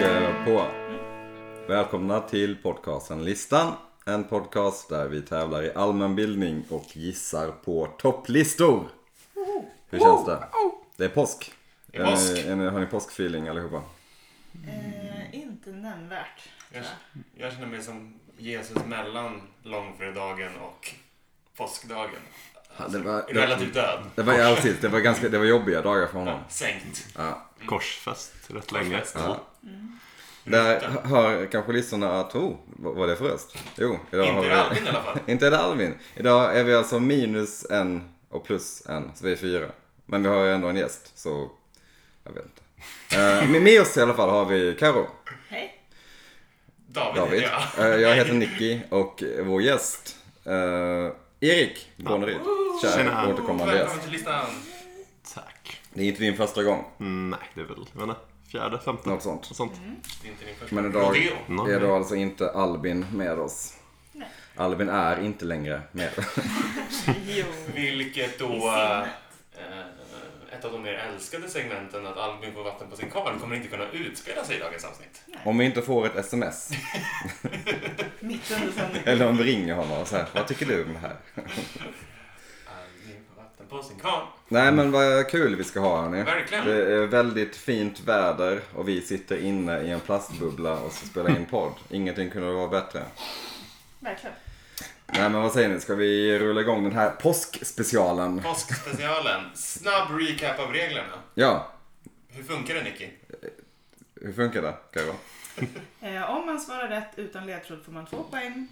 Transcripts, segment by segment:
eh, på. Välkomna till podcasten Listan. En podcast där vi tävlar i allmänbildning och gissar på topplistor. Hur känns det? Det är påsk. är påsk. Är ni, är ni, har ni påskfeeling allihopa? Eh, inte nämnvärt. Jag, jag känner mig som Jesus mellan långfredagen och påskdagen. Alltså, det var- relativt död. Det var, ja, precis, det var, ganska, det var jobbiga dagar för honom. Sänkt. Ja. korsfäst rätt länge. Ja. Där hör kanske lyssnarna att, oh, vad var det för röst? Jo, idag har Inte vi... i Albin i alla fall. Inte är det Alvin. Idag är vi alltså minus en och plus en, så vi är fyra. Men vi har ju ändå en gäst, så jag vet inte. Eh, men med oss i alla fall har vi Karo, Hej. David, David. heter jag. Eh, jag heter Nicky och vår gäst, eh, Erik Borneryd. Tjena. Kär återkommande Välkommen gäst. till listan. Tack. Det är inte din första gång. Mm, Nej, det är väl jag vet inte, fjärde, femte. Något sånt. Det är inte din första. Men idag Rodeo. Någon- är då alltså inte Albin med oss. Nej. Albin är inte längre med. Jo. Vilket då... I sinnet. eh, Ett av de mer älskade segmenten, att Albin får vatten på sin kvarn, kommer inte kunna utspela sig i dagens avsnitt. Om vi inte får ett sms Mitt under sändningen. eller om vi ringer honom och säger vad tycker du om det här? Albin får vatten på sin kvarn. Nej men vad kul vi ska ha hörni. Verkligen. Det är väldigt fint väder och vi sitter inne i en plastbubbla och ska spela in podd. Ingenting kunde vara bättre. Verkligen. Nej men vad säger ni, ska vi rulla igång den här påskspecialen? Påskspecialen. Snabb recap av reglerna. Ja, Hur funkar det, Nicky? hur funkar det Karo? Eh, om man svarar rätt utan ledtråd får man två poäng.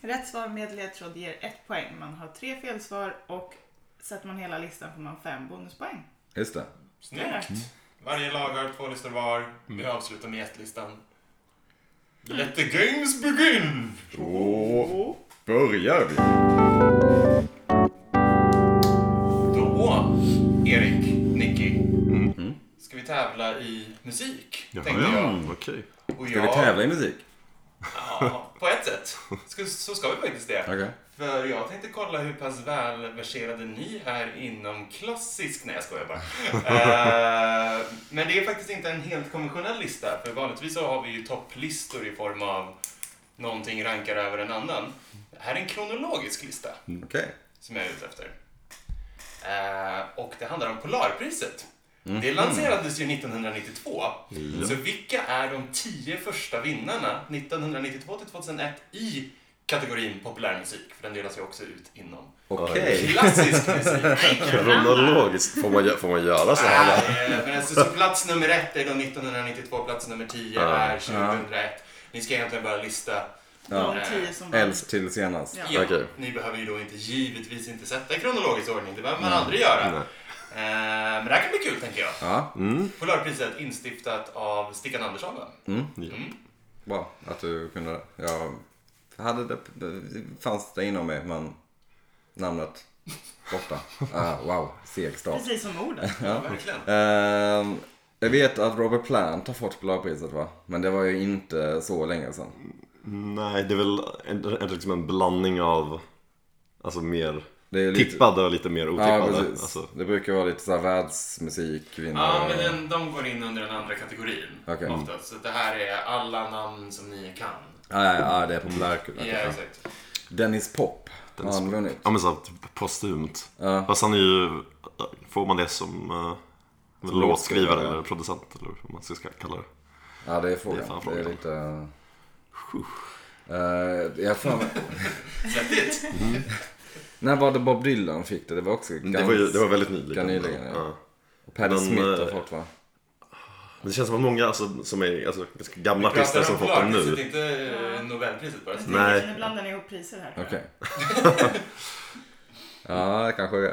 Rätt svar med ledtråd ger ett poäng. Man har tre felsvar och sätter man hela listan får man fem bonuspoäng. Just det. Snyggt! Mm. Varje lag har två listor var. Vi avslutar med gästlistan. Let the games begin! Då börjar vi. Då, Erik, Nicky, Mm-hmm. ska vi tävla i musik, Jaha, tänkte jag. ja. Okej. Och Ska vi tävla i musik? Ja, på ett sätt ska, så ska vi faktiskt det. Okej. För jag tänkte kolla hur pass välverserade ni är inom klassisk... Nej, jag skojar bara. Eh, men det är faktiskt inte en helt konventionell lista. För vanligtvis så har vi ju topplistor i form av någonting rankar över en annan. Det här är en kronologisk lista Okej. som jag är ute efter. Eh, och det handlar om Polarpriset. Det lanserades ju 1992. Så vilka är de tio första vinnarna 1992 till 2001 i kategorin populärmusik? För den delas ju också ut inom Okej. klassisk musik. Kronologiskt, får man, gö- får man göra så här? Nej, men alltså, så plats nummer ett är då 1992, plats nummer tio är 2001. Ni ska egentligen bara lista Ja. De tio som vann. Äldst till senast. Ja. Ja, Okej. Ni behöver ju då inte, givetvis inte sätta i kronologisk ordning. Det behöver man aldrig göra. Nej. Eh, men det här kan bli kul, tänker jag. Ja, Polarpriset instiftat av Stickan Andersson, va? bra att du kunde. Jag hade det, fanns det inom mig men namnet borta. Ah, wow, seg start. Precis som orden. Ja, verkligen. Ehm, jag vet att Robert Plant har fått Polarpriset va? Men det var ju inte så länge sedan. Nej, det är väl en, en, liksom en blandning av alltså mer Det är lite- tippade och lite mer Ja, otippade. precis. alltså, Det brukar vara lite såhär världsmusikvinnare. Ja, men den, de går in under den andra kategorin Okej. oftast. Så det här är alla namn som ni kan. Ja, ja, ja, det är populärkultur. Ja, exakt. Dennis Pop har han vunnit. ja men så här, typ postumt. Fast han är ju, får man det som eh, låtskrivare låtskrivare. eller producent eller vad man ska kalla det. Ja, det är frågan. Det är fan Det är frågan. lite... Uh, jag har för mig... Mm. Svettigt. När var det Bob Dylan fick det? Det var också Det var, ju, det var väldigt nyligen. Ganska nyligen, ja. Ja. Paddy Men, Smith har eh, fått va? Men Det känns som att många alltså, som är alltså, ganska gamla Vi artister som fått den Polarpriset, nu. Mm. inte eh, Nobelpriset bara. Så Nej. Nej, Nu blandar ni ihop priser här. tror jag. Okej. ja, det kanske är.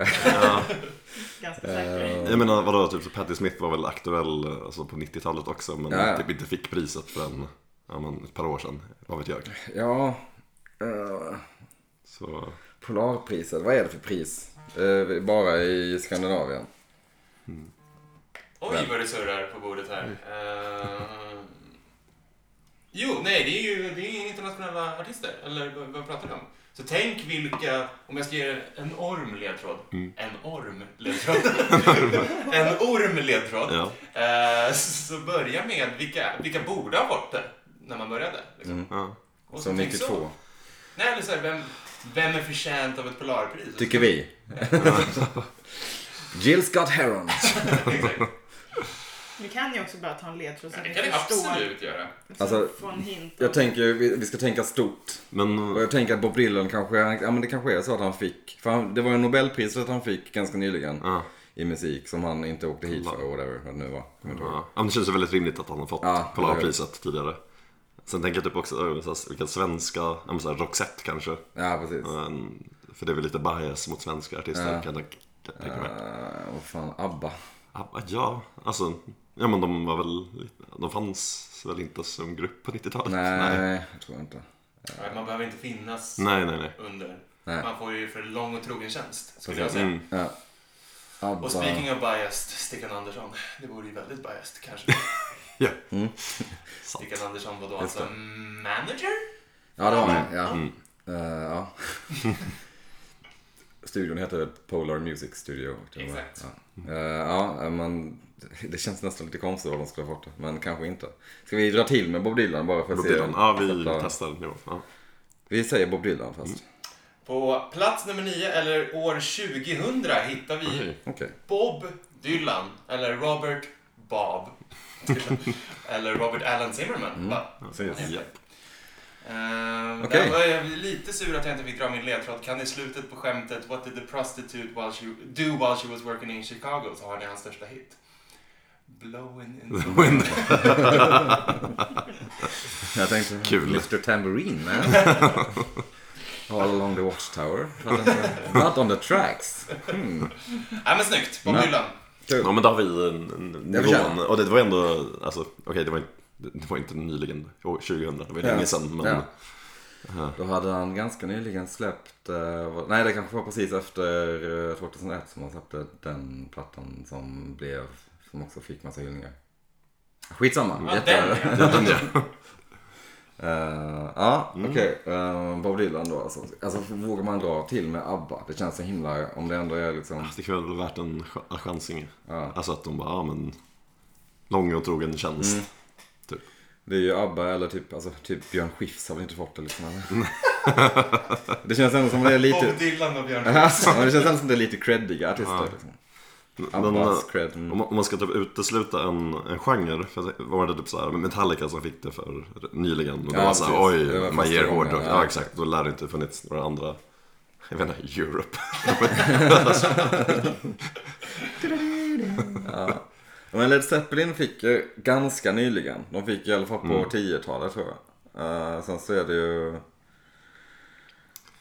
Ganska Eh. säkert. jag menar vadå, typ så Patti Smith var väl aktuell eh, alltså, på 90-talet också men Ja, ja. typ inte fick priset förrän ja, men, ett par år sedan. Vad vet jag. Ja. eh, Så... Polarpriset, vad är det för pris? Eh, bara i Skandinavien. Oj, vad det surrar på bordet här. Mm. Eh, jo, nej, det är ju det är ju internationella artister. Eller vad, vad pratar vi om? Så tänk vilka, om jag ska ge er en orm ledtråd. Mm. En orm ledtråd. en orm ledtråd. Ja. Eh, så börja med vilka, vilka borde ha varit det när man började. Liksom. Ja. Och Mm. Som tänk 92. Nej, eller så här, vem, vem är förtjänt av ett Polarpris? Tycker vi. Jill Scott Heron. Exakt. Vi kan ju också bara ta en ledtråd så Ja, att det ni kan ni förstår. absolut göra. Alltså, Alltså, få en hint. Jag tänker ju, vi, vi ska tänka stort. Men Och jag tänker att Bob Dylan kanske, ja men det kanske är så att han fick, för han, det var ju Nobelpriset han fick ganska nyligen. Ja. I musik som han inte åkte hit för, whatever vad det nu var. Jag vet inte. Ja, men det känns ju väldigt rimligt att han har fått Ja, Polarpriset tidigare. Sen tänker jag typ också ö, så här, vilka svenska, ja, men så här, Roxette kanske. Ja precis. Men, för det är väl lite bias mot svenska artister Ja. kan jag tänk- kan jag tänka mig. Eh, vad fan, ABBA. Ja. Ah, ja, alltså. Ja men de var väl, lite- de fanns väl inte som grupp på 90-talet? Nej, nej. jag tror inte. Nej, Man behöver inte Mm. finnas Nej, nej, nej. under. Nej. Man får ju för lång och trogen tjänst, skulle jag Precis. säga. Mm. Ja. ABBA. Och speaking of biased, Stickan Andersson. Det vore ju väldigt biased kanske. Ja. Stickan Andersson var då alltså manager? Ja, det var han. Ja. Eh, ja. Studion heter Polar Music Studio. tror jag. Exakt. Ja. Eh, ja, men det känns nästan lite konstigt vad de skulle ha fått det, men kanske inte. Ska vi dra till med Bob Dylan bara för att Bob se? Dylan. Ja, vi sätta- testar. Jo, ja. Vi säger Bob Dylan först. På plats nummer 9, eller år 2000, hittar vi Okej. Okej. Bob Dylan, eller Robert Bob. Dylan. eller Robert Alan Zimmerman. va? Precis. Ja. Ehm, Okej. Där var jag lite sur att jag inte fick dra min ledtråd. Kan i slutet på skämtet What did the prostitute while she, do while she was working in Chicago? Så har ni hans största hit. Blowing in the wind. Jag tänkte Kul. Mr Tambourine Man. All along the watchtower. Not on the tracks. Hmm. Nej men snyggt, Bob Nej. Dylan. Ja men då har vi en, en Jag förtjänar. nivån. Och det, det var ändå, alltså okej det, var, inte- det var inte nyligen, år 2000, det var Ja. länge sedan. Men Ja. Då hade han ganska nyligen släppt, eh, vad- nej det kanske var precis efter eh, 2001 som han släppte den plattan som blev, som också fick massa hyllningar. Skitsamma, Ja, jätte- den ja. den ja. Eh, ja, Mm. okej. eh, Bob Dylan då alltså. Alltså vågar man dra till med ABBA? Det känns så himla, om det ändå är liksom, Det kan väl vara värt en ch- chansning. Alltså att de bara, ja men, lång och trogen tjänst. Mm. Typ. det är ju ABBA eller typ, alltså, typ Björn Skifs har väl inte fått det liksom. eller? det känns ändå som det är lite, Bob Dylan och Björn alltså, det känns ändå som det är lite creddiga artister. Liksom. Men, Abbas eh, cred. Mm. om, man- om man ska typ utesluta en, en genre, för det var det typ såhär Metallica som fick det för nyligen och det Ja, var såhär oj, precis. Det var man första ger gången, hårdrock. ja. Ja. exakt, då lär det inte funnits några andra, jag vet inte, Europe. Men Led Zeppelin fick ju ganska nyligen. De fick i alla fall på Mm. 10-talet tror jag. Eh, sen så är det ju...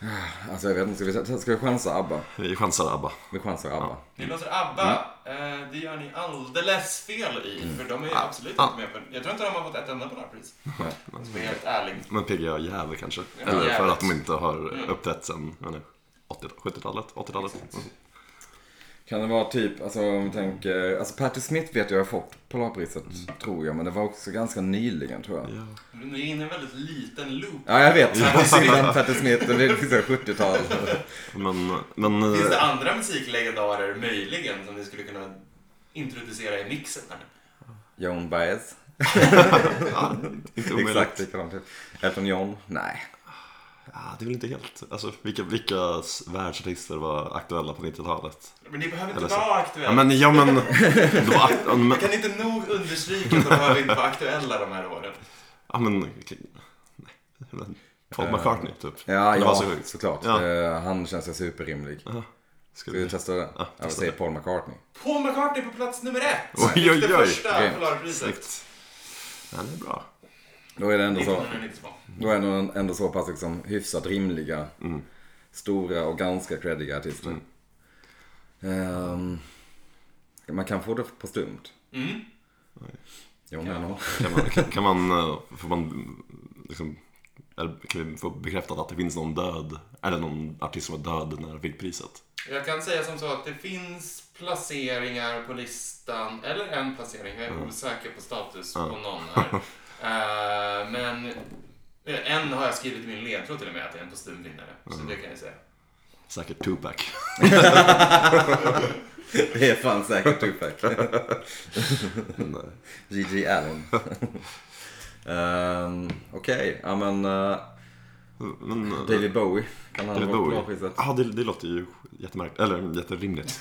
Ah, Alltså jag vet inte, ska vi, ska vi chansa ABBA? Vi chansar ABBA. Vi chansar ABBA. Ni låter ABBA. eh, Det gör ni alldeles fel i. För de är absolut Ah. inte med på Jag tror inte de har fått ett enda Polarpris. Nej. Om jag ska vara helt ärlig. Men PGA jävel kanske. Ja, Eller för jävligt. att de inte har uppträtt sen, jag vet inte, 80 70-talet, 80-talet. Mm. Kan det vara typ, alltså om vi tänker, alltså Patti Smith vet jag har fått Polarpriset tror jag, men det var också ganska nyligen tror jag. Mm. Ja. Ni är inne i en väldigt liten loop. Ja jag vet, Patti Smith, Patti Smith, det är liksom 70-tal. Men, men Finns det eh, andra musiklegendarer möjligen som ni skulle kunna introducera i mixen? Här? Joan Baez, inte exakt omöjligt. likadant. Elton John, nej. Ja, det är väl inte helt, alltså vilka, vilka s- världsartister var aktuella på 90-talet? Men ni behöver Eller inte så- vara aktuella. Ja men, ja men, det var akt- ja, men, Jag kan inte nog understryka att de behöver inte vara aktuella de här åren. ja men, okej. nej, men Paul McCartney typ. Eh, Ja, det ja var så sjukt. såklart. Ja. Eh, han känns ju superrimlig. Ska Ska vi vi... testa det? Ja, jag Ah, testa säger det. Paul McCartney. Paul McCartney på plats nummer ett. Oj, Fick oj, Det oj. första Grymt. Polarpriset. Ja, det är bra. Då är det ändå Mm. så, 1992. då är det ändå så pass liksom hyfsat rimliga, Mm. stora och ganska creddiga artister. Ehm, man kan få det på stumt. Mm. Jo, men ja. Kan man, kan, kan man, eh, får man liksom, eller kan vi få bekräftat att det finns någon död, eller någon artist som var död när han fick priset? Jag kan säga som så att det finns placeringar på listan, eller en placering, jag är osäker på status på någon här. Eh, men Eh, En har jag skrivit i min ledtråd till och med att det är en kostymvinnare. Så det kan jag säga. Säkert Tupac. Det är fan säkert Tupac. Nej. GG Allen. Ehm, Okej, ja men eh, Men, eh, David Bowie kan han David vara Bowie. bra priset. Ja, det, det låter ju jättemärkligt. Eller jätterimligt.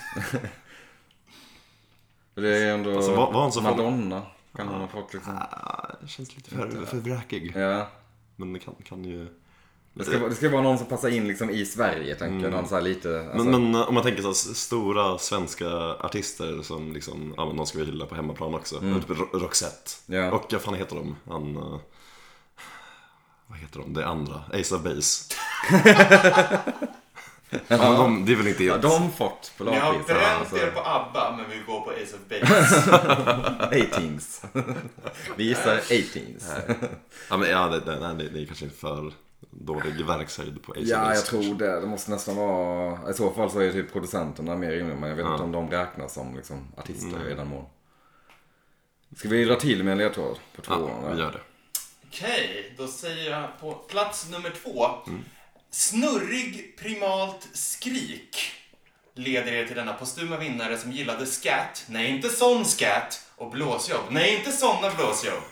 För Det är ändå Alltså, vad- vad han så får- Madonna kan han ha fått liksom. Ah, det känns lite för, för vräkig. Ja. Men det kan, kan ju... Det Eh. ska, vara- det ska vara någon som passar in liksom i Sverige tänker jag. Någon så här lite. Alltså, Mm. Men, men eh, om man tänker så här, s- stora svenska artister som liksom, ja men de ska vi hylla på hemmaplan också. Typ Ro- Roxette. Mm. Ja. Och vad fan heter de? Han... eh, Vad heter de? Det andra. Ace of Base. ja, de, det är väl inte ja, helt... de fått alltså, på Ni har lagpris. bränt alltså. er på ABBA men vill gå på Ace of Base. 18s. Vi gissar 18s. Ja, men, ja det, det, nej, det, det är kanske inte för dålig verkshöjd på Ace of Ja, Base. jag tror det. Det måste nästan vara... I så fall så är typ producenterna mer rimliga. Men jag vet inte om de räknas som liksom, artister Mm. i den mån. Ska vi dra till med en ledtråd på tvåan? Ja, där? vi gör det. Okej, då säger jag på plats nummer två. Mm. Snurrig primalt skrik leder er till denna postuma vinnare som gillade scat, nej inte sån scat, och blåsjobb, nej inte såna blåsjobb.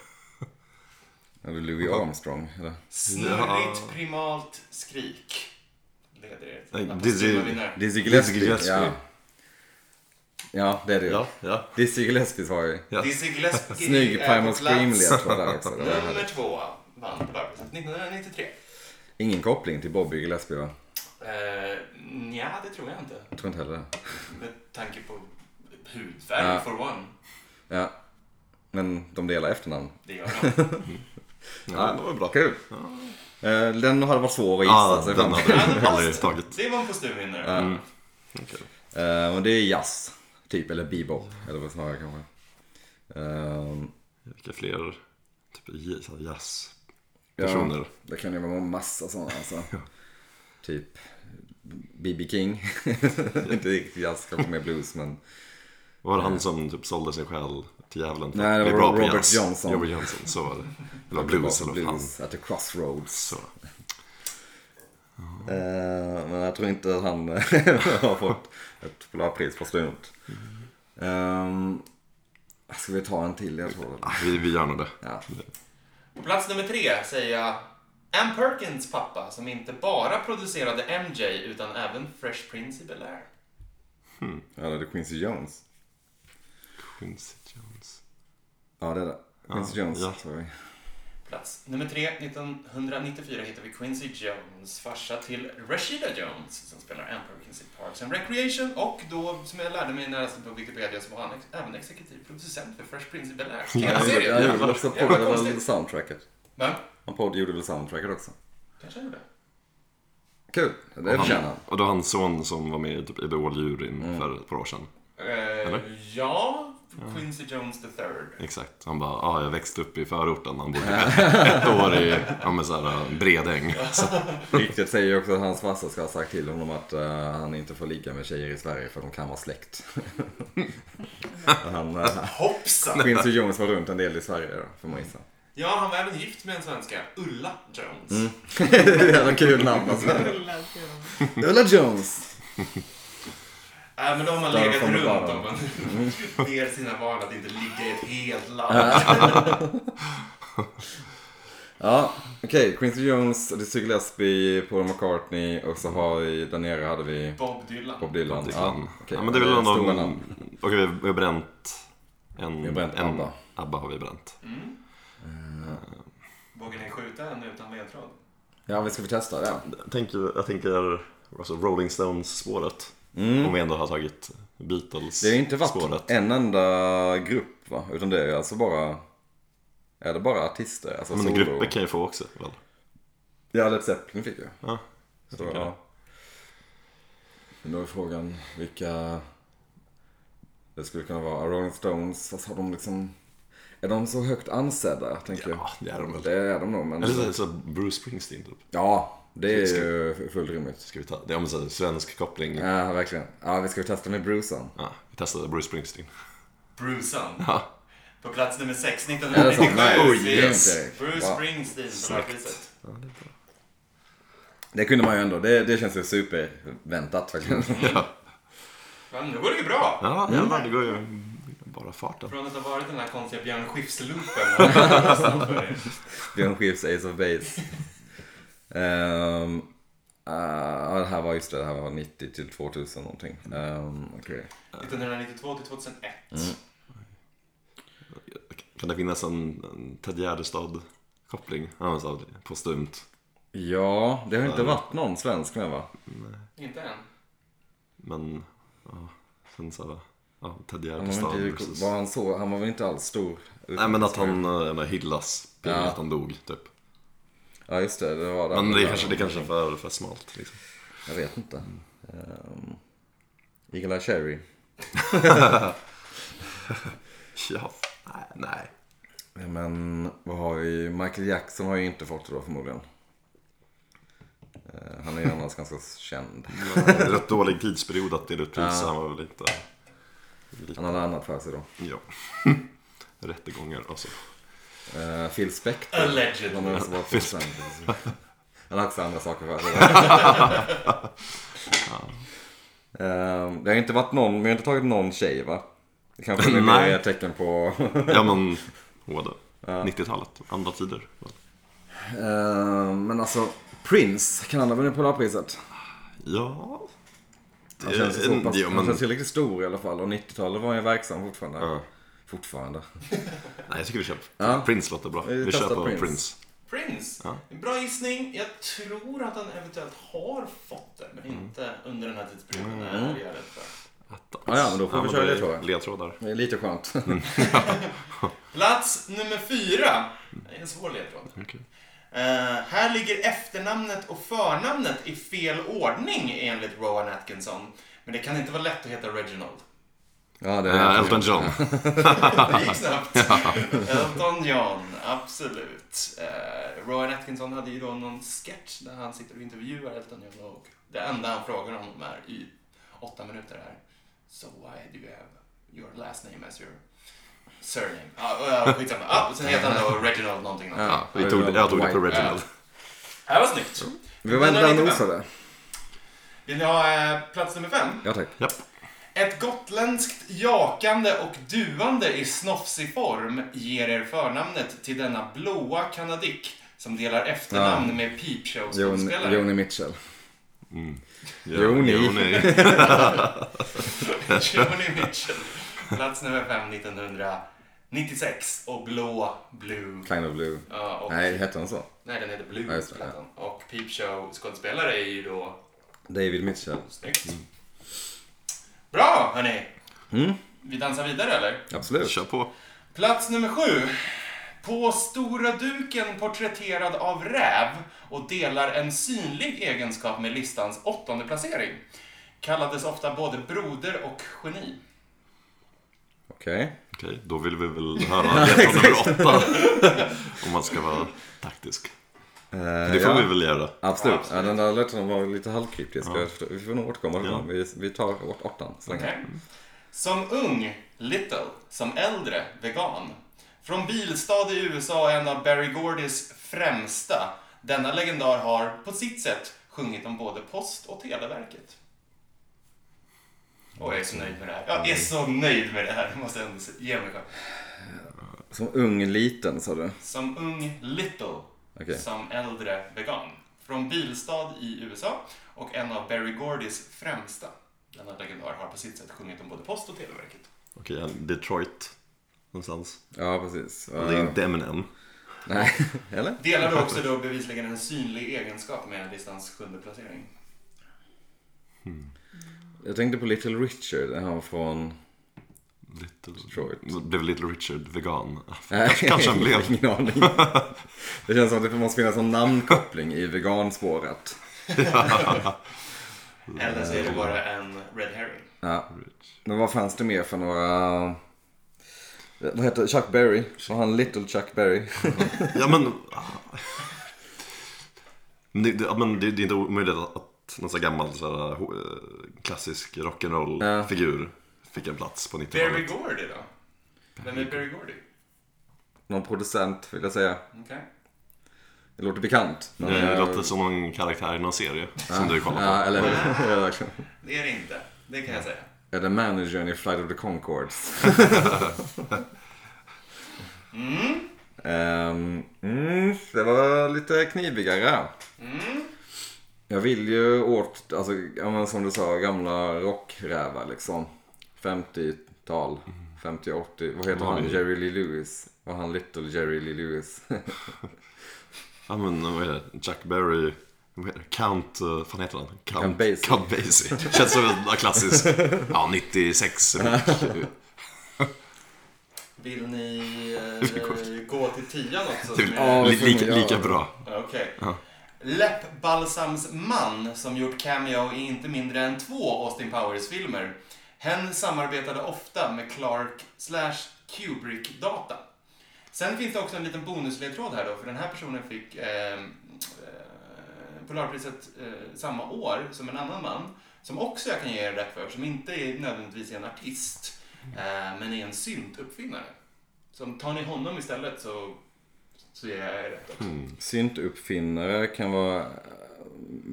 Eller Louis Armstrong? Eller? Snurrigt primalt skrik leder er till denna Nej, det- postuma det- vinnare. Dizzy Gillespie. Gillespie. Ja. ja, det är det ju. Ja, ja. Dizzy Gillespie sa ju. ja. Dizzy Gillespie Snygg är Primal på plats Scream-ledtråd där också. Det var Nummer härligt. två vann på lagpriset 1993. Ingen koppling till Bobby Gillespie va? Uh, ja, det tror jag inte. Jag tror inte heller det. Med tanke på hudfärg Ja. for one. Ja. Men de delar efternamn. Det gör de. Ja, det var bra. Kul. Eh, Den hade varit svår att gissa Ja, sig den fram hade jag aldrig tagit. Det var en kostymvinnare. Mm. Eh, Men det är jazz, typ. Eller bebop. Eller vad snarare kanske. Eh, Vilka fler typ j- så här jazzpersoner? ja, Det kan ju vara massa sådana alltså. Typ B.B. King. inte riktigt jazz, kanske mer blues men. Var det han som typ sålde sin själ till djävulen? för Eh. Nej, att det bli var bra på Robert jazz? Johnson. Robert Johnson, så var det. Det var blues eller vad fan. blues at the crossroads. Så. Eh, men jag tror inte att han har fått ett Polarpris på stund. Um, ska vi ta en till ledtråd? Ah, Vi, vi gör nog det. Ja. På plats nummer tre säger jag Ann Perkins pappa som inte bara producerade MJ utan även Fresh Prince i Bel-Air. ja, det är Quincy Jones. Quincy Jones. Ja, det är det. Quincy Ja, Jones ja. tror jag. Plats nummer tre, 1994 hittar vi Quincy Jones, farsa till Rashida Jones som spelar Ann Perkins i Parks and Recreation och då, som jag lärde mig när jag läste på Wikipedia, så var han ex- även exekutiv producent för Fresh Prince i Bel-Air. Hela Ja, serien! han gjorde också Jävla podd, väl konstigt. soundtracket. Men, Han podd gjorde väl soundtracket också. kanske är det. Kul, det Han, förtjänar han. och då hans son som var med i typ Idol-juryn Mm. för ett par år sedan. Eh, ja, Quincy Jones the third. Exakt. Han bara, ah, jag växte upp i förorten. Han bodde ett år i ja, men så här, Bredäng. Så, Ryktet säger ju också att hans farsa ska ha sagt till honom att eh, han inte får ligga med tjejer i Sverige för de kan vara släkt. han, eh, Hoppsan! Quincy Jones var runt en del i Sverige då, får man gissa. Ja, han var även gift med en svenska, Ulla Jones. Mm. Jävla kul namn alltså. Ulla Jones. Äh, men då har man Där legat kommer runt barnen. om man Mm. ber sina barn att inte ligga i ett helt land. Ja, okej. Quincy Jones, Dizzy Gillespie, Paul McCartney och så har vi, där nere hade vi Bob Dylan. Bob Dylan. det Ja, kan. okej. Typ ja, men det är väl Stora någon... namn. Okej, vi har- vi har bränt en... Vi har bränt en, ABBA. ABBA har vi bränt. Mm. Eh. Vågar ni skjuta en utan ledtråd? Ja, vi ska vi testa det? Jag tänker, jag tänker alltså Rolling Stones-spåret. Om vi ändå har tagit Det har ju inte Beatles-spåret. varit en enda grupp va? Utan det är alltså bara... Är det bara artister? Alltså Men solo? grupper kan ju få också väl? Ja, Led Zeppelin fick ju. Ja, Så, tänker ja. det. Men då är frågan vilka... Det skulle kunna vara Rolling Stones. Fast har de liksom... Är de så högt ansedda, tänker Ja, det är de väl. jag? Det är de nog, men... Eller så, så Bruce Springsteen typ. Ja, det är ju fullt rimligt. Ska vi ta? Det är om så här, svensk koppling. Ja. Ja, verkligen. Ja, vi ska ju testa med Brucean. vi testade Bruce Springsteen. Brucean. Ja. På plats nummer 6, Är det så? Nej, 1997. det är inte. Bruce Ja. Springsteen på Snyggt. lagpriset. Ja, det är bra. Det kunde man ju ändå. Det, det känns ju superväntat faktiskt. Ja, Men nu går det ju bra. ja jävlar, det går ju bara farten. Från att ha varit den här konstiga Björn Skifs-loopen. Björn Skifs Ace of Base. Ehm, ah, det här var just det, det här var 90 till 2000 någonting. Um, okay. 1992 till 2001. Kan det finnas en, en Ted Gärdestad-koppling? Ja, så postumt. Ja, det har inte varit någon svensk med va? Inte än. Men, ja, sen så här, ja, Ted Han var, Gärdestad inte, versus... var han så? Han var väl inte alls stor? Nej men att han eh, men hyllas, ja. Ja. att han dog typ. Ja just det, det var det. Men det är kanske, det är kanske är för, för smalt liksom. Jag vet inte. Um, Eagle Eye Cherry. Ja, nej, nej. Men vad har vi? Michael Jackson har ju inte fått det då förmodligen. Eh, han är ju annars ganska känd. Det var en rätt dålig tidsperiod att dela ut priser. Han var väl lite, Han hade annat för sig då. ja. Rättegångar alltså. och så. Eh, Phil Spector. Han har Allegedly. också varit producent. Han har också andra saker för sig. Eh, Det har inte varit någon, vi har inte tagit någon tjej va? Det kanske är mer Nej. ett tecken på... Ja men, båda. 90-talet, andra tider. Eh, Men alltså, Prince, kan han ha vunnit Polarpriset? Ja. Han känns, ju så pass, ja, han men, känns tillräckligt stor i alla fall och 90-talet var han ju verksam fortfarande. Ja. Fortfarande. nej, jag tycker vi köper. Ja. Prince låter bra. Vi Vi kör testar på Prince. Prince. Prince. Ja. En Bra gissning. Jag tror att han eventuellt har fått det, men inte under den här tidsperioden. Är jag rädd för. Attans. Ja, ja, men då får vi köra ledtrådar. är Ledtrådar. Det är lite skönt. Plats nummer fyra. Det är en svår ledtråd. Okej. Eh, här ligger efternamnet och förnamnet i fel ordning enligt Rowan Atkinson. Men det kan inte vara lätt att heta Reginald. Ja, det Eh, är Elton John. Det gick snabbt. Elton John, absolut. Eh, Rowan Atkinson hade ju då någon sketch där han sitter och intervjuar Elton John och det enda han frågar honom är i åtta minuter här. So why do you have your last name as your surname? Ah, ah, skitsamma. Ah, och sen heter han då Reginald någonting. någonting. Ja, Ja, vi tog, jag tog det på White. Reginald. Det här var snyggt. Vi var ändå där och 1995. nosade. Vill ni ha eh, plats nummer fem? Ja, tack. Japp. Ett gotländskt jakande och duande i snofsig form ger er förnamnet till denna blåa kanadick som delar efternamn Ja. med Peep Jon- Show-skådespelare. Joni Mitchell. Ja, Jo, ni. Mm. ni. Joni Mitchell. Plats nummer 5, 1996. Och blå, blue. Kind of Blue. Ja, och, nej. Nej, hette han så? den heter Blue. Ja, just det, plattan. Och Peep Show-skådespelare är ju då David Mitchell. snyggt. Bra, hörni. Mm. Vi dansar vidare, eller? Absolut. Kör på. Plats nummer sju. På stora duken porträtterad av räv och delar en synlig egenskap med listans åttonde placering. Kallades ofta både broder och geni. Okej. Okej, då vill vi väl höra ledtråd nummer åtta. Om man ska vara taktisk. Eh, Det får ja. vi väl göra. Absolut. Ja, Ja, absolut. den där ledtråden var lite halvkryptisk. Ja. Jag förstår- Vi får nog återkomma till Ja. den. Vi, vi tar åt åttan så länge. Okej. Som ung, little. Som äldre, vegan. Från Bilstad i USA, en av Barry Gordys främsta. Denna legendar har, på sitt sätt, sjungit om både post och Televerket. Och jag är så nöjd med det här. Jag är så nöjd med det här, måste jag ändå se- ge mig själv. Som ung liten sa du. Som ung, little. Okej. Som äldre, vegan. Från Bilstad i USA och en av Barry Gordys främsta. Denna legendar har på sitt sätt sjungit om både post och Televerket. Okej, Detroit. Någonstans. Ja, precis. Och Det är Eh, inte Eminem. Nej, eller? Delar du också då bevisligen en synlig egenskap med listans sjunde placering? Jag tänkte på Little Richard. Han var från... Little... Detroit. Blev Little Richard vegan? Nej, Kanske, kanske han jag blev. har Ingen aning. Det känns som att det måste finnas en namnkoppling i veganspåret. Eller så är det bara en red herring. Ja. Men vad fanns det mer för några... Vad heter Chuck Berry? Var han Little Chuck Berry? Ja, men... Men Det, det, ja, men det, det är inte omöjligt att, att någon sån här gammal så här, ho- eh, klassisk Ja. rock'n'roll-figur fick en plats på Barry 90-talet. Gordy då? Vem är Barry Gordy? Någon producent vill jag säga. Okej. Det låter bekant. men, Det eh, låter som någon karaktär i någon serie som du kollar på. Ja, eller ja, verkligen. Det är det inte. Det kan jag säga. Är det managern i Flight of the Conchords? Mm. Ehm, mm, det var lite knivigare. Mm. Jag vill ju åt, alltså, ja, men som du sa, gamla rockrävar liksom. 50-tal, 50-80. Mm. Vad heter han? Jerry Lee Lewis? Var han Little Jerry Lee Lewis? Ja men vad heter det? Jack Berry. Vad heter det? Count, eh, vad fan heter han? Count, Count Basie. Count Basie. Känns som en klassisk, ja 96. Vill ni eh, gå till tian också? Typ, som är- det li, får lika, man göra. lika bra. Okej. Läppbalsams man som gjort cameo i inte mindre än två Austin Powers-filmer. Hen samarbetade ofta med Clark slash Kubrick-data. Sen finns det också en liten bonusledtråd här då, för den här personen fick eh, eh, Polarpriset eh, samma år som en annan man, som också jag kan ge er rätt för, som inte är nödvändigtvis en artist, eh, men är en syntuppfinnare. Så om tar ni honom istället så, så ger jag er rätt också. Mm. Mm. Syntuppfinnare kan vara... eh,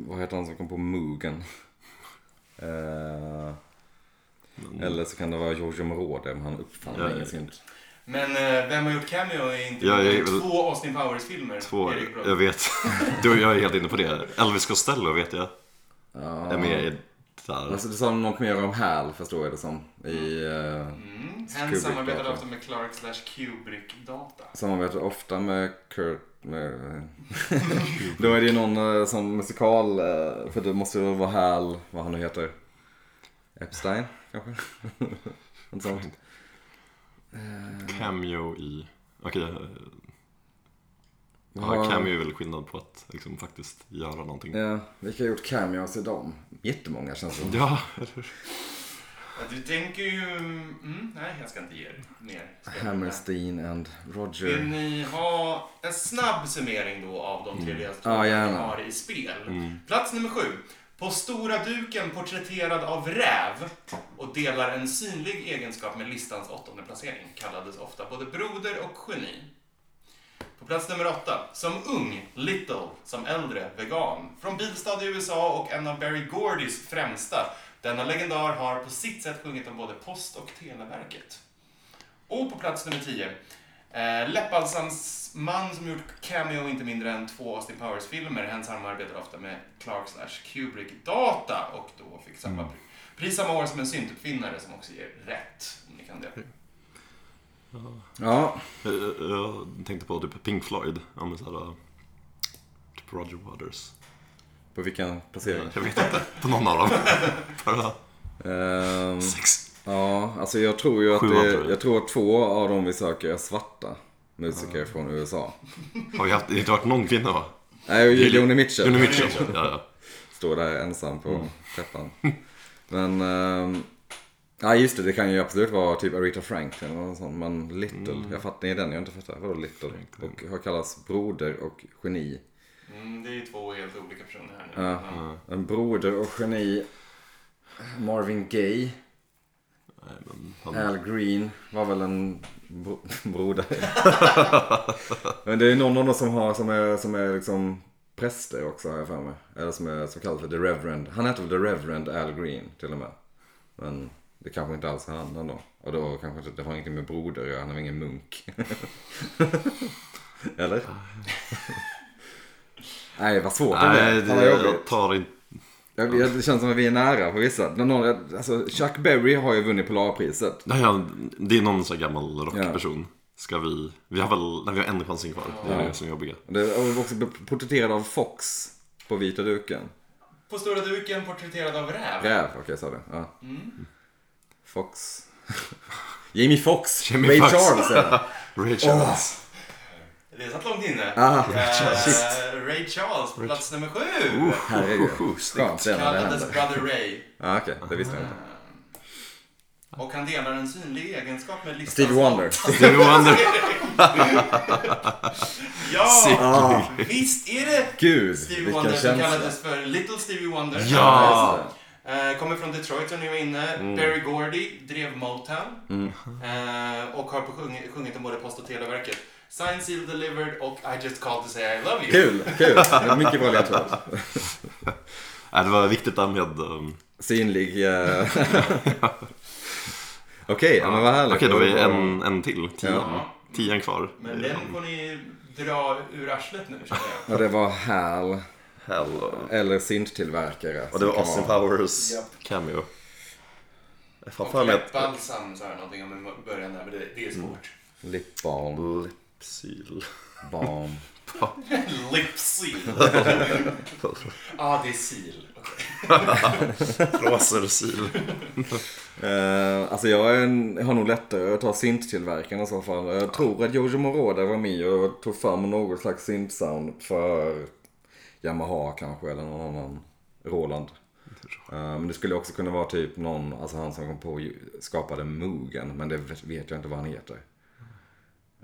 Vad heter han som kom på Moogen? Eh, eller så kan det vara Giorgio Moroder, men han uppfann Ja, ingen ja. synt. Men eh, vem har gjort cameo i inte Ja, mindre jag- än två Austin Powers-filmer? Två, Erik Brock. jag vet. Du, jag är helt inne på det. Elvis Costello vet jag Ja. är med i där. Alltså, du sa något mer om Hal, förstår jag det som. I, eh, Mm. Hen Kubrick samarbetade data. ofta med Clark slash Kubrick-data. samarbetar ofta med Kurt... Med, då är det ju någon eh, som musikal, eh, för det måste ju vara Hal, vad han nu heter. Epstein, kanske? Något sånt. Eh, Cameo i... Okej, eh, ja, Ja. cameo är väl skillnad på att liksom, faktiskt göra någonting. Ja, vilka har gjort cameos i dem? Jättemånga känns det som. Ja, eller hur? Ja, du tänker ju... Mm, nej, jag ska inte ge er mer. Ska jag- Hammerstein and Vill Roger. ni ha en snabb summering då av de tre ledtrådarna Mm. Ja, gärna. Mm. ni har i spel? Plats nummer sju. På stora duken porträtterad av räv och delar en synlig egenskap med listans åttonde placering. Kallades ofta både broder och geni. På plats nummer åtta. Som ung, little, som äldre, vegan. Från Bilstad i USA och en av Barry Gordys främsta. Denna legendar har på sitt sätt sjungit om både post och televerket. Och på plats nummer 10. Eh, Läppalsans man som gjort cameo i inte mindre än två Austin Powers-filmer. Han samarbetade ofta med Clark slash Kubrick Data och då fick samma Mm. pri- pris samma år som en syntuppfinnare som också ger rätt. Om ni kan Mm. det. Ja, Eh, eh, Jag tänkte på typ Pink Floyd. Ja, men så här, eh, typ Roger Waters. på vilken placering? Jag vet inte. På någon av dem. Bara Ehm, sex. ja, alltså jag tror ju att Sju det, antar jag. jag tror att två av dem vi söker är svarta musiker från USA. Har vi haft, det har inte varit någon kvinna va? Nej, Joni- Joni Joni Mitchell Mitchell. Ja, ja. står där ensam på trappan. Men, ehm, ja just det, det kan ju absolut vara typ Aretha Franklin eller något sånt. Men Little, jag fattar, det är den jag inte fattar. Vadå Little? Franklin. Och har kallats broder och geni. Mm, det är ju två helt olika personer här nu. Ja. En broder och geni. Marvin Gaye. Nej, men han, Al Green var väl en bro- broder. Men det är någon av dem som, har, som, är, som är liksom präster också har jag för mig. Eller som, är, som kallas för The Reverend. Han heter väl The Reverend Al Green till och med. Men det kanske inte alls är han ändå. Och då kanske inte, det har ingenting med broder att göra. Han är väl ingen munk. Eller? Nej vad svårt det nej, blev. Fan, vad det, jag jobbigt. tar inte... Jag, jag, det känns som att vi är nära på vissa. Nå- några- Alltså, Chuck Berry har ju vunnit Polarpriset. Nej, han- det är någon sån här gammal rockperson. Ska vi... Vi har väl... Nej, vi har en chansning kvar. Det är det som är jobbiga. Och Det och var också porträtterad av Fox på vita duken. På stora duken porträtterad av räv. Räv, okej jag sa det. Ja. Mm. Fox. Jamie Fox. Jamie Ray Fox. Charles är det. Ray Charles. Det satt långt inne. Ah, Eh, shit. Ray Charles, på plats nummer sju. Herregud. Oh, Skönt det är när det händer. Kallades Brother Ray. Ja, okej, det visste jag inte. Och han delar en synlig egenskap med listans Stevie Wonder. Stevie Wonder. Sick. Ja, Ah, visst är det gud, Stevie vilken Wonder som känsla. kallades för Little Stevie Wonder. Ja! Eh, Kommer från Detroit som ni var inne. Mm. Barry Gordy drev Motown. Eh, Och har på sjung- sjungit om både Post och Televerket. Signed, sealed, delivered och I just called to say I love you. Kul, kul. Det var Mycket bra ledtråd. Nej, det var viktigt där med... ehm, Synlig. eh. Okej, ja, men vad härligt. Okej, då är det en, en till. Tian. Ja. Tian kvar. Men den får ni dra ur arslet nu känner jag. Och det var HAL Hell. eller synttillverkare. Och det var Austin Powers Ja. cameo. Jag har Och för mig att... läppbalsam sa jag någonting om i början där, men det, det är svårt. Lipbalm, Lipsyl. balm. Mm. Lipsil. ah, det är sil. Okej. Lasersyl. Eh, alltså jag är en, har nog lättare att ta synttillverkarna i så fall. Jag tror att Jojo Moroda var med och tog fram något slags syntsound för Yamaha kanske eller någon annan. Roland. Eh, Men det skulle också kunna vara typ någon, alltså han som kom på och skapade Moogen, men det vet vet jag inte vad han heter.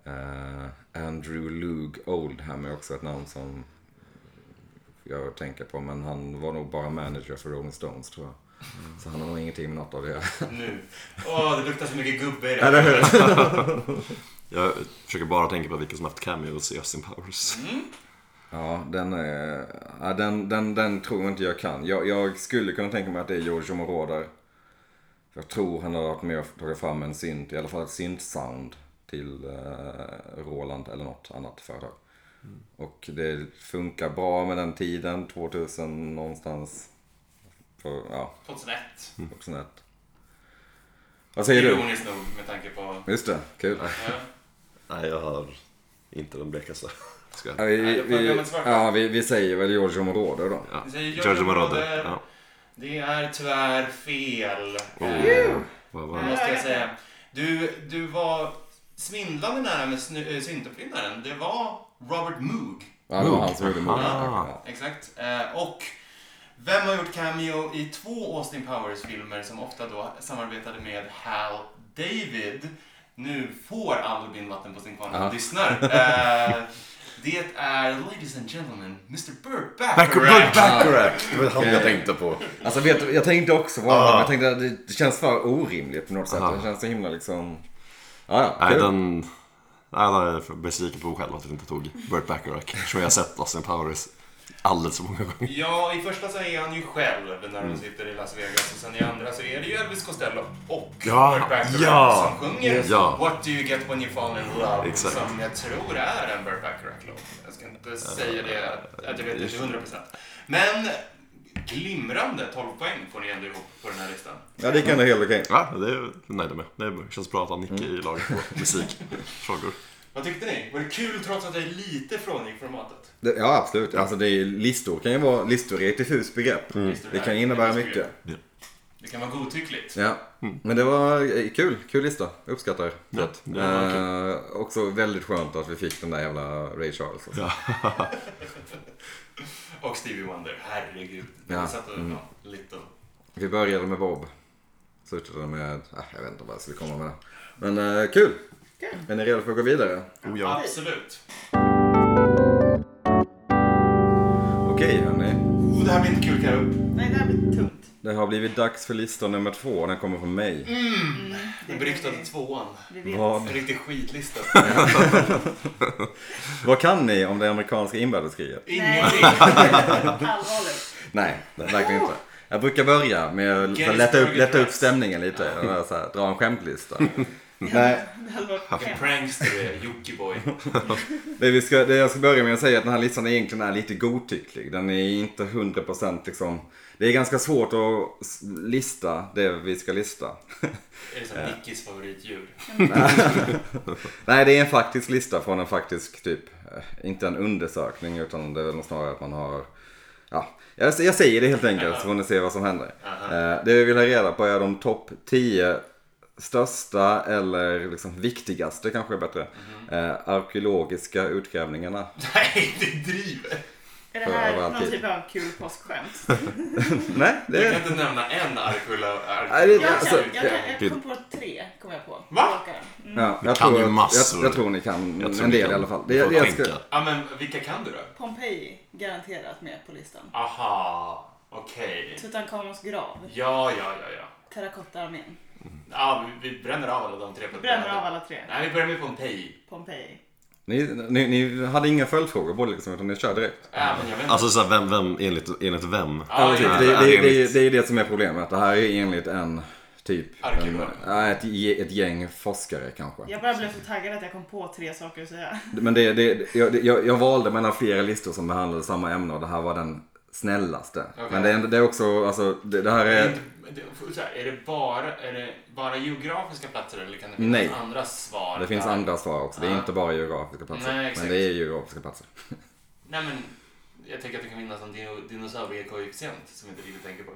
Eh, Andrew Lug Oldham är också ett namn som jag tänker på, men han var nog bara manager för Rolling Stones tror jag. Så han har nog ingenting med något av det Nu. Åh, det luktar så mycket gubbe i det Eller här. hur? Jag försöker bara tänka på vilka som haft cameos i Austin Powers. Ja, den, är, ja, den, den, den tror inte jag kan. Jag, jag skulle kunna tänka mig att det är Giorgio Moroder. Jag tror han har varit med och tagit fram en synt, i alla fall ett synt-sound till eh, Roland eller något annat företag. Och det funkar bra med den tiden, 2000 någonstans. För, ja, 2001. 2001. Vad säger du? Ironiskt nog med tanke på... Just det, kul. Ja. Nej, jag har inte den blekaste. Ska jag- Ja, vi, det får jag vi, glömma svara på. ja, vi, vi säger väl Giorgio Moroder då. Ja. Vi säger Giorgio Moroder. Ja. Det är tyvärr fel. Oh. Eh, Vad Det var måste jag säga. Du, du var svindlande nära med snu- eh, syntuppfinnaren. Det var Robert Moog. Ja, det var han som gjorde Moroder. Ah. Ja. Exakt. Eh, Och vem har gjort cameo i två Austin Powers-filmer som ofta då samarbetade med Hal David? Nu får Albin vatten på sin kvarn när han lyssnar. Eh, Det är, ladies and gentlemen, Mr. Burt Bacharach. Bacharach! Det var han jag tänkte på. Alltså vet du, jag tänkte också på honom. Jag tänkte att det det känns för orimligt på något sätt. Ah. Det känns så himla liksom... Ja, ja. Nej, kul. den... Nej, den är jag besviken på själv att jag inte tog Burt Bacharach. Eftersom jag har sett Austin Powers alldeles för många gånger. Ja, i första så är han ju själv när Mm. de sitter i Las Vegas och sen i andra så är det ju Elvis Costello och Ja, Burt Bacharach ja, som sjunger ja. What do you get when you fall in love Exakt. som jag tror är en Burt Bacharach-låt. Jag ska inte säga det, att jag vet inte hundra procent. Men glimrande 12 poäng får ni ändå ihop på den här listan. ja det kan det helt okej. Ja, det är jag nöjd med. Det känns bra att ha Nicke Mm. i laget på musikfrågor. Vad tyckte ni? Var det kul trots att jag är lite frångick formatet? Det- Ja, absolut. Alltså det är, listor kan ju vara... Listor är ett diffust begrepp. Mm. Listor Det är kan innebära ett mycket. begrepp. Det kan vara godtyckligt. Ja. Mm. Men det var eh, kul. Kul lista. Jag uppskattar det. Ja, det var kul. Eh, också väldigt skönt att vi fick den där jävla Ray Charles. Alltså. Och Stevie Wonder, herregud. Ja, Vi satt Mm. och, ja, little. Vi började med Bob. Slutade med... ah, jag vet inte vad jag skulle komma med. det. Men eh, kul! Kul. Är ni redo för att gå vidare? Eh, Oh, ja. Absolut. Okej hörni. Oh, det här blir inte kul kan jag upp. Nej, det här blir tungt. Det har blivit dags för lista nummer två. Den kommer från mig. Den beryktade tvåan. Vi vet. Vad, En riktig skitlista. vad kan ni om det amerikanska inbördeskriget? Ingenting. Allvarligt. Nej, verkligen inte. Jag brukar börja med att Gettysburg lätta upp, lätta upp Address. stämningen lite. Och bara så här, dra en skämtlista. Nej, Det hade varit Vilken hemskt. prankster du är, Jockiboi. det, vi ska, det jag ska börja med att säga är att den här listan egentligen är lite godtycklig. Den är inte 100% liksom... Det är ganska svårt att s- lista det vi ska lista. Är det som Nickis favoritdjur? Nej, det är en faktisk lista från en faktisk typ, eh, inte en undersökning utan det är väl nog snarare att man har, ja, jag, jag säger det helt enkelt så får ni se vad som händer. Eh, Det vi vill ha reda på är de topp 10 största eller liksom viktigaste kanske är bättre, eh, arkeologiska utgrävningarna. Nej, det driver. Är det För här överallt någon hit. typ av kul påskskämt? Nej, det Du kan är... inte nämna en arkula Nej, det- Jag, Alltså, kan, jag, kan, jag det- kom på tre, kom jag på. Va? Ja, jag, kan tror, ju att- massor. jag, jag tror ni kan Jag tror en vi del kan i alla fall. få Det, det jag ska, skänka. Ja, men vilka kan du då? Pompeji, garanterat med på listan. Aha, okej. Tutankhamons grav, Ja, ja, ja, ja. terrakottaarmén. Ja, vi, vi bränner av alla de tre på ett Bränner bräde. av alla tre. Nej, vi börjar med Pompeji. Pompeji. Ni, ni, ni hade inga följdfrågor på det liksom, utan ni kör direkt. Ja, men jag vet inte. Alltså såhär, vem, vem, enligt, enligt vem? Ja, det, ja, typ. det, ja. det, det, det är det som är problemet. Det här är enligt en typ... Arkeolog. en- ja, ett, ge- ett gäng forskare kanske. Jag bara blev så taggad att jag kom på tre saker att säga. Men det, det, jag, det- jag, jag valde mellan flera listor som behandlade samma ämne och det här var den snällaste. Okej. Men det, är- det är också, alltså det, det här Det är är... inte- det- så här, Är det bara, är det bara geografiska platser eller kan det finnas Nej. andra svar? Det finns där? andra svar också. Det är Ah. inte bara geografiska platser. Nej, men exakt. det är geografiska platser. Nej, men jag tänker att det kan finnas en dino- dinosauriekoefficient som jag inte riktigt tänker på.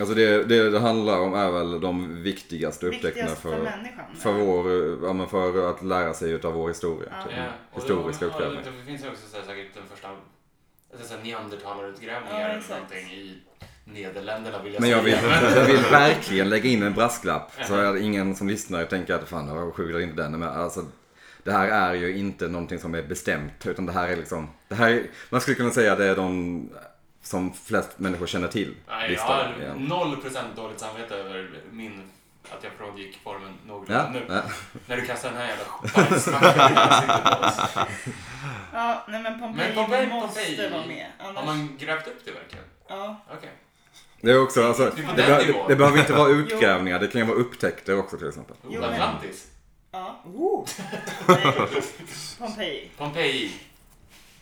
Alltså det, det det handlar om är väl de viktigaste upptäckterna Viktigast för, för, människan. för, vår, ja, men för att lära sig utav vår historia. Ja. Typ. Ja, och Historiska då, uppgrävningar. Det finns ju också så här, säkert den första alltså, så här, neandertalarutgrävningar Ja, eller exakt. någonting i Nederländerna vill jag Men jag vill, säga. jag vill verkligen lägga in en brasklapp så att ingen som lyssnar tänker att fan, jag skyller inte den. Men alltså, det här är ju inte någonting som är bestämt utan det här är liksom, det här är, man skulle kunna säga det är de som flest människor känner till. Nej, jag listan har igen. noll procent dåligt samvete över min att jag frångick formen någorlunda Ja, nu. ja. När du kastar den här jävla bajsmackan i ansiktet på oss. Ja, nej men Pompeji Men Pompeji- måste Pompeji- vara med. Annars, Har man grävt upp det verkligen? ja. Okej. Det är också, alltså, Det är på det, den be- nivån. det behöver inte vara utgrävningar, det kan ju vara upptäckter också till exempel. Oh, Jo, men- Atlantis. Ja. Oh. Nej. Pompeji Pompeji.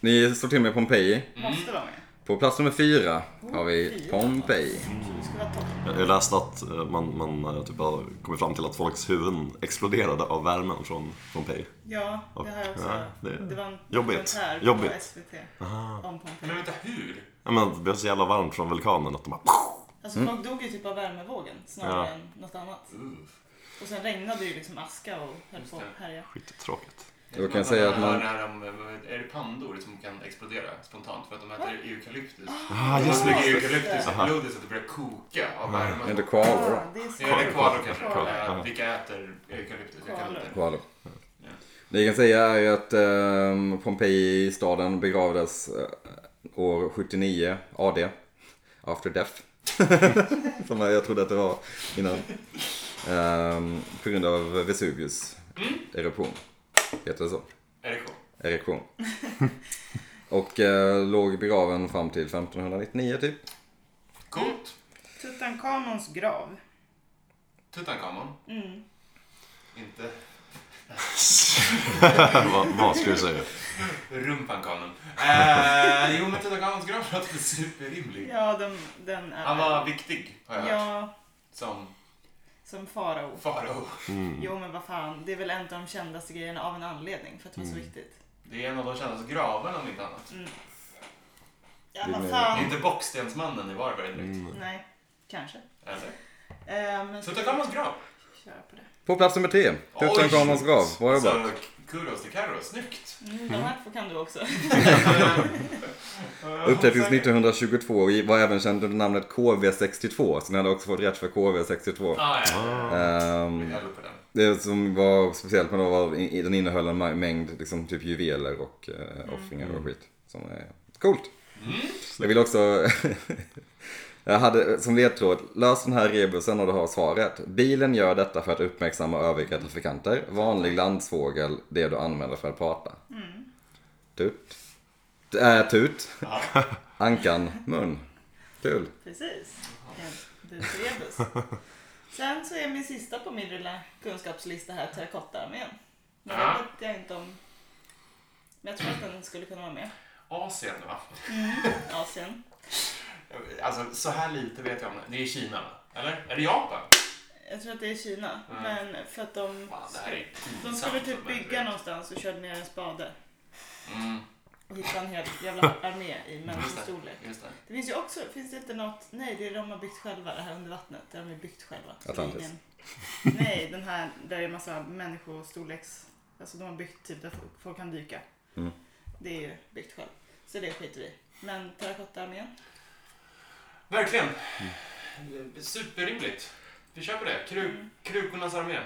Ni står till med Pompeji. måste vara med. På plats nummer fyra har vi Fyra. Pompeji. Det skulle vara topp. Jag jag läste att eh, man, man eh, typ har kommit fram till att folks huvuden exploderade av värmen från Pompeji. Ja, det har jag också. Ja, det- typ. Det var en jobbigt. dokumentär på Jobbigt. SVT om Men Pompeji. vänta, hur? Jag menar, det blev så jävla varmt från vulkanen att de bara... Alltså folk dog ju typ av värmevågen Ja. snarare än något annat. Uh, Och sen regnade ju liksom aska och höll Just på det. att härja. Skittråkigt. Jag kan säga att man- hör det här om, eh, är det pandor som kan explodera spontant för att de äter eukalyptus? Ah, de just det. lägger just det. eukalyptus i Aha. blodet så att det börjar koka av Är det värmen. kvalor då? Ja, det är så. Ja, det är kvalor kanske. Kvalor. Eh, Vilka äter eukalyptus? Jag kan Kvalor. inte. Koala. Ja. Det jag kan säga är ju att eh, Pompeji staden begravdes eh, år 79 AD. After death. Som jag trodde att det var innan. Ehm, på grund av Vesuvius Mm. eruption. Heter det så? Är det kol? Erektion. Och eh, låg begraven fram till 1599 typ. Coolt. Tutankhamons grav. Tutankhamon. Mm. Inte vad, vad ska du säga? Rumpankanon. Eh, jo, men Tutankhamons grav låter superrimlig. Ja, den, den är... Han var viktig, har jag hört. Ja, Som som farao. farao. Jo men vad fan, det är väl en av de kändaste grejerna av en anledning för att det var så viktigt. Det är en av de kändaste gravarna om inte annat. Ja Det är med- vad Det är Mm. fan. inte Bockstensmannen i Varberg direkt. Mm. Nej, kanske. Eller? Eh, men ska vi Tutankhamons grav. köra på det? På plats nummer tre. Oj. Tutankhamons grav. Bra jobbat. Så kudos till Carro, snyggt. Mm, de här två kan du också. Upptäcktes 1922 och var även känd under namnet KV62. Så ni hade också fått rätt för KV62. Ah, ja. Mm. Ehm, Jag på den. det som var speciellt med den var i- i- den innehöll en ma- mängd liksom, typ juveler och eh, offringar och skit. Som är coolt. Jag vill också... jag hade som ledtråd, lös den här rebusen och du har svaret. Bilen gör detta för att uppmärksamma övriga trafikanter. Vanlig landsfågel, det du använder för att prata. Tut. Äh, tut. Ja. Ankan, mun. Kul. Precis. Eh, En busrebus. Sen så är min sista på min lilla kunskapslista här terrakottaarmén. Men Ja. den vet jag inte om. Men jag tror att den skulle kunna vara med. Asien, va? Asien. Alltså, så här lite vet jag om det. Det är Kina, va? Eller? Är det Japan? Jag tror att det är Kina. Mm. Men för att de, Fan, det här är de pinsamt. skulle typ men- bygga någonstans och körde ner en spade. Mm, Och hittade en hel jävla armé i människors storlek. just det. Det finns ju också, finns det inte något, nej det är de har byggt själva det här under vattnet. Det har de ju byggt själva. Så det är Atlantis. ingen- Nej, den här där det är massa människostorleks, alltså de har byggt typ där folk- folk kan dyka. Mm. Det är ju byggt själv. Så det skiter vi i. Men terrakottaarmén? Verkligen. Mm. Superrimligt. Vi kör på det. Mm. Kru- Krukornas armé.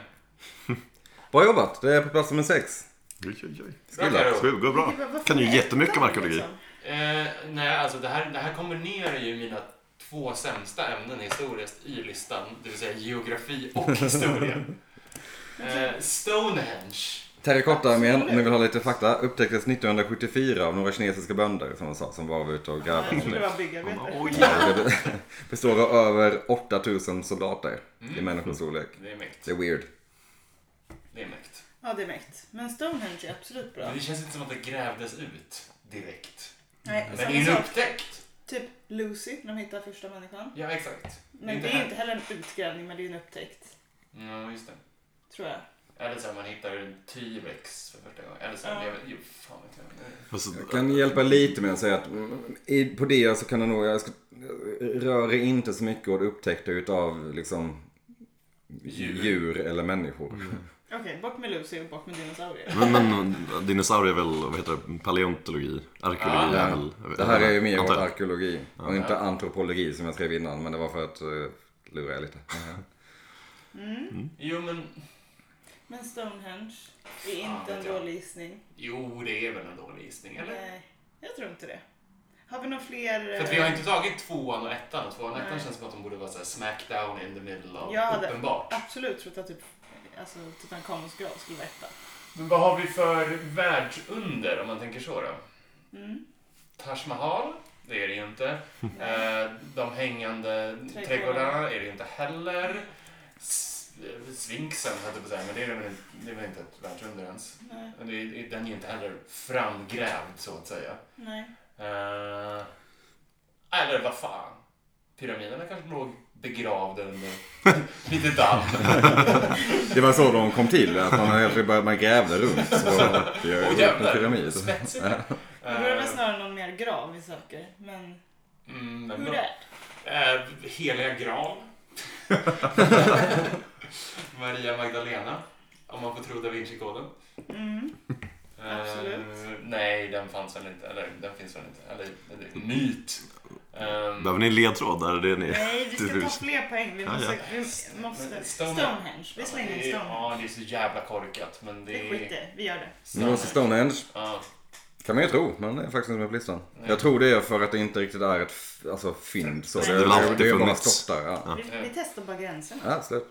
Bra jobbat, det är på plats nummer sex. Oj, oj, oj. Bra, Skulle. Karo. Sju, går bra. Vilket- varför Kan ju är jättemycket ettan, markologi. liksom? Eh, nej, alltså det här, det här kombinerar ju mina två sämsta ämnen historiskt i listan, det vill säga geografi och historia. eh, Stonehenge. Terrakottaarmén, om ni vill ha lite fakta, upptäcktes 1974 av några kinesiska bönder som, man sa, som var ute och Jag grävde. trodde det någonting. var byggarbetare. Mm. Oj. Det består av över 8000 soldater i Mm. människostorlek. Det är mäkt. Det är weird. Det är mäkt. Ja, det är mäkt. Men Stonehenge är absolut bra. Men det känns inte som att det grävdes ut direkt. Nej, Men det är samma ju en sak. upptäckt. Typ Lucy, när de hittar första människan. Ja, exakt. Men det är inte heller en utgrävning, men det är en upptäckt. Ja, just det. Tror jag. Eller så här, man hittar en T-rex för första gången. Eller så här, jag vet, jo, fan vet jag. Fast, Jag kan hjälpa lite med att säga att mm, i, på det så kan det nog, jag ska, rör er inte så mycket åt upptäckter utav liksom djur, Djur. eller människor. Okej, bort med Lucy och bort med dinosaurier. eh, men, men dinosaurier är väl, vad heter det, paleontologi? Arkeologi Ja. är väl... Det här är ju mer åt antar jag. arkeologi och inte antropologi som jag skrev innan men det var för att eh, lura er lite. Mm. Jo, men Men Stonehenge är inte en vet jag. dålig gissning. jo, det är väl en dålig gissning, eller? Nej, jag tror inte det. Har vi några fler? För att vi har inte tagit tvåan och ettan. Och tvåan och ettan Nej. känns som att de borde vara så här smack down in the middle av Jag hade- uppenbart. eh, Absolut trott att typ, alltså, Tutankhamons grav skulle vara etta. Men vad har vi för världsunder om man tänker så då? Mm. Taj Mahal, det är det ju inte. Eh, de hängande Trädgårdarna. trädgårdarna är det ju inte heller. S- eh, Sfinksen höll jag på att säga, men det är, väl- det är väl inte ett världsunder ens. Nej, Och Det är, den är ju inte heller framgrävd så att säga. nej. Eh, eller vad fan. Pyramiderna kanske låg begravda under lite damm. Det var så de kom till, att man helt enkelt började, man grävde runt och gör Åh, upp en jävlar. pyramid. Spetsigt. Men Då är det väl Eh, snarare någon mer grav vi söker. Men mm, men hur då- är det? Eh, Heliga Graal. Maria Magdalena. Om man får tro Da Vinci-koden. Mm. Eh, Absolut. nej, den fanns väl inte. Eller den finns väl inte. Eller det är en myt. Ehm, Behöver ni ledtrådar? Det är ni. Nej, vi ska ta Diffus. fler poäng. Vi Ja, måste... ja. Vi måste. Men Stonehenge. Vi slänger in det är- Ja, Stonehenge. det är så jävla korkat. Men det Det är... skiter Vi gör det. Nu var Stonehenge, Ja, kan man ju tro, men det är faktiskt inte med på listan. Nej. Jag tror det är för att det inte riktigt är ett f- alltså, fynd. Så Det det, har det, alltid det är bara funnits. stottar. Ja. Vi, vi Eh. testar bara gränserna. Ja, slut.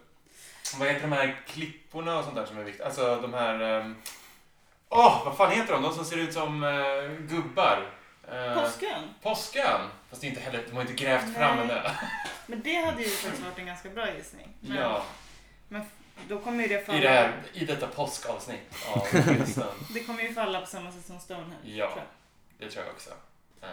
vad heter de här klipporna och sånt där som är viktigt? Alltså de här... ehm, Åh, vad fan heter de? De som ser ut som eh, gubbar. Eh, Påskön. Påskön! Fast det är inte heller, de har inte grävt Nej. fram en ö. Men det hade ju faktiskt varit en ganska bra gissning. Men, Ja, men då kommer ju det falla... i, det här, i detta påskavsnitt av Kristen. Det kommer ju falla på samma sätt som Stonehenge. Ja. tror jag. Det tror jag också. Eh,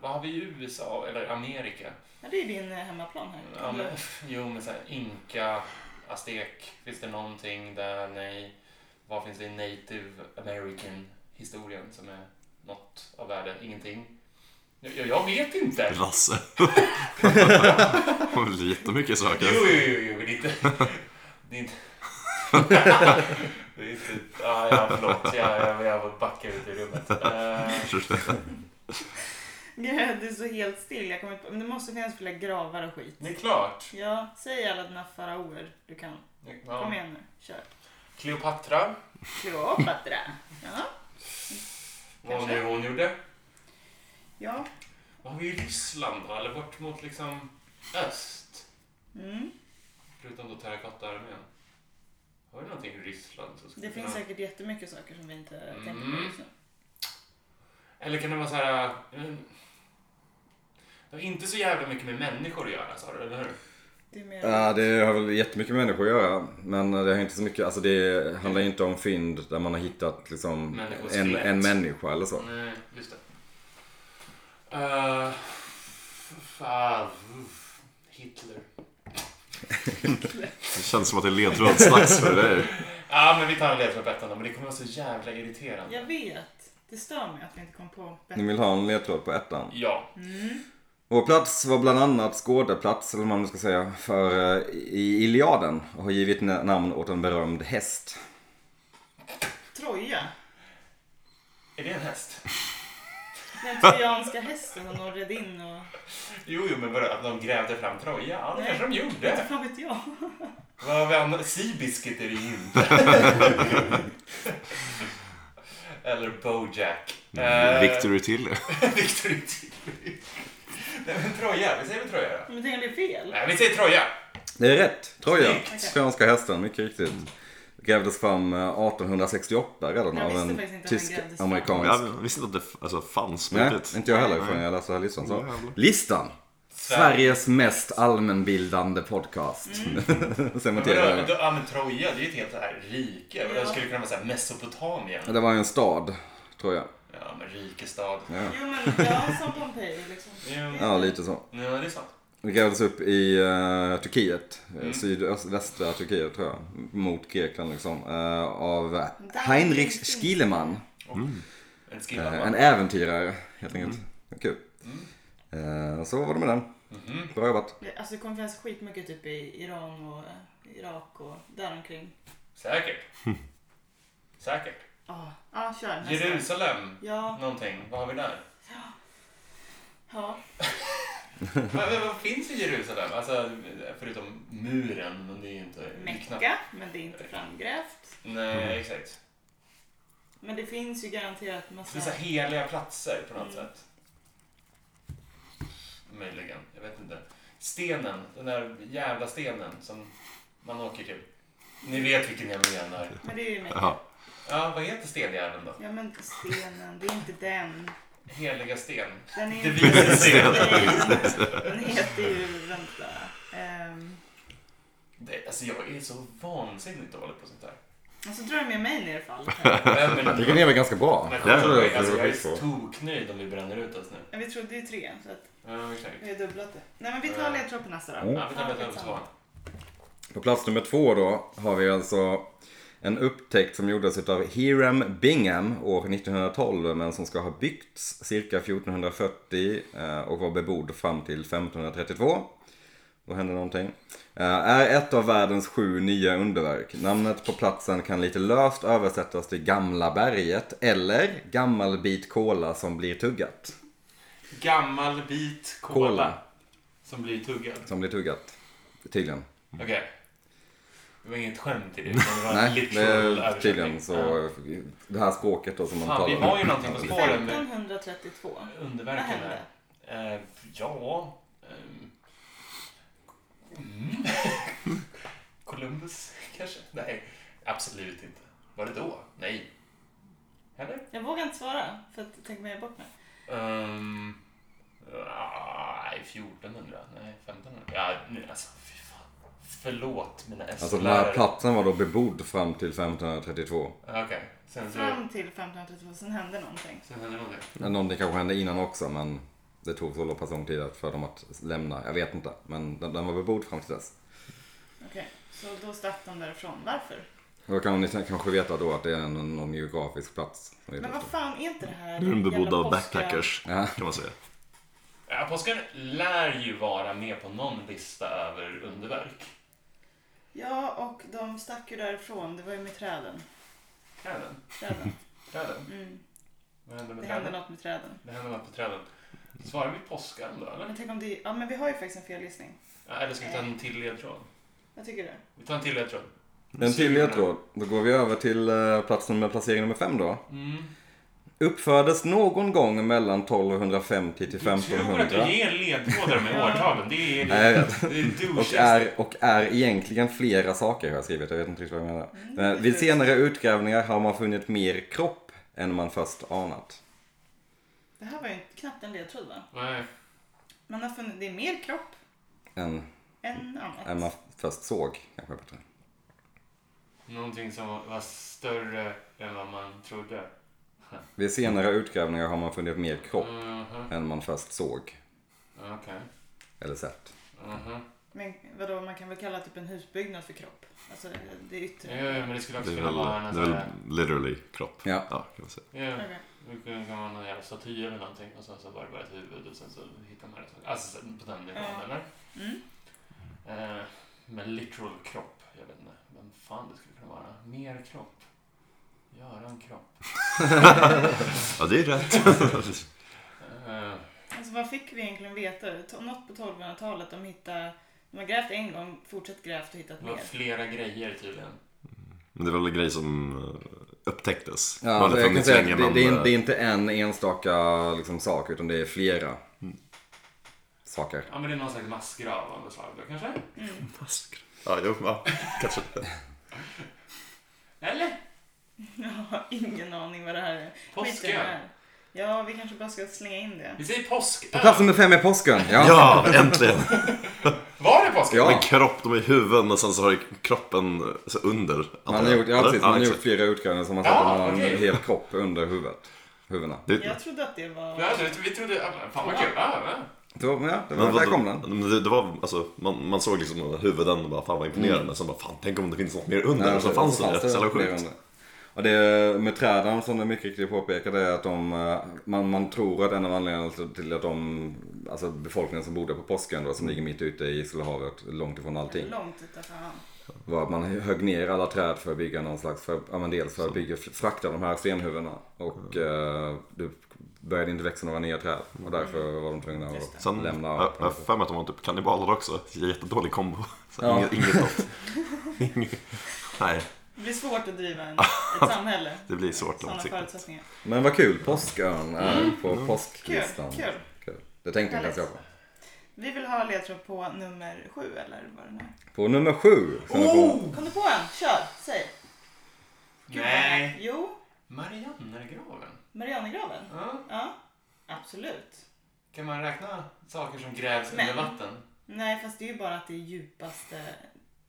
vad har vi i USA, eller Amerika? ja det är din eh, hemmaplan här. Ja, men, jo, men så här, inka, aztek, finns det någonting där? Nej. Vad finns det i native american historien som är något av värde? Ingenting. Jag, jag- jag vet inte. Rasse. Hon vill jättemycket Jo, saker. jo, jo, jo, men det är inte... Det är inte... det är inte... Ja, ja, förlåt. Jag, jag, jag backar ut ur rummet. Eh, Ja, det är så helt still. Jag kommer inte på... Men det måste finnas fler gravar och skit. det är klart. Ja, säg alla dina faraoer du kan. Kom Ja. igen nu, kör. Cleopatra, Kleopatra. Ja. vad hon nu Kanske. hon gjorde. ja. Vad har vi i Ryssland då? Eller bort mot liksom öst? Mm. Förutom då terrakottaarmén. Har vi någonting i Ryssland? som skulle Det finns kunna- säkert jättemycket saker som vi inte Mm. tänker på just nu. Eller kan det vara så här... eh, Det har inte så jävla mycket med människor att göra, sa du, eller hur? Det är mer... Ja, det har väl jättemycket med människor att göra. Men det har inte så mycket, alltså det handlar ju inte om fynd där man har hittat liksom en, Människoskelett. en människa eller så. Nej, just det. Eh, f- ah, uff. Hitler. Det känns som att det är ledtrådsdags för dig. Ja, ah, men vi tar en ledtråd på ettan då, men det kommer vara så jävla irriterande. Jag vet. Det stör mig att vi inte kom på bättre. Ni vill ha en ledtråd på ettan. Ja. Vår plats var bland annat skådeplats, eller vad man ska säga, för eh, i Iliaden och har givit na- namn åt en berömd häst. Troja. Är det en häst? Den trojanska hästen och någon in och... Jo, jo, men vadå? Att de grävde fram Troja? Ja, det Nej. kanske de Inte gjorde. fan vet jag. Vad har vi annat? Seabiscuit är det ju inte. Eller Bojack. Mm, Eh, Victory till. Victory Tilly. Nej, men Troja. Vi säger väl Troja då? Men tänk om det är fel? Nej, vi säger Troja. Det är rätt, Troja. Snyggt. Trojanska hästen, mycket riktigt. grävdes fram eh, 1868 redan Jag av visste en faktiskt inte att den tysk grävdes fram. amerikansk. Jag visste inte att det alltså, fanns på Nej, riktigt. inte jag heller Nej. förrän jag läste den här listan. Så. Jävlar. Listan! Sverige. Sveriges mest allmänbildande podcast. Mm. Sen Men noterar vadå, jag. då- ja men Troja, det är ju ett helt så här rike. Det skulle kunna vara så här Mesopotamien. det var ju en stad, tror jag. Ja, men rikestad. Jo men jag som Pompeji liksom. Jo, Ja, lite så. ja, det är sant. Det grävdes upp i eh, Turkiet, mm. sydvästra Turkiet tror jag, mot Grekland liksom. eh, av Heinrich Schielemann, En eh, skillnad en bara. äventyrare helt enkelt. Kul. Eh, så var det med den. Bra jobbat. Alltså det kommer finnas skitmycket typ i Iran och eh, Irak och däromkring. Säkert. Säkert. Ja, ja kör nästa. Jerusalem, Ja, någonting. Vad har vi där? ja. Men, men vad finns i Jerusalem? Alltså, förutom muren, men det är ju inte... det är knappt- Mecka, men det är inte framgrävt. Mm. Nej, exakt. Men det finns ju garanterat Det massa... finns så här heliga platser på något Mm. sätt. Möjligen, jag vet inte. Stenen, den där jävla stenen som man åker till. Ni vet vilken jag menar. Men det är ju Mecka. Jaha. Ja, vad heter stenjäveln då? Ja men stenen, det är inte den. Heliga sten. Den är Det inte... visar sten. Den heter ju... Vänta. Um, Det, alltså jag är så vansinnigt dålig på sånt där. och så alltså, drar jag med mig ner i alla fall. Nej, men- Jag tycker ni var ganska bra. Men Jag trodde jag, att det alltså, var jag skit är på. toknöjd om vi bränner ut oss nu. Men vi trodde ju tre, så att Ja, exakt. vi har dubblat det. Nej men vi tar ledtråd på nästa då. Mm. Ja, vi tar med ett skitsamma. svar. På plats nummer två då har vi alltså en upptäckt som gjordes utav Hiram Bingham år 1912 men som ska ha byggts cirka 1440 eh, och var bebodd fram till 1532. Då hände någonting. Eh, Är ett av världens sju nya underverk. Namnet på platsen kan lite löst översättas till Gamla berget eller Gammal bit kola som blir tuggat. Gammal bit kola. Kola. Som blir tuggad. Som blir tuggat. Tydligen. Okej. Det var inget skämt i det. utan Det var en Mm. Nej, det literal är översättning. tydligen så. Ja. Det här språket då som man Fan, vi talar har ju någonting på spåren med 1532. Vad underverken hände? här. Eh, ja... ehm, mm. Columbus, kanske? Nej, absolut inte. Var det då? Nej. Eller? Jag vågar inte svara, för att tänk mig bort mig. Um, ah, nej, 1400? Nej, 1500? Ja, nu, alltså, fy fan. Förlåt mina SO-lärare. Alltså den här platsen var då bebodd fram till 1532. Okej, sen så... Fram till 1532, sen hände någonting. Sen hände någonting. Någonting kanske hände innan också men det tog så pass lång tid att- för dem att lämna. Jag vet inte. Men den, den var bebodd fram till dess. Okej, så då stack de därifrån. Varför? Då kan ni kanske veta då att det är en, någon geografisk plats. Men vad fan, är inte det här... Nu är den jävla bebodd av påska- backpackers, Ja. kan man säga. Ja, påskar lär ju vara med på någon lista över underverk. Ja, och de stack ju därifrån. Det var ju med träden. Träden? Träden. Träden? Mm. Vad hände med Det hände träden? något med träden. Det hände något på träden. Svarar vi påskan då, eller? Men tänk om det... Ja, men vi har ju faktiskt en felgissning. Ja, eller ska vi ta Eh. en till ledtråd? Jag tycker det. Vi tar en till ledtråd. En till ledtråd. Då går vi över till eh, plats nummer, placering nummer fem då. Mm. Uppfördes någon gång mellan 1250 till Du tror att 1500. du ger ledtrådar med årtalen. Det är, det Nej, jag är, vet. det är Och douchigt. är, och är egentligen flera saker har jag skrivit, jag vet inte riktigt vad jag menar. Eh, Vid senare utgrävningar har man funnit mer kropp än man först anat. Det här var ju knappt en ledtråd, va? Nej. Man har funnit... Det är mer kropp Än, än annat. än man först såg, kanske är bättre. Någonting som var större än vad man trodde. Vid senare utgrävningar har man funnit mer kropp Mhm, än man först såg, Okej. eller sett. Mhm. Men vadå, man kan väl kalla typ en husbyggnad för kropp? Alltså, det Jo, yttre. jo, men det skulle Det också är kunna väl, vara en det är sån väl här... literally kropp. Ja. Ja, kan man säga. Ja, Okej. det kunde vara någon jävla staty eller någonting och sen så var det bara ett huvud och sen så hittar man det. Alltså sen på den nivån Ja. eller? Mm. Eh, men literal kropp, jag vet inte. Vem fan det skulle kunna vara? Mer kropp. Göra en kropp. Ja, det är rätt. Eh, Alltså vad fick vi egentligen veta? T- Något på 1200-talet, de hittade, de har grävt en gång, fortsatt grävt och hittat det var mer. flera grejer tydligen. Men det var väl en grej som eh, upptäcktes. Ja, Det hade alltså, jag kan funnits säga länge, att det, men, det, är, eh, det är inte en enstaka liksom, sak, utan det är flera saker. Ja men det är någon slags massgrav av något slag då kanske? Fast- Ja, jo, ja, kanske. Eller? Jag har ingen aning vad det här är. Påsköl. Skit i det här. Ja, vi kanske bara ska slänga in det. Vi säger påsk. På plats nummer fem är påsken. Ja. Ja, äntligen! Var det påsk? Ja. Med kropp, de är huvuden och sen så har det kroppen eh, så under. Man har gjort, ja, precis, man har exakt. gjort flera utgrävningar som man Ja, sett att man har okej. en hel kropp under huvudet. Huvudena. Det, Jag trodde att det var... Ja, det- vi trodde... ja, men Fan vad kul. Ja, ja. Det var, ja, det var, men vad- där kom den. men Det, det var, alltså, man, man såg liksom de där huvuden och bara fan vad imponerande. Mm. Sen bara fan tänk om det finns något mer under. och så fanns det. Så jävla fler sjukt. under. Och det med träden som du mycket riktigt påpekade är att de, eh, man, man tror att en av anledningarna till att de, alltså befolkningen som bodde på påsken då, som ligger mitt ute i Stillahavet, långt ifrån allting. Långt utanför hamn. var att man högg ner alla träd för att bygga någon slags, för, ja, men dels för att bygga, frakta de här stenhuvudena. Och Mm. eh, det började inte växa några nya träd. Och därför var de tvungna Just det. att Sen lämna. jag jag har för mig att de var typ kannibaler också. Jättedålig kombo. Så Ja. inget, inget gott. Inget- Nej, Det blir svårt att driva en, ett samhälle. det blir svårt Sådana långsiktigt. förutsättningar. Men vad kul, påskön är på Mm. Mm. Kul, påsklistan. kul. Kul. Det tänkte inte ens jag på. Vi vill ha ledtråd på nummer sju eller vad den är. På nummer sju. sen är på- Kom du på en? Kör, säg. Gud, vad Nej. den- Jo, Mariannergraven. Marianergraven. Ja. Ja, absolut. Kan man räkna saker som grävs Men- under vatten? Nej, fast det är ju bara att det är djupaste,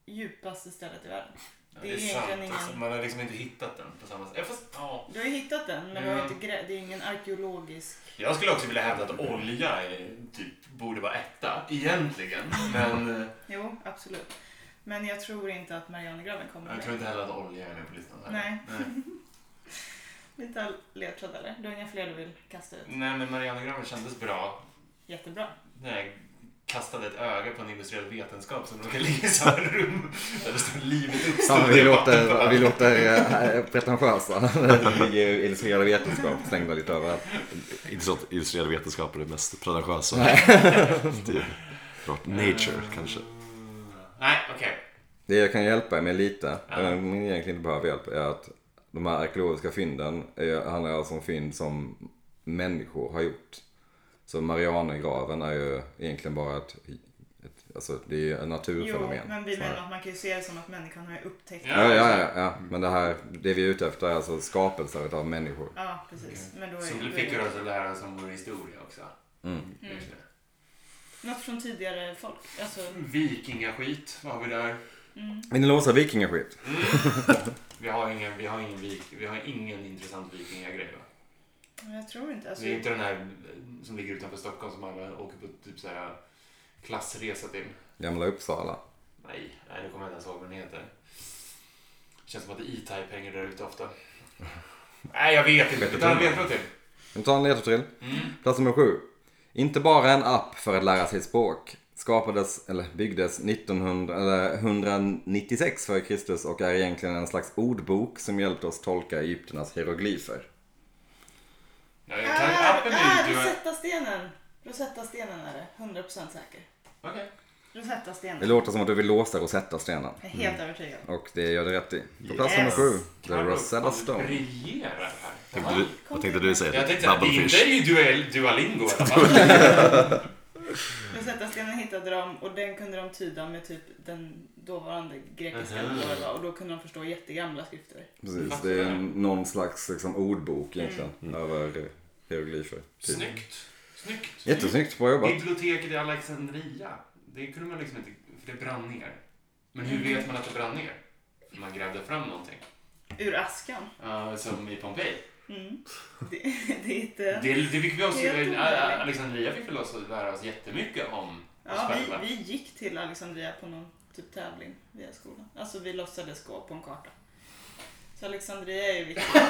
djupaste stället i världen. Ja, Det är egentligen ingen- Alltså, man har liksom inte hittat den på samma sätt. Ja, Fast, ja. Du har ju hittat den, men du har Ja. ju inte grä... det är ingen arkeologisk... Jag skulle också vilja hävda att olja är, typ, borde vara etta, egentligen. Men eh, Jo, absolut. Men jag tror inte att Marianergraven kommer jag tror med. inte heller att olja är med på listan. Här. Nej. Nej. Lite all- ledtråd eller? Du har inga fler du vill kasta ut? Nej, men Marianergraven kändes bra. Jättebra. när jag kastade ett öga på en industriell vetenskap som råkade ligga i samma rum där det stod livet uppstod. Fan, vi låter, vi låter eh, pretentiösa. Det ligger illustrerade vetenskap slängda lite överallt. Inte så att illustrerade vetenskaper är mest pretentiösa. Det är klart, Nature kanske. Nej, okej. Det jag kan hjälpa er med lite, eller men egentligen inte behöver hjälp, är att de här arkeologiska fynden är, handlar alltså om fynd som människor har gjort. Så Marianergraven är ju egentligen bara ett, ett alltså det är ju ett Jo, naturfenomen. men vi menar snarare. att man kan ju se det som att människan har ju upptäckt. Ja. Ja, ja, ja, ja, men det här, det vi är ute efter är alltså skapelser av människor. Ja, precis. Men då är Så då du är fick ju det Mm. alltså lära som vår historia också. Mm. Just det. något från tidigare folk. Alltså, mm. Vikingaskit, vad har vi där? Vill ni låsa vikingaskit? Vi har ingen, vi har ingen, vik, vi har ingen intressant vikingagrej va? jag tror inte. Alltså, Det är inte den här eh, som ligger utanför Stockholm som alla åker på typ så här klassresa till. Gamla Uppsala. Nej, nej nu kommer jag inte ens ihåg vad den heter. Känns som att E-Type hänger där ute ofta. Nej, jag vet inte. Vi tar en ledtråd till. Vi tar en ledtråd till. Plats nummer sju. Inte bara en app för att lära sig språk. Skapades, eller byggdes 1900, eller 196 före Kristus och är egentligen en slags ordbok som hjälpte oss tolka Egypternas hieroglyfer. Ja, jag kan Är, appen är är ju... Okej. Rosetta-stenen! Rosetta-stenen är det. 100% säker. Det Rosetta-stenen. låter som att du vill låsa Rosetta-stenen. Jag är Mm. helt övertygad. Och det gör du rätt i. På plats nummer sju. The Rosetta Stone. Regera det här. Tänkte du, vad tänkte du säga? Jag tänkte att det inte är Bubblefish? ju duel, Duolingo i alla fall. Rosetta-stenen hittade de och den kunde de tyda med typ den dåvarande grekiska eller vad det var. och då kunde de förstå jättegamla skrifter. Precis, det är någon slags liksom, ordbok egentligen över hieroglyfer. Typ. Snyggt. Snyggt. Jättesnyggt, bra jobbat. Biblioteket i Alexandria. Det kunde man liksom inte... För det brann ner. Men hur vet man att det brann ner? Man grävde fram någonting. Ur askan. Ja, som i Pompeji. Mm. Det, det är inte... Det, det fick vi också... Helt omöjligt. Äh, Alexandria fick väl också lära oss jättemycket om oss Ja, själva. vi, vi gick till Alexandria på någon typ tävling via skolan. Alltså vi låtsades gå på en karta. Så Alexandria är ju viktigt.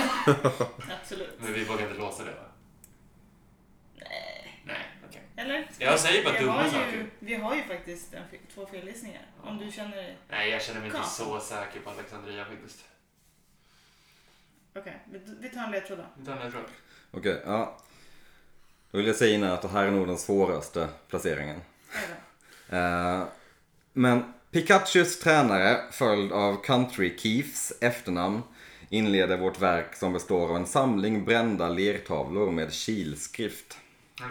Absolut. Men vi vågade inte låsa det va? Nej. Nej, okej. Eller? Jag säger bara vi, dumma har saker. ju, vi har ju faktiskt en, fe- två felgissningar. Om du känner dig... Nej, jag känner mig inte Kom. så säker på Alexandria faktiskt. Okej, vi- vi tar en ledtråd då. Utan jag tror... Okej, ja. Då vill jag säga innan att det här är nog den svåraste placeringen. Vad är det? Eh, men Pikachus tränare, följd av Country Keefs efternamn, inleder vårt verk som består av en samling brända lertavlor med kilskrift.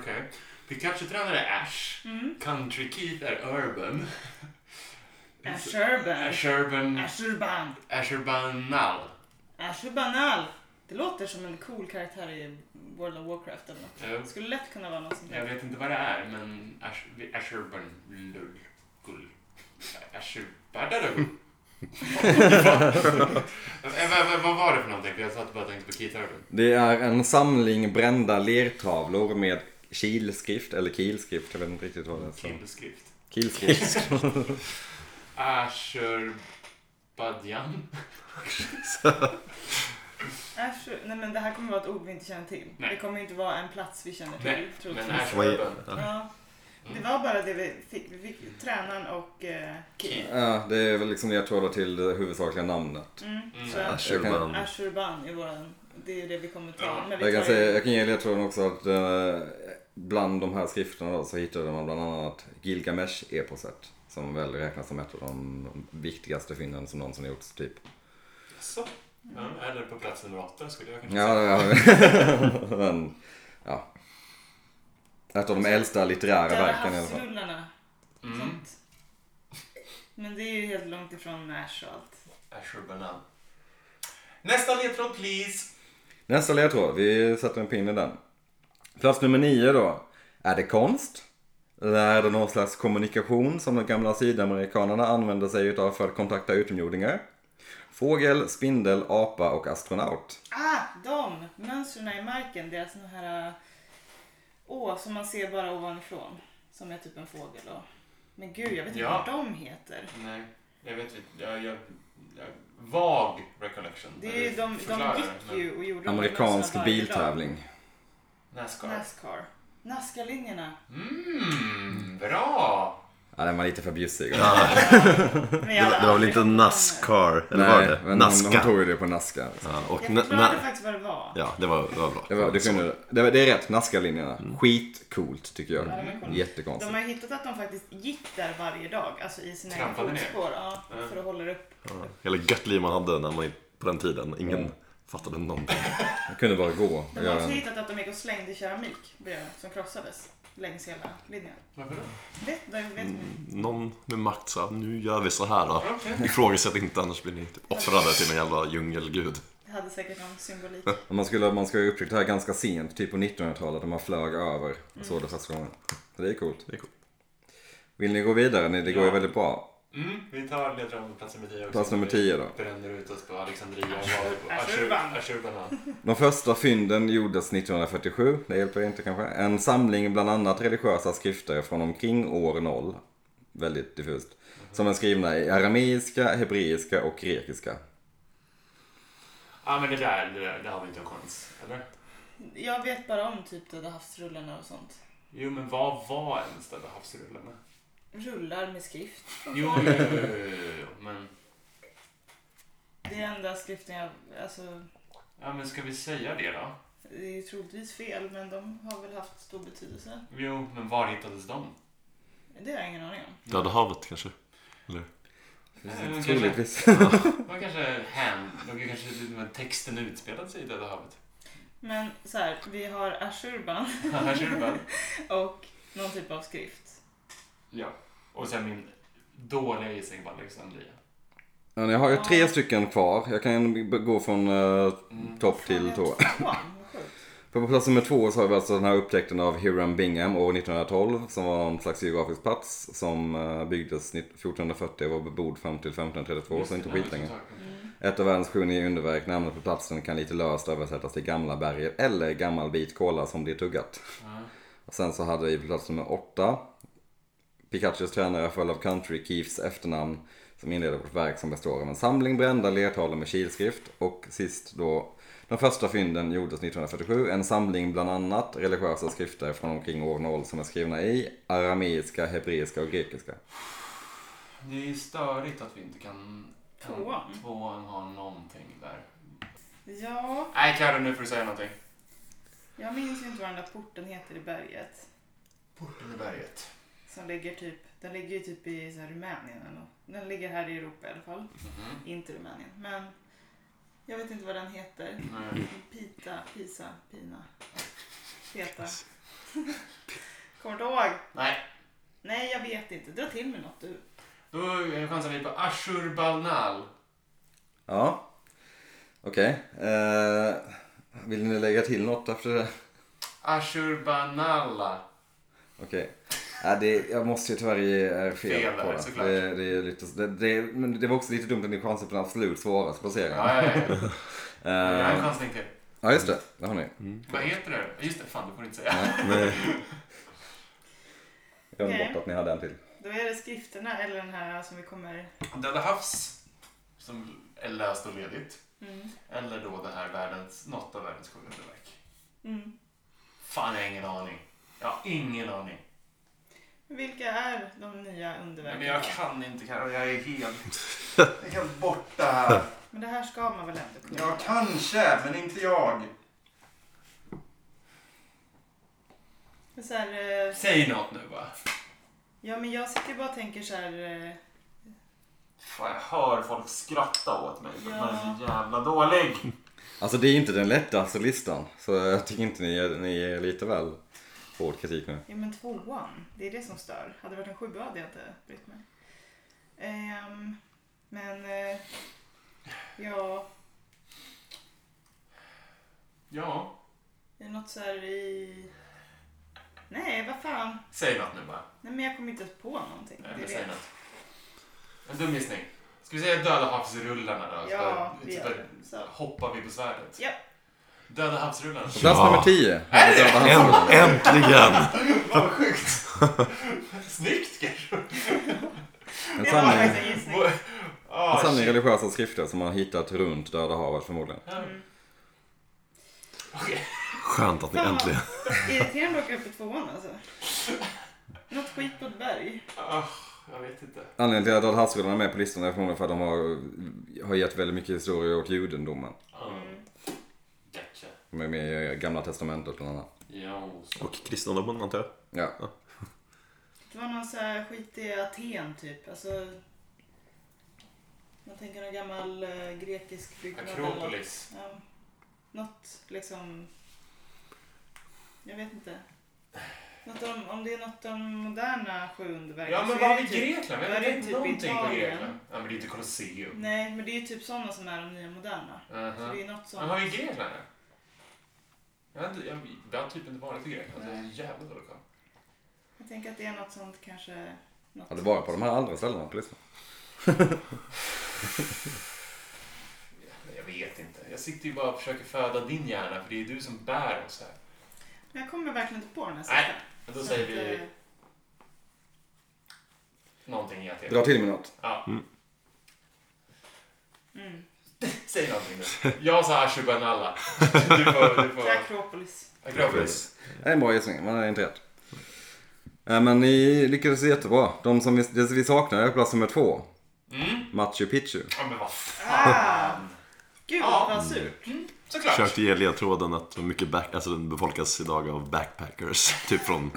Okej. Pikachu-tränare är Ash. Mm. Country Keith är Urban. Ashurban. Ashurban... Ashurban. Ashurbanal. Ashu Banal. Det låter som en cool karaktär i World of Warcraft eller något. Jo. Det skulle lätt kunna vara någon sån Jag där. vet inte vad det är, men Ash- Asher Bernlull. Gull. Asher Badadagull. Vad var det för någonting? För Jag satt bara och tänkte på Keith Urban. Det är en samling brända lertavlor med kilskrift, eller kilskrift, jag vet inte riktigt vad det står. Kindskrift. Kilskrift. Asher Badjan. Ashu, nej men det här kommer vara ett ord vi inte känner till. Nej. Det kommer inte vara en plats vi känner till. Nej, troligtvis. men Asher Vad är- Urban. Ja. Det var bara det vi fick. Vi fick tränaren och eh, Keith. Ja, det är väl liksom det jag tror till det huvudsakliga namnet. Mm. Mm. Så att Jag kan- Asherman. Ashurban är våran, det är det vi kommer ta. Ja. Men vi Jag kan, tar ju- säga, jag kan ge ledtråden också att eh, bland de här skrifterna då, så hittade man bland annat Gilgamesh-eposet. Som väl räknas som ett av de viktigaste fynden som någonsin gjorts typ. Så. Ja, eller på plats nummer åtta skulle jag kanske Ja, säga. ja, ja. Men, ja. Ett av de äldsta litterära Döda verken i alla fall. havsrullarna. Mm. Sånt. Men det är ju helt långt ifrån Ash och allt. Asher Banan. Nästa ledtråd please. Nästa ledtråd, vi sätter en pin i den. Plats nummer nio då. Är det konst? Eller är det någon slags kommunikation som de gamla sydamerikanerna använde sig utav för att kontakta utomjordingar? Fågel, spindel, apa och astronaut. Ah, de! Mönstren i marken, deras såna här äh, å som man ser bara ovanifrån. Som är typ en fågel och... Men gud, jag vet inte Ja. vad de heter. Nej, jag vet inte. Jag, jag, jag, vag recollection. Det är ju, de, Förklara de det, gick men- ju och gjorde de Amerikansk mönstren varje dag. biltävling. Nascar. Nascar. Nazca-linjerna. Mm, bra! Ja, den var lite för bjussig. Men Det jag- var, det var väl inte Nascar? Eller var det? men hon, hon Nazca. tog ju det på Nazca. Ja, och Jag na, förklarade na, faktiskt vad det var. ja, det var, det var bra. Det, var, det, kunde, det, var, det är rätt, Nazca-linjerna. Mm. Skitcoolt tycker jag. Mm. Jättekonstigt. De Alltså- har ju hittat att de faktiskt gick där varje dag, alltså i sina egna Trampade ner. fotspår. Ja, för att hålla det upp. Ja, Hela gött liv man hade när man, på den tiden. Ingen fattade någonting. Jag kunde bara gå och De har göra också en... hittat att de gick och slängde keramik bredvid, som krossades längs hela linjen. Varför då? Det, de vet Mm. Någon med makt sa nu gör vi så här då. Okej. Ifrågasätt inte annars blir ni typ offrade till en jävla djungelgud. Det hade säkert någon symbolik. Man skulle, man skulle ha upptäckt det här ganska sent, typ på 1900-talet när man flög över och såg det första gången. Så det är coolt. Det är coolt. Vill ni gå vidare? Nej, det går ju Ja. väldigt bra. Mm, vi tar ledtråden på plats nummer 10 också. Plats nummer 10 då. Bränner ut oss på Alexandria och Vago. Ashurban. Ashurban. De första fynden gjordes 1947, det hjälper inte kanske. En samling bland annat religiösa skrifter från omkring år 0. Väldigt diffust. Som är skrivna i arameiska, hebreiska och grekiska. Ja, men det där, det där, det har vi inte en chans. Eller? Jag vet bara om typ Döda havsrullarna och sånt. Jo, men vad var ens Döda havsrullarna? Rullar med skrift. Jo, jo, jo, jo, jo, jo, men... Det är enda skriften jag... Alltså, Ja, men ska vi säga det då? det är ju troligtvis fel, men de har väl haft stor betydelse. Jo, men var hittades de? Det har jag ingen aning om. Döda havet kanske? Eller? Mm, Eh, kanske- Troligtvis. Det var kanske hand, det var kanske det var texten utspelade sig i Döda havet. Men så här, vi har Ashurban Här ser du bara. och någon typ av skrift. Ja. Och sen min dåliga gissning på Alexandria. Ja, jag har ju Ja. tre stycken kvar. Jag kan b- gå från eh, topp till Fan, jag tå. har tvåan, vad sjukt. För på plats nummer två så har vi alltså den här upptäckten av Hiram Bingham år 1912 som var någon slags geografisk plats som eh, byggdes 1440 och var bebodd fram till 1532 så inte Mm. skitlänge. Ett av världens sju nya underverk, namnet på platsen kan lite löst översättas till Gamla berget eller Gammal bit kola som blir tuggat. Och sen så hade vi på plats nummer åtta Pikachus tränare föll av country Keefs efternamn som inleder vårt verk som består av en samling brända lertavlor med kilskrift och sist då de första fynden gjordes 1947, en samling bland annat religiösa skrifter från omkring år 0 som är skrivna i arameiska, hebreiska och grekiska. Det är störigt att vi inte kan... kan Tvåan. Tvåan har någonting där. Ja, Nej, Karo, nu får du säga någonting. jag minns ju inte vad den där porten heter i berget. Porten i berget. Som ligger typ, den ligger ju typ i så här Rumänien eller något. Den ligger här i Europa i alla fall. Mhm. Inte Rumänien, men jag vet inte vad den heter. Nej. Pita, Pisa, Pina, Peta. Kommer du ihåg? Nej. Nej, jag vet inte. Dra till med något du. Då chansar vi på Ashurbanal. Ja. Okej. Eh, vill ni lägga till något efter det? Ashurbanala. Okej. Ja, det, jag måste ju tyvärr ge er fel, Fel där, på såklart. det. Det, det, är lite, det, det. Men det var också lite dumt att ni chansade på den absolut svåraste placeringen. Ja, ja, ja. Jag har en Eh, chansning till. ja, just det. Det har ni. Mm. Vad heter det? Just det, fan det får du inte säga. Jag glömde Okej. bort att ni hade en till. Då är det skrifterna eller den här som vi kommer... Döda havs, som är löst och ledigt. Mm. Eller då det här världens, något av världens sjuaste verk. Mm. Fan, jag har ingen aning. Jag har ingen aning. Vilka är de nya Men underverken? jag kan inte Carro, jag är helt... Jag är helt borta här. Men det här ska man väl ändå kunna? Ja, kanske, men inte jag. Så här, eh, Säg något nu bara. ja, men jag sitter ju bara och tänker så här... eh, Fan, jag hör folk skratta åt mig för att Ja. man är så jävla dålig. Alltså det är inte den lättaste listan. Så jag tycker inte ni ger, ni ger lite väl hård kritik nu. Ja, men tvåan. Det är det som stör. Hade det varit en sjua hade jag inte brytt mig. Ehm, men... eh, ja, Ja, det är något så här i... Nej, vad fan. säg något nu bara. Nej, men jag kommer inte på någonting. Nej, det men är säg det. något. En dum gissning. Ska vi säga döda havsrullarna då? Så Ja, bara- det Alltså, så gör bara det. Så. hoppar vi på svärdet. Ja. Döda havsrullarna. På Plats Ja. nummer 10. Är det? Äntligen! Vad sjukt! Snyggt kanske? En Det var samling, faktiskt en gissning. en Oh, samling religiösa skrifter som man har hittat runt Döda havet förmodligen. Skönt att ni Fan, äntligen... vad Irriterande att åka upp i tvåan alltså. Något skit på ett berg. jag vet inte. Anledningen till att Döda havsrullarna är med på listan är förmodligen för att de har, har gett väldigt mycket historia åt judendomen. Ah, Mm. Gotcha. De är med i Gamla Testamentet bland annat. Jo, så. Och kristendomen antar jag. Ja. Det var någon så här skit i Aten typ. Alltså, man tänker någon gammal eh, grekisk byggnad. eller något. Akropolis. Ja, något liksom... Jag vet inte. Något om, om det är något om moderna sju underverk. Ja, men så är vad det är typ- Grekland? Jag vad är vet det inte typ någonting på Italien? Grekland. Ja, men det är ju inte Colosseum. Nej, men det är ju typ sådana som är de nya moderna. Så Aha. Mm. det är något Men sånt. har vi Grekland här? Jag har, inte, jag, jag har typ inte varit i Grekland. Det är jävla dålig koll. Jag tänker att det är något sånt kanske. Något Har du varit på de här andra ställena på listan? Jag vet inte. Jag sitter ju bara och försöker föda din hjärna för det är du som bär oss här. Men jag kommer verkligen inte på den här Nej, sista. Men då Så säger att, eh, vi någonting jag Dra till med något. Ja. Mm. Säg någonting nu. Jag sa Ashurbanala. Du får... Du till får Akropolis. Akropolis. Det är en bra gissning, men det är inte rätt. Eh, Men ni lyckades jättebra. De som vi, det vi saknar är plats nummer två. Mm. Machu Picchu. Ja, men vad fan. Ah, gud Ja. vad surt. Såklart. Försökte ge ledtråden att mycket back, alltså den befolkas idag av backpackers. Typ från...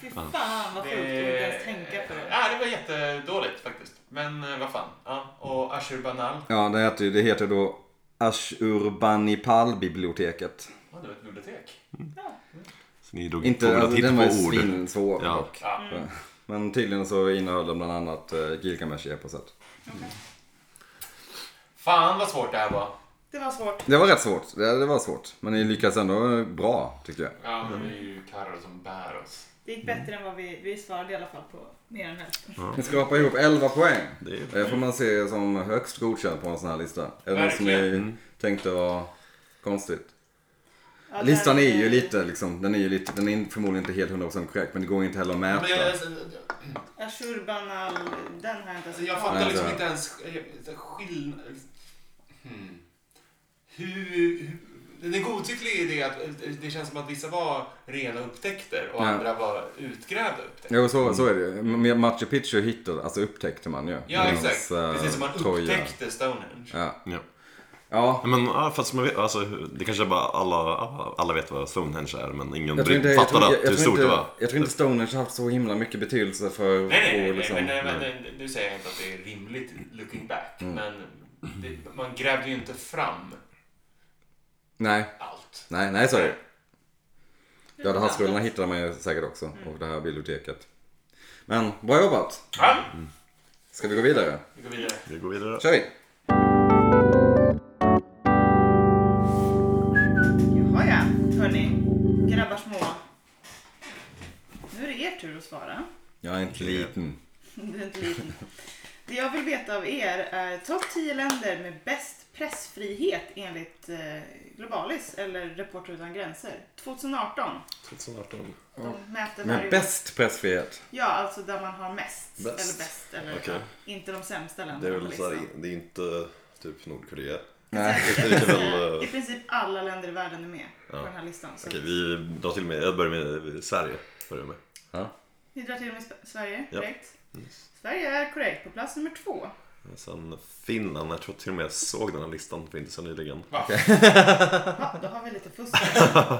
Fy fan vad sjukt att inte ens tänka på det. Ja, det var jättedåligt faktiskt. Men eh, vad fan. Ja, och Ashurbanal. Ja, det heter, ju- det heter då Ashurbanipal-biblioteket. Ja, det var ett bibliotek. Så ni drog Inte, två alltså, till den var ju på ord. svinsvår. Ja. dock. Ja. Men tydligen så innehöll den bland annat eh, Gilgamesh-eposet. Fan vad svårt det här var. Det var svårt. Det var rätt svårt. Det, det var svårt. Men ni lyckades ändå bra, tycker jag. Ja, men det är ju Carro som bär oss. Det gick bättre än vad vi, vi svarade i alla fall på mer än hälften. Ni skrapar ihop 11 poäng. Det är- Det får man se som högst godkänd på en sån här lista. Är det något som ni tänkte var konstigt? Ja, där- Listan är ju lite liksom, den är ju lite, den är förmodligen inte helt 100% korrekt men det går inte heller att mäta. Men jag, Ashurbanal, den har jag inte ens alltså, jag Nej, fattar liksom så- inte ens skillnaden. Hmm. Hur... hur- Det godtyckliga i det att eh, det känns som att vissa var rena upptäckter och Ja. andra var utgrävda upptäckter. Jo, så, så är det ju. M- Machu Picchu hittade, alltså upptäckte man ju. Ja, Med hans, exakt. eh, Precis som man tröja. upptäckte Stonehenge. Ja. Ja. ja. Ja, Men ja, fast man vet, alltså, hur- det kanske är bara alla, alla- alla vet vad Stonehenge är men ingen Jag tror inte, bry- jag tror, fattade jag, att hur jag, tror stort det inte, var. jag tror inte Stonehenge har haft så himla mycket betydelse för Nej, nej, nej, och liksom- nej, men, eh, men, men nu säger jag inte att det är rimligt looking back, men det, man grävde ju inte fram nej, allt. nej, nej så är det Ja, det här skulderna hittade man ju säkert också Mm. och det här biblioteket. Men bra jobbat! Ja, Ska vi gå vidare? vi går vidare. Vi går vidare. kör vi! Nu är det er tur att svara. Jag är inte liten. Det är inte liten. Det jag vill veta av er är topp 10 länder med bäst pressfrihet enligt eh, Globalis eller Reporter utan gränser. 2018. 2018. De mäter varje Men bäst pressfrihet. Ja, alltså där man har mest. Bäst. Eller bäst. Eller Okej. inte de sämsta Det är länderna på väl så här, listan. det är inte typ Nordkorea. Nej. Österrike är väl... Eh, I eh, princip alla länder i världen är med på Ja. den här listan. Så Okej, vi drar till med, jag börjar med Sverige. Börjar med. Ja. Ni drar till med Sp- Sverige Ja. korrekt. Sverige är korrekt på plats nummer två. Sen Finland, jag tror till och med jag såg den här listan för inte så nyligen. Va? Va, då har vi lite fusk här.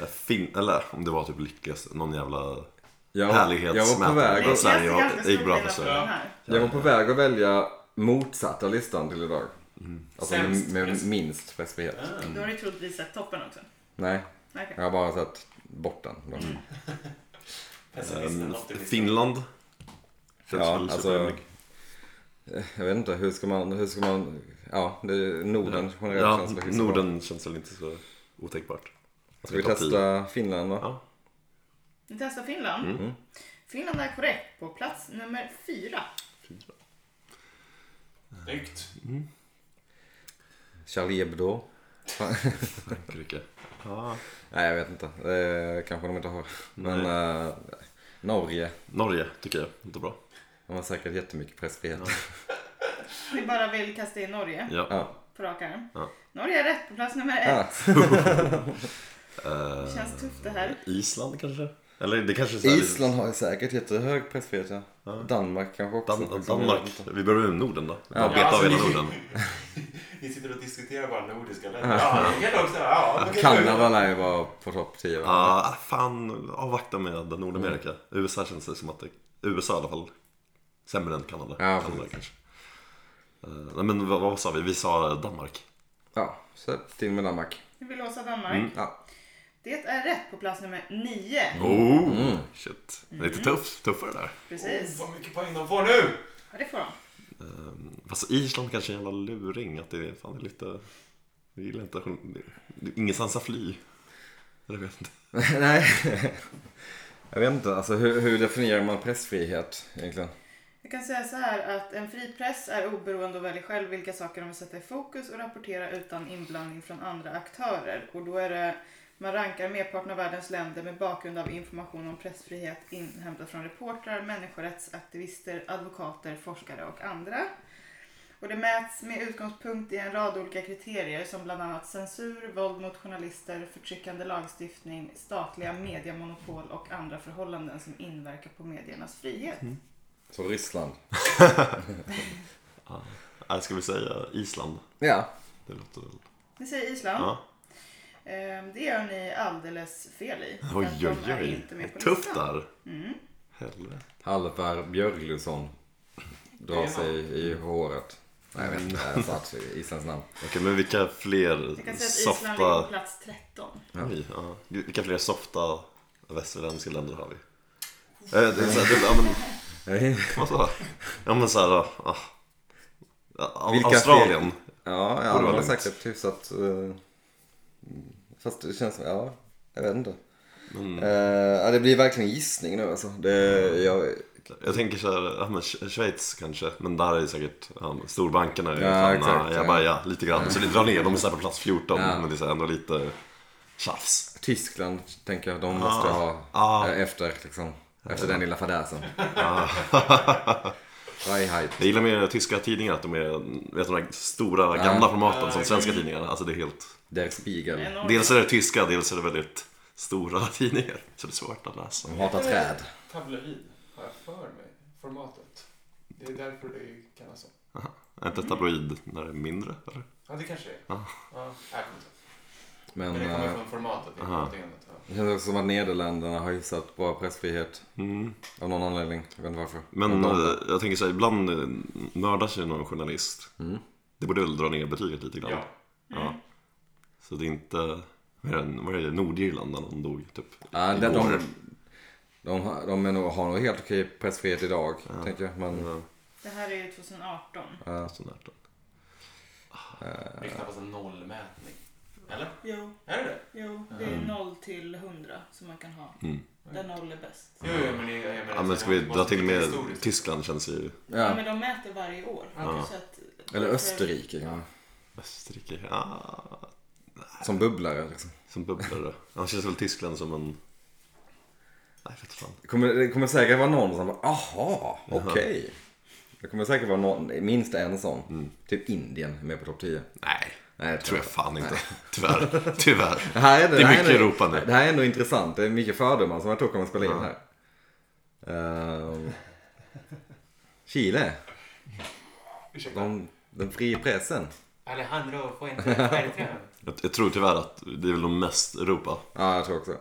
Eh, Fin, eller om det var typ lyckas, någon jävla Jag, Härlighetsmätare. jag var på väg att, går Lyckas är Sverige och- ganska det gick stor bra för del av Sverige. den här. jag var på väg att välja motsatta listan till idag. Mm. Alltså Sämst med, med press- minst pressfrihet. Då har ni troligtvis sett toppen också. Nej, Okej. jag har bara sett botten. då. Mm. Pessimisten, eh, optimisten. Finland. Känns Ja, väl alltså- superrimlig. Jag vet inte, hur ska man... Hur ska man ja, det, Norden generellt Ja, känns väl hyfsat bra. Norden känns väl inte så otänkbart. Alltså, Ska vi Topp tio. testa Finland då? Ja. Ni testar Finland. Mm. Finland är korrekt på plats nummer fyra. Snyggt. Charlie Hebdo? Frankrike. Nej, jag vet inte. Eh, kanske de inte har. Men eh, Norge. Norge tycker jag, inte bra. De har säkert jättemycket pressfrihet. Ni bara vill kasta in Norge Ja. Ja. på rak arm. Ja. Norge är rätt på plats nummer ett. Ah, Eh, Det känns tufft det här. Island kanske? Eller det kanske är så här- Island har säkert jättehög pressfrihet ja. Danmark kanske också. Dan- Danmark. Vi börjar med Norden då. Bara Ja. beta av Ja, hela alltså, Norden. Ni sitter och diskuterar bara nordiska länder. Ja, det kan också. Ja, det kan också. Kanada lär ju vara på topp 10. va? Ja, fan. Avvakta med Nordamerika. Mm. USA känns det som att det... USA i alla fall. Sämre än Kanada. Ja, Kanada precis. kanske. Eh, nej, men vad, vad sa vi? Vi sa Danmark. Ja, så till med Danmark. Ni vill låsa Danmark. Mm. Ja. Det är rätt på plats nummer nio. Mm. Oh, shit. Det är lite tuff, tuffare där. Precis. Oh, Vad mycket poäng de får nu! Ja, det får de. Fast Island kanske är en jävla luring. Att det är, fan, det är lite... Jag gillar inte... det- det är Ingenstans att fly. Eller Jag vet inte. Nej. Jag vet inte, alltså hur, hur definierar man pressfrihet egentligen? Jag kan säga så här att en fri press är oberoende och väljer själv vilka saker de vill sätta i fokus och rapportera utan inblandning från andra aktörer. Och då är det, man rankar merparten av världens länder med bakgrund av information om pressfrihet inhämtad från reportrar, människorättsaktivister, advokater, forskare och andra. Och det mäts med utgångspunkt i en rad olika kriterier som bland annat censur, våld mot journalister, förtryckande lagstiftning, statliga mediemonopol och andra förhållanden som inverkar på mediernas frihet. Så Ryssland. Nej, Ska vi säga Island? Ja. Det låter väl... Ni säger Island. Ja. Ehm, Det gör ni alldeles fel i. för Oj, att oj, de är oj. inte med på Tufft listan. Mm. där. Helvete. Halvar Björlusson drar sig i håret. Nej, jag vet inte. Mm. Jag satt i Islands namn. Okej, men vilka fler Jag kan säga att Island ligger på softa... plats 13. Oj, ja. Vilka fler softa västerländska länder har vi? Eh, det är så här, det- ja, men, Nej. vad sa jag? Ja men såhär, ja. ah. Ja, Vilka Australien. Ja, Borde ja vara de har lugnt. säkert hyfsat... eh, fast det känns... Ja, jag vet inte. Mm. Eh, ja, det blir verkligen gissning nu alltså. Det, jag, Jag tänker såhär, ja men Sch- Schweiz kanske. Men där är det säkert, ja, men storbankerna är Ja, fan, exakt, ja, jag ja. bara, ja, lite grann. Så det drar ner, de är såhär på plats 14. Ja. Men det är så här ändå lite tjafs. Tyskland tänker jag, de måste ha Ah. eh, efter liksom. Efter den lilla fadäsen. Freiheit. Jag gillar med tyska tidningar att de är, vet du, de här stora gamla formaten som svenska tidningar. Alltså det är helt... Der Spiegel. Enormt. Dels är det tyska, dels är det väldigt stora tidningar. Så det är svårt att läsa. De hatar träd. Tabloid, har jag för mig. Formatet. Det är därför det kallas så. Är inte tabloid när det är mindre? Eller? Ja, det kanske det är. Ja. Ja, jag kommer inte ihåg. Men Men det kommer eh, från formatet. Det är Aha. någonting annat. Ja. det känns också som att Nederländerna har hyfsat bra pressfrihet. Mm. Av någon anledning. Jag vet inte varför. Men de, eh, jag tänker så här, ibland eh, mördas ju någon journalist. Mm. Det borde väl dra ner betyget lite grann. Ja. Ja. Så det är inte... Vad är det, vad är det Nordirland när någon dog typ? ja, de, igår. de, de, har- de är nog, har nog helt okej pressfrihet idag. Tänker jag. Men, eh, Ja, Det här är ju 2018. sån här då. Det är knappast en nollmätning. Eller? Jo, Är det det? jo. Det är 0 till 100 som man kan ha. Mm. Där 0 är bäst. Jo, jo, men det, jag menar, Ja, men ska vi dra till med historiskt. Tyskland känns ju... Ja. Ja. Men de mäter varje år. Ja. Så att, Eller Österrike ja. Österrike? Ah, Som bubblare liksom. som bubblare. Annars känns väl Tyskland som en... Nej, jag vet fan. Det kommer, det kommer säkert vara någon som bara, aha, okej. Det kommer säkert vara någon, minst en sån. Typ Indien är med på topp 10. Nej, Nej, det Mm. tror jag fan inte. Tyvärr. Tyvärr. Det, här är, Det är här mycket Europa nu. Det här är ändå intressant. Det är mycket fördomar som jag tror kommer spela in här. Ehm, Chile. Ursäkta. De, den fria pressen. Alejandro får inte färdigtränad. Jag, jag tror tyvärr att det är väl de mest Europa. Ja, jag tror också.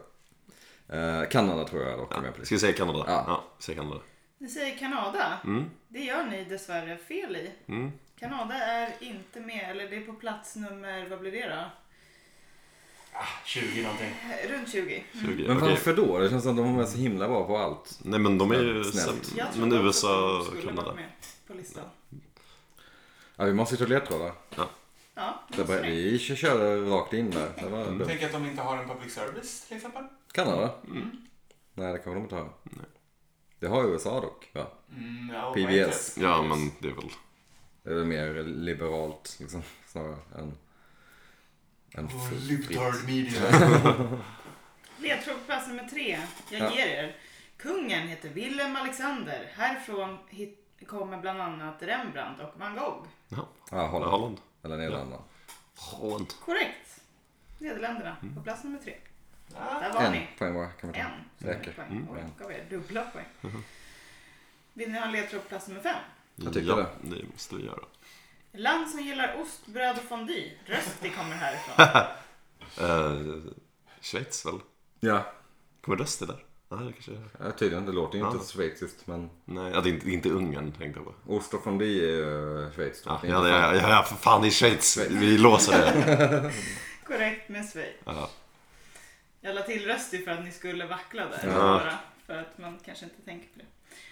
Eh, Kanada tror jag dock är med på Ska vi säga Kanada? Ja. Ja, säg Kanada. Mm. Ni säger Kanada. Det gör ni dessvärre fel i. Kanada är inte med, eller det är på plats nummer, vad blir det då? Ah, 20 någonting. Eh, Runt 20. 20. Men Okej. varför då? Det känns som att de är så himla bra på allt. Nej men de är ju Snällt. Jag sämst. tror Men också USA att de och skulle varit Kanada. med på listan. Ja, vi måste ju ta ledtrådar. Ja, Det är bara- snyggt. Vi körde rakt in där. Det var dumt. Tänk att de inte har en public service till exempel. Kanada? Nej, det kanske de inte har. Det har USA dock. Ja. Mm, ja, och PBS. Whiteheads. Ja men det är väl... Det är väl mer liberalt liksom, snarare än... än Och fritt. Oh, Libtard Media. Ledtråd på plats nummer tre. Jag Ja. ger er. Kungen heter Wilhelm Alexander. Härifrån hit- kommer bland annat Rembrandt och van Gogh. Ja, Ja, Holland. Holland. Eller Nederländerna. Holland. Korrekt. Nederländerna på plats nummer tre. Ja. Där var ni. Mm. En Mm. poäng bara kan vi ta. En. som är Räcker. poäng. Oj, gav er dubbla poäng. Mm-hmm. Vill ni ha en ledtråd på plats nummer fem? Jag tycker ja, det. det måste vi göra. Land som gillar ost, bröd och fondue. Rösti kommer härifrån. Eh, Schweiz väl? Ja, Kommer Rusty där? Nej, det kanske är... ja, tydligen. Det låter ju inte Ja. schweiziskt men Nej, ja, det är inte, det är inte Ungern tänkte jag på. ost och fondue är ju eh, Schweiz. då. Ja, Det är ja, inte ja, ja, ja för fan det är Schweiz. Vi låser det. Korrekt med Schweiz. Ja. Jag la till rösti för att ni skulle vackla där. Ja. Bara för att man kanske inte tänker på det.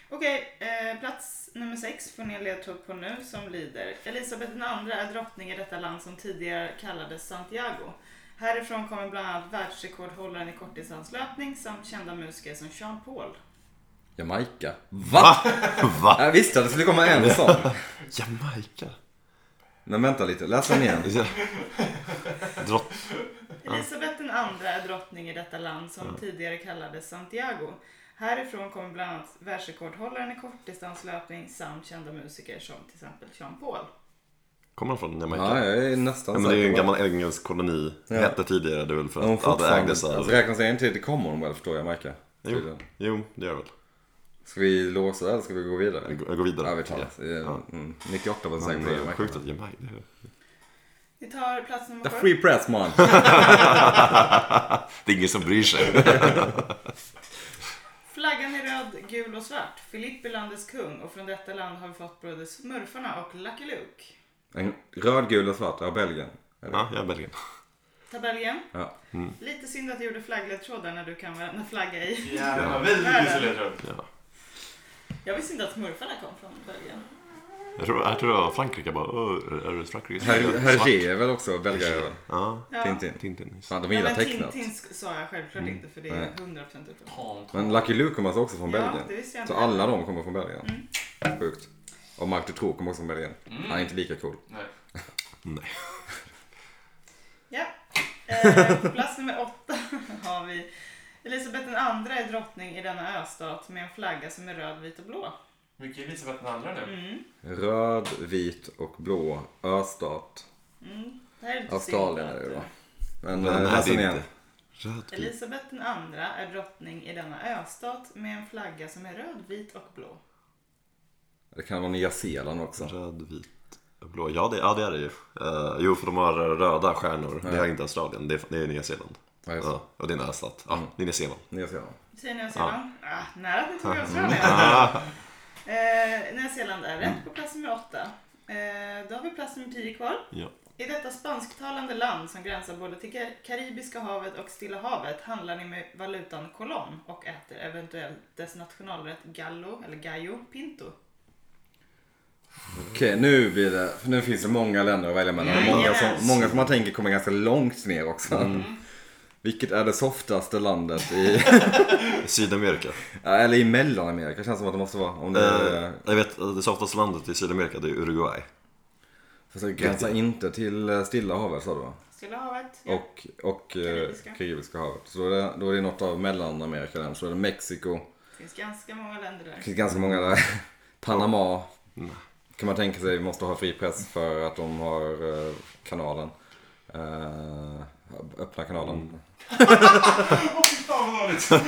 Okej, eh, plats nummer sex får ni en ledtråd på nu som lyder Elisabeth II är drottning i detta land som tidigare kallades Santiago. Härifrån kommer bland annat världsrekordhållaren i kortdistanslöpning samt kända musiker som Sean Paul. Jamaica. Va? Va? Jag visste att det skulle komma en sån. Jamaica? Men vänta lite, läs den igen. Ja. Drott... Elisabeth II är drottning i detta land som tidigare kallades Santiago. Härifrån kommer bland annat världsrekordhållaren i kortdistanslöpning samt kända musiker som till exempel Sean Paul. Kommer han från Jamaica? Ja, ja. jag är nästan Ja, men det är ju en säker. på gammal engelsk koloni. Ja. Hette tidigare det är väl för det. Hon att ja, det fortfarande... ägdes Alltså, av... räknas det in till Commonwealth då, Jamaica? Jo, Tydligen. jo, det gör det väl. Ska vi låsa eller ska vi gå vidare? Jag går- Jag går vidare. Ja, vi tar det. Ja. Mm, 98 var säkert Men, på eh, Jamaica. Sjukt att Jamaica... det är- Vi tar plats nummer The sju. free press man. Det är ingen som bryr sig. Flaggan är röd, gul och svart. Filipp är landets kung och från detta land har vi fått både Smurfarna och Lucky Luke. En röd, gul och svart. Ja, Belgien. Eller? Ja, jag är Belgien. Tabellen. Ja. Lite synd att jag gjorde flaggledtrådar när du kan varenda flagga i. Jävlar vad väldigt usel ledtråd. Ja. Jag visste inte att Smurfarna kom från Belgien. Jag tror, jag tror det var Frankrike bara. "Åh, Är det Frankrike? Her- Svart. Hergé är väl också belgare? Ja, Ja. Tintin. Tintin. just det. Fan, de Nej, gillar men tecknat. Mm. Tintin sa jag självklart inte för det är Nej. 100% uppenbart. Men Lucky Luke kommer alltså också från Ja, Belgien. det visste jag Så inte. alla de kommer från Belgien. Sjukt. Och Marc Dutroux kommer också från Belgien. Han är inte lika cool. Nej. Nej. Ja. Eh, på plats nummer åtta har vi Elisabeth II är drottning i denna östat med en flagga som är röd, vit och blå. Mycket Elisabeth den andra nu. Röd, vit och blå. Östat. Det här är lite Australien är det synd att, ju eh, då. Men Men eh, det läs här den är igen. inte. Röd gul. Elisabeth II är drottning i denna östat med en flagga som är röd, vit och blå. Det kan vara Nya Zeeland också. Röd, vit, blå. Ja det, ja, det är det ju. Eh, jo, för de har röda stjärnor. Det har inte Australien. Det är, det är Nya Zeeland. Ja, just det. Mm. Ja, och det är en östat. Ja, det är Nya Zeeland. Nya Zeeland. Säger Nya Zeeland? Ah, nära att ni tog Australien. Eh, Nya Zeeland är rätt på plats nummer åtta. Eh, då har vi plats nummer tio kvar. Ja. I detta spansktalande land som gränsar både till Ka- Karibiska havet och Stilla havet handlar ni med valutan kolon och äter eventuellt dess nationalrätt gallo eller gallo pinto. Okej, nu blir det... för Nu finns det många länder att välja mellan. Och Många som, Yes. många som man tänker kommer ganska långt ner också. Mm. Vilket är det softaste landet i... Sydamerika. ja, eller i Mellanamerika. Det känns som att det måste vara. Om det Eh, är, jag vet, eh, det softaste landet i Sydamerika det är Uruguay. fast det gränsar inte till eh, Stilla havet sa du va? Stilla havet. Ja. Och, och eh, Karibiska. Karibiska havet. Så då är det, då är det något av Mellanamerika där. Så är det Mexiko. Det finns ganska många länder där. Det finns ganska många där. Panama. Kan man tänka sig måste ha fri press för att de har eh, kanalen. Eh, öppna kanalen. Fan vad dåligt. Fan,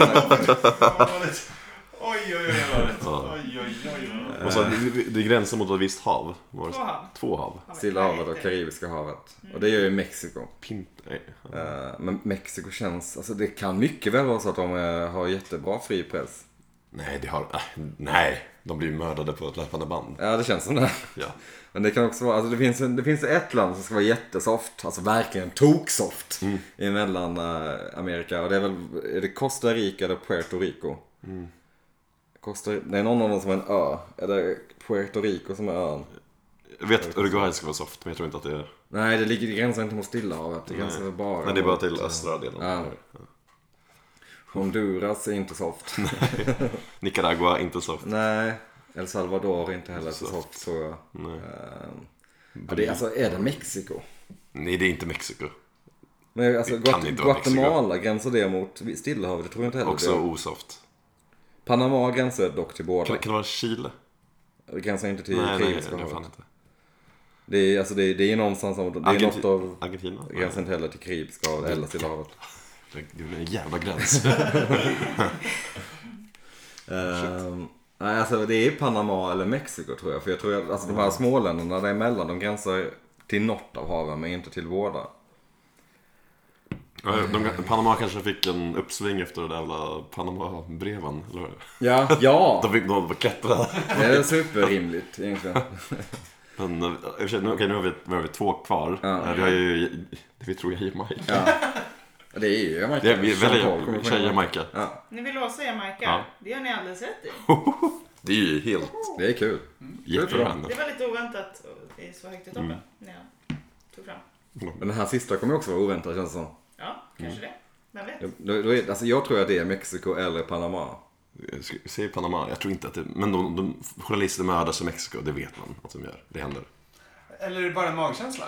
vad dåligt. Oj, oj, oj, vad dåligt. Oj, oj, oj, vad Eh. dåligt. Och så, det, det gränsar mot ett visst hav. Var det- Två hav. Två hav. Stilla havet och Karibiska havet. Mm. Och det gör ju Mexiko. Pint, nej. Eh, Men Mexiko känns, alltså det kan mycket väl vara så att de eh, har jättebra fri press. nej, det har... ah, nej, de blir mördade på ett löpande band. Ja det känns som det. Ja. Men det kan också vara, alltså det finns, en- det finns ett land som ska vara jättesoft, alltså verkligen toksoft. Mm. I Mellanamerika och det är väl, är det Costa Rica eller Puerto Rico? Mm. Costa, det är någon av dem som är en ö. Är det Puerto Rico som är ön? Jag vet att Uruguay ska vara soft, men jag tror inte att det är... Nej det ligger, det gränsar inte mot Stilla havet. Det gränsar väl bara Nej, det är bara mot- till östra delen. Ja. Honduras är inte soft. Nicaragua, inte soft. Nej, El Salvador är inte heller så Soft. soft tror jag. Nej. Ehm, ja, det är, alltså, är det Mexiko? Nej, det är inte Mexiko. Men alltså, Det kan Guat- inte vara Mexiko. Guatemala gränsar det mot Stilla havet? Det tror jag inte heller Också det. osoft. Panama gränsar dock till båda. Kan, kan det vara Chile? Det Gränsar inte till nej, nej, det Karibiska är fan havet. inte. Det är, alltså, det är, det är någonstans av, det är Argenti- något av... Argentina? det Gränsar inte heller till Karibiska havet eller Stilla havet. Nej, Det är en jävla gräns. Ehm, Nej, alltså det är Panama eller Mexiko tror jag. För jag tror att alltså, de Mm. här småländerna däremellan, de gränsar till något av haven men inte till båda. Ja, De, Panama kanske fick en uppsving efter det där jävla Panama-breven, eller hur? Ja, ja! De fick någon klättra. Det är superrimligt egentligen. Men eh, i och för sig, nu, okej, nu har vi, nu har vi två kvar. Ja. Eh, Vi har ju, det vi tror jag är Jamaica. Det är ju Jamaica. Det är, vi Jean-Paul väljer kommer vi kör från Jamaica. Ja, Ni vill låsa Jamaica? Ja. Det gör ni alldeles rätt i. Det är ju helt det är kul. jättebra. Det var lite oväntat och det är så högt i Mm. toppen. när jag tog fram. Men den här sista kommer också vara oväntad känns det som. Ja, kanske det. Vem vet? Då, då Mm. är, alltså, jag tror att det är Mexiko eller Panama. Säg Panama, jag tror inte att det, men de, de journalister mördas i Mexiko, det vet man att de gör. Det händer. Eller är det bara en magkänsla?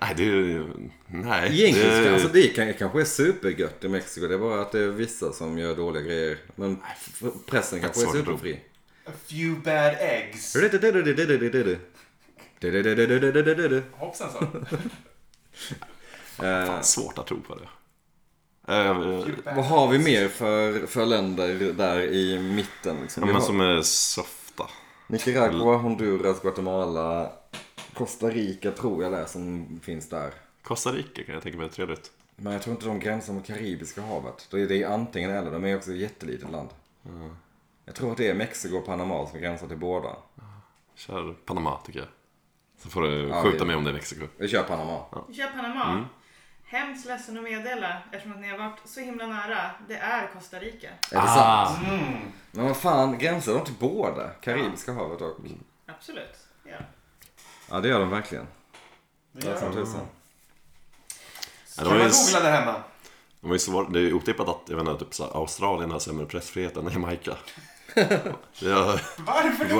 Nej, det är ju, nej. Egentligen det, alltså, det kan, kanske är supergött i Mexiko. Det är bara att det är vissa som gör dåliga grejer. Men f- pressen kanske är svårt att tro. superfri. A few bad eggs. Hoppsan så. Eh, fan, svårt att tro på det. Eh, Few bad Vad har vi mer för, för länder där i mitten? Liksom? Ja, Vi men har- som är softa. Nicaragua, Honduras, Guatemala, Costa Rica tror jag där som finns där. Costa Rica kan jag tänka mig är trevligt. Men jag tror inte de gränsar mot Karibiska havet. Då är det antingen eller. De är också ett jättelitet land. Jag tror att det är Mexiko och Panama som gränsar till båda. Kör Panama tycker jag. Så får du Ja, skjuta det- mig om det är Mexiko. Vi kör Panama. Vi kör Panama. Mm. Hemskt ledsen att meddela eftersom att ni har varit så himla nära. Det är Costa Rica. Är det sant? Men vad fan, gränsar de till båda? Karibiska havet och... Absolut. Ja. Ja, det gör de verkligen. Det gör Tusen, de. tusen. Ja, Kan det, man var ju, googla där hemma? det, var ju svår, det är ju otippat att jag vet inte, typ så här, Australien har sämre pressfrihet än Jamaica. ja, Varför då?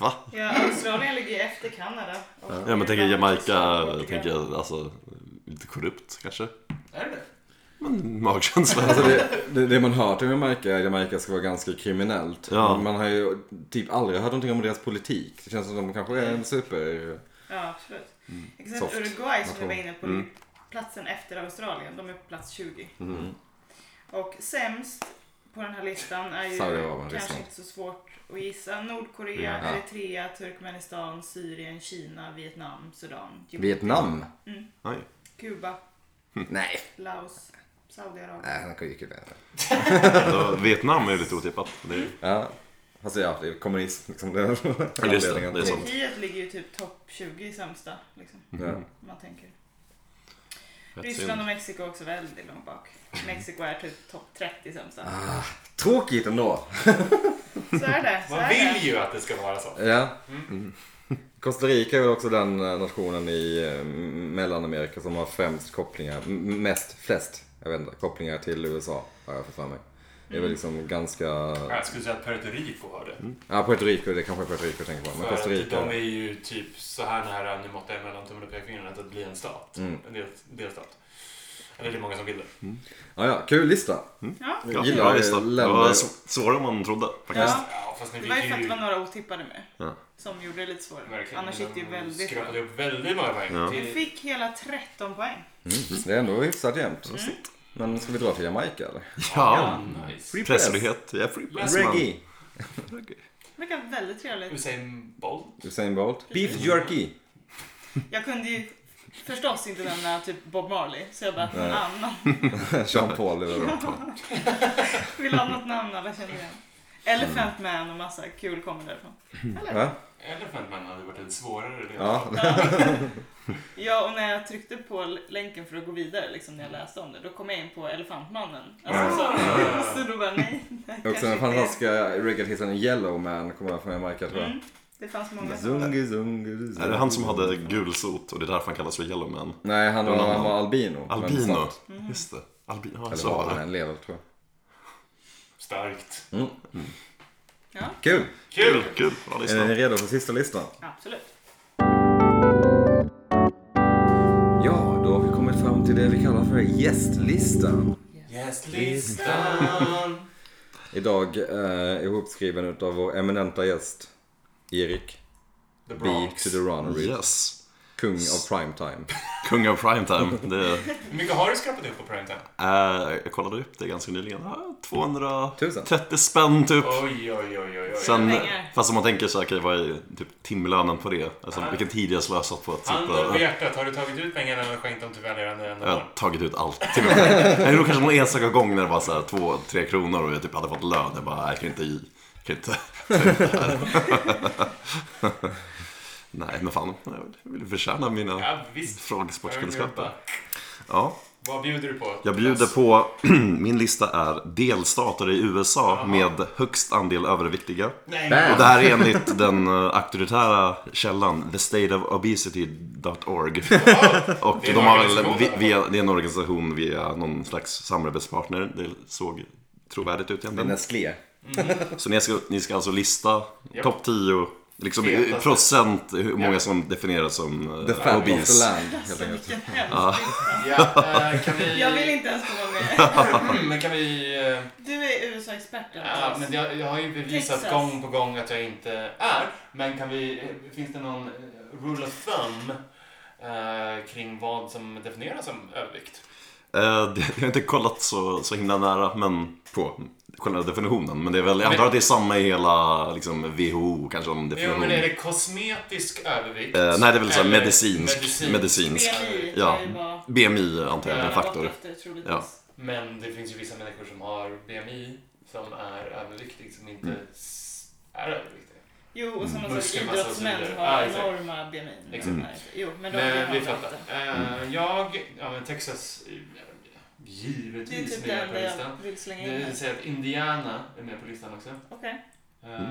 va? Ja, Australien ligger ju efter Kanada. Och Ja, men tänker Jamaica, Portugal. tänker jag alltså lite korrupt kanske. Är det det? Men Mm, magkänsla. Alltså det, det, det man hört om Jamaica är att Jamaica ska vara ganska kriminellt. Ja. Man har ju typ aldrig hört någonting om deras politik. Det känns som att de kanske är en super... Ja, absolut. Mm. Exakt Soft Uruguay som vi nation. var inne på, ligger platsen efter Australien. De är på plats 20. Mm. Och sämst på den här listan är ju Saudiarabien, kanske liksom. Ryssland. inte så svårt att gissa. Nordkorea, Mm. Ja. Eritrea, Turkmenistan, Syrien, Kina, Vietnam, Sudan, Djibouti, Vietnam? Nej. Kuba, Nej. Laos, Saudiarabien. Nej, han kan ju inte det. Alltså, Vietnam är ju lite otippat. Det är, Ja. Alltså ja, det är kommunism liksom. Det är just det, anledningen. det är sant. Turkiet ligger ju typ topp 20 i sämsta. Liksom, Ja. Mm. om man tänker. rätt Typ Ryssland synd. och Mexiko är också väldigt långt bak. Mexiko är typ topp 30 i sämsta. Tråkigt ändå. Så är det. Så Man är vill det. ju att det ska vara så. Ja. Mm. Costa Rica är väl också den eh, nationen i eh, M- Mellanamerika som har främst kopplingar, m- mest, flest, jag vet inte, kopplingar till USA har jag fått för mig. Det är väl liksom ganska, Jag skulle säga att Puerto Rico har det. ja Puerto Rico, det kanske är Puerto Rico jag tänker på, men För att Costa de är Rica. ju typ så här nära, nu måttar jag mellan tummen och pekfingret, att bli en stat. Mm. En del, delstat. Eller det är många som vill det. Ja, ja, kul lista. Ja. Jag bra gillar lista. Det var länder. sv- svårare än man trodde faktiskt. Ja. Ja, fast ni Det var ju fick för att det ju var några otippade med. Ja. Som gjorde det lite svårare. verkligen Annars gick det ju väldigt bra. skrapade upp väldigt många poäng. Ja. Vi Till- fick hela 13 poäng. Mm. Det är ändå hyfsat jämnt. Mm. Men ska vi dra till Jamaica eller? Ja. nice. Pressfrihet. Ja, free press. man. Reggae. Reggae. Det verkar väldigt trevligt. Usain Bolt. Usain Bolt. Beef jerky. Jag kunde ju förstås inte nämna typ Bob Marley. Så jag bara, "Ah, någon annan. Sean Paul. det var bra. Vill ha något namn alla känner igen. Elephant Man och massa kul kommer därifrån. Ja, Elephant Man hade varit en svårare del. ja. Ja, och när jag tryckte på länken för att gå vidare liksom, när jag läste om det, då kom jag in på Elefantmannen. Alltså, så, så då bara, nej. det här Också kanske den inte är- fantastiska reggae-hitten Yellow Man kommer från Jamaica tror jag. Mm, det fanns många som... Zungi, zungi, zungi. Är det han som hade gulsot och det är därför han kallas för Yellowman? Nej, han var, Någon han annan. var albino. men Albino. svart. Mm. Just det. Albino. Ja, Eller så var var han det. en lever tror jag. Starkt. Ja, Kul! Kul! Kul, kul. Bra Är ni lyssnat. redo för sista listan? absolut. Ja, då har vi kommit fram till det vi kallar för gästlistan. Gästlistan. Idag eh, ihopskriven utav vår eminenta gäst Erik B. The Bronx. to the Runnery, Yes. kung av primetime. Kung av primetime. Det, Hur mycket har du skrapat upp på primetime? eh, jag kollade upp det ganska nyligen. Ah, 230 Tusen. spänn typ. Oj, oj, oj, oj. oj. Sen, Pengar. fast om man tänker så här, okej, vad är typ timlönen på det? Alltså, Ah. vilken tid jag slösat på att Handen på sitta... hjärtat, har du tagit ut pengarna eller skänkt dem till välgörande Jag ändamål? har tagit ut allt. Till och med. Nej, Det var kanske någon enstaka gång när det var så här två, tre kronor och jag typ hade fått lön. Jag bara, nej, jag kan inte... Jag kan inte nej, men fan. Jag vill- jag vill förtjäna mina Ja, visst. frågesportkunskaper. Ja. Vad bjuder du på? Jag bjuder på, min lista är delstater i USA med högst andel överviktiga. Nej, Bam. Och det här är enligt den eh, auktoritära källan thestateofobesity.org. Och Det är de en har organisation. väl, vi- via, det är en organisation via någon slags samarbetspartner. Det såg trovärdigt ut Det är egentligen. Nestlé. Så ni ska, ni ska alltså lista Japp. topp 10 Liksom i- Fetaste. procent hur många Japp. som definieras som The eh, fat of the obese. land, helt Alltså enkelt. vilken hemsk lista. Ja, eh, kan vi... Jag vill inte ens komma med. Men kan vi... eh, Du är USA-experten. Ja, men Thomas. jag, jag har ju bevisat Texas. gång på gång att jag inte är. Men kan vi... eh, Finns det någon eh, rule of thumb eh, kring vad som definieras som övervikt? Eh, det- Jag har inte kollat så, så himla nära men på själva definitionen. Men det är väl, jag antar att det är samma i hela liksom, WHO kanske om Jo, definition. men är det kosmetisk övervikt? Eh, nej, det är väl så här Eller medicinsk. medicin? Medicinsk. BMI Ja. kan ju vara BMI antar jag är en Ja. faktor. efter troligtvis. Ja. Men det finns ju vissa människor som har BMI som är överviktig, som inte s- är överviktig. Jo, och sådana som Muskelmassa och så idrottsmän vidare. Ah, har exakt. enorma BMI. Exakt. Nej, Mm. Mm. Jo, men de Men vi har fattar. inte. Eh, Jag, ja men Texas, eh, Det är givetvis typ är med på den jag listan. vill slänga in. Det här. säger att Indiana är med på listan också. Okej. Mm. Eh,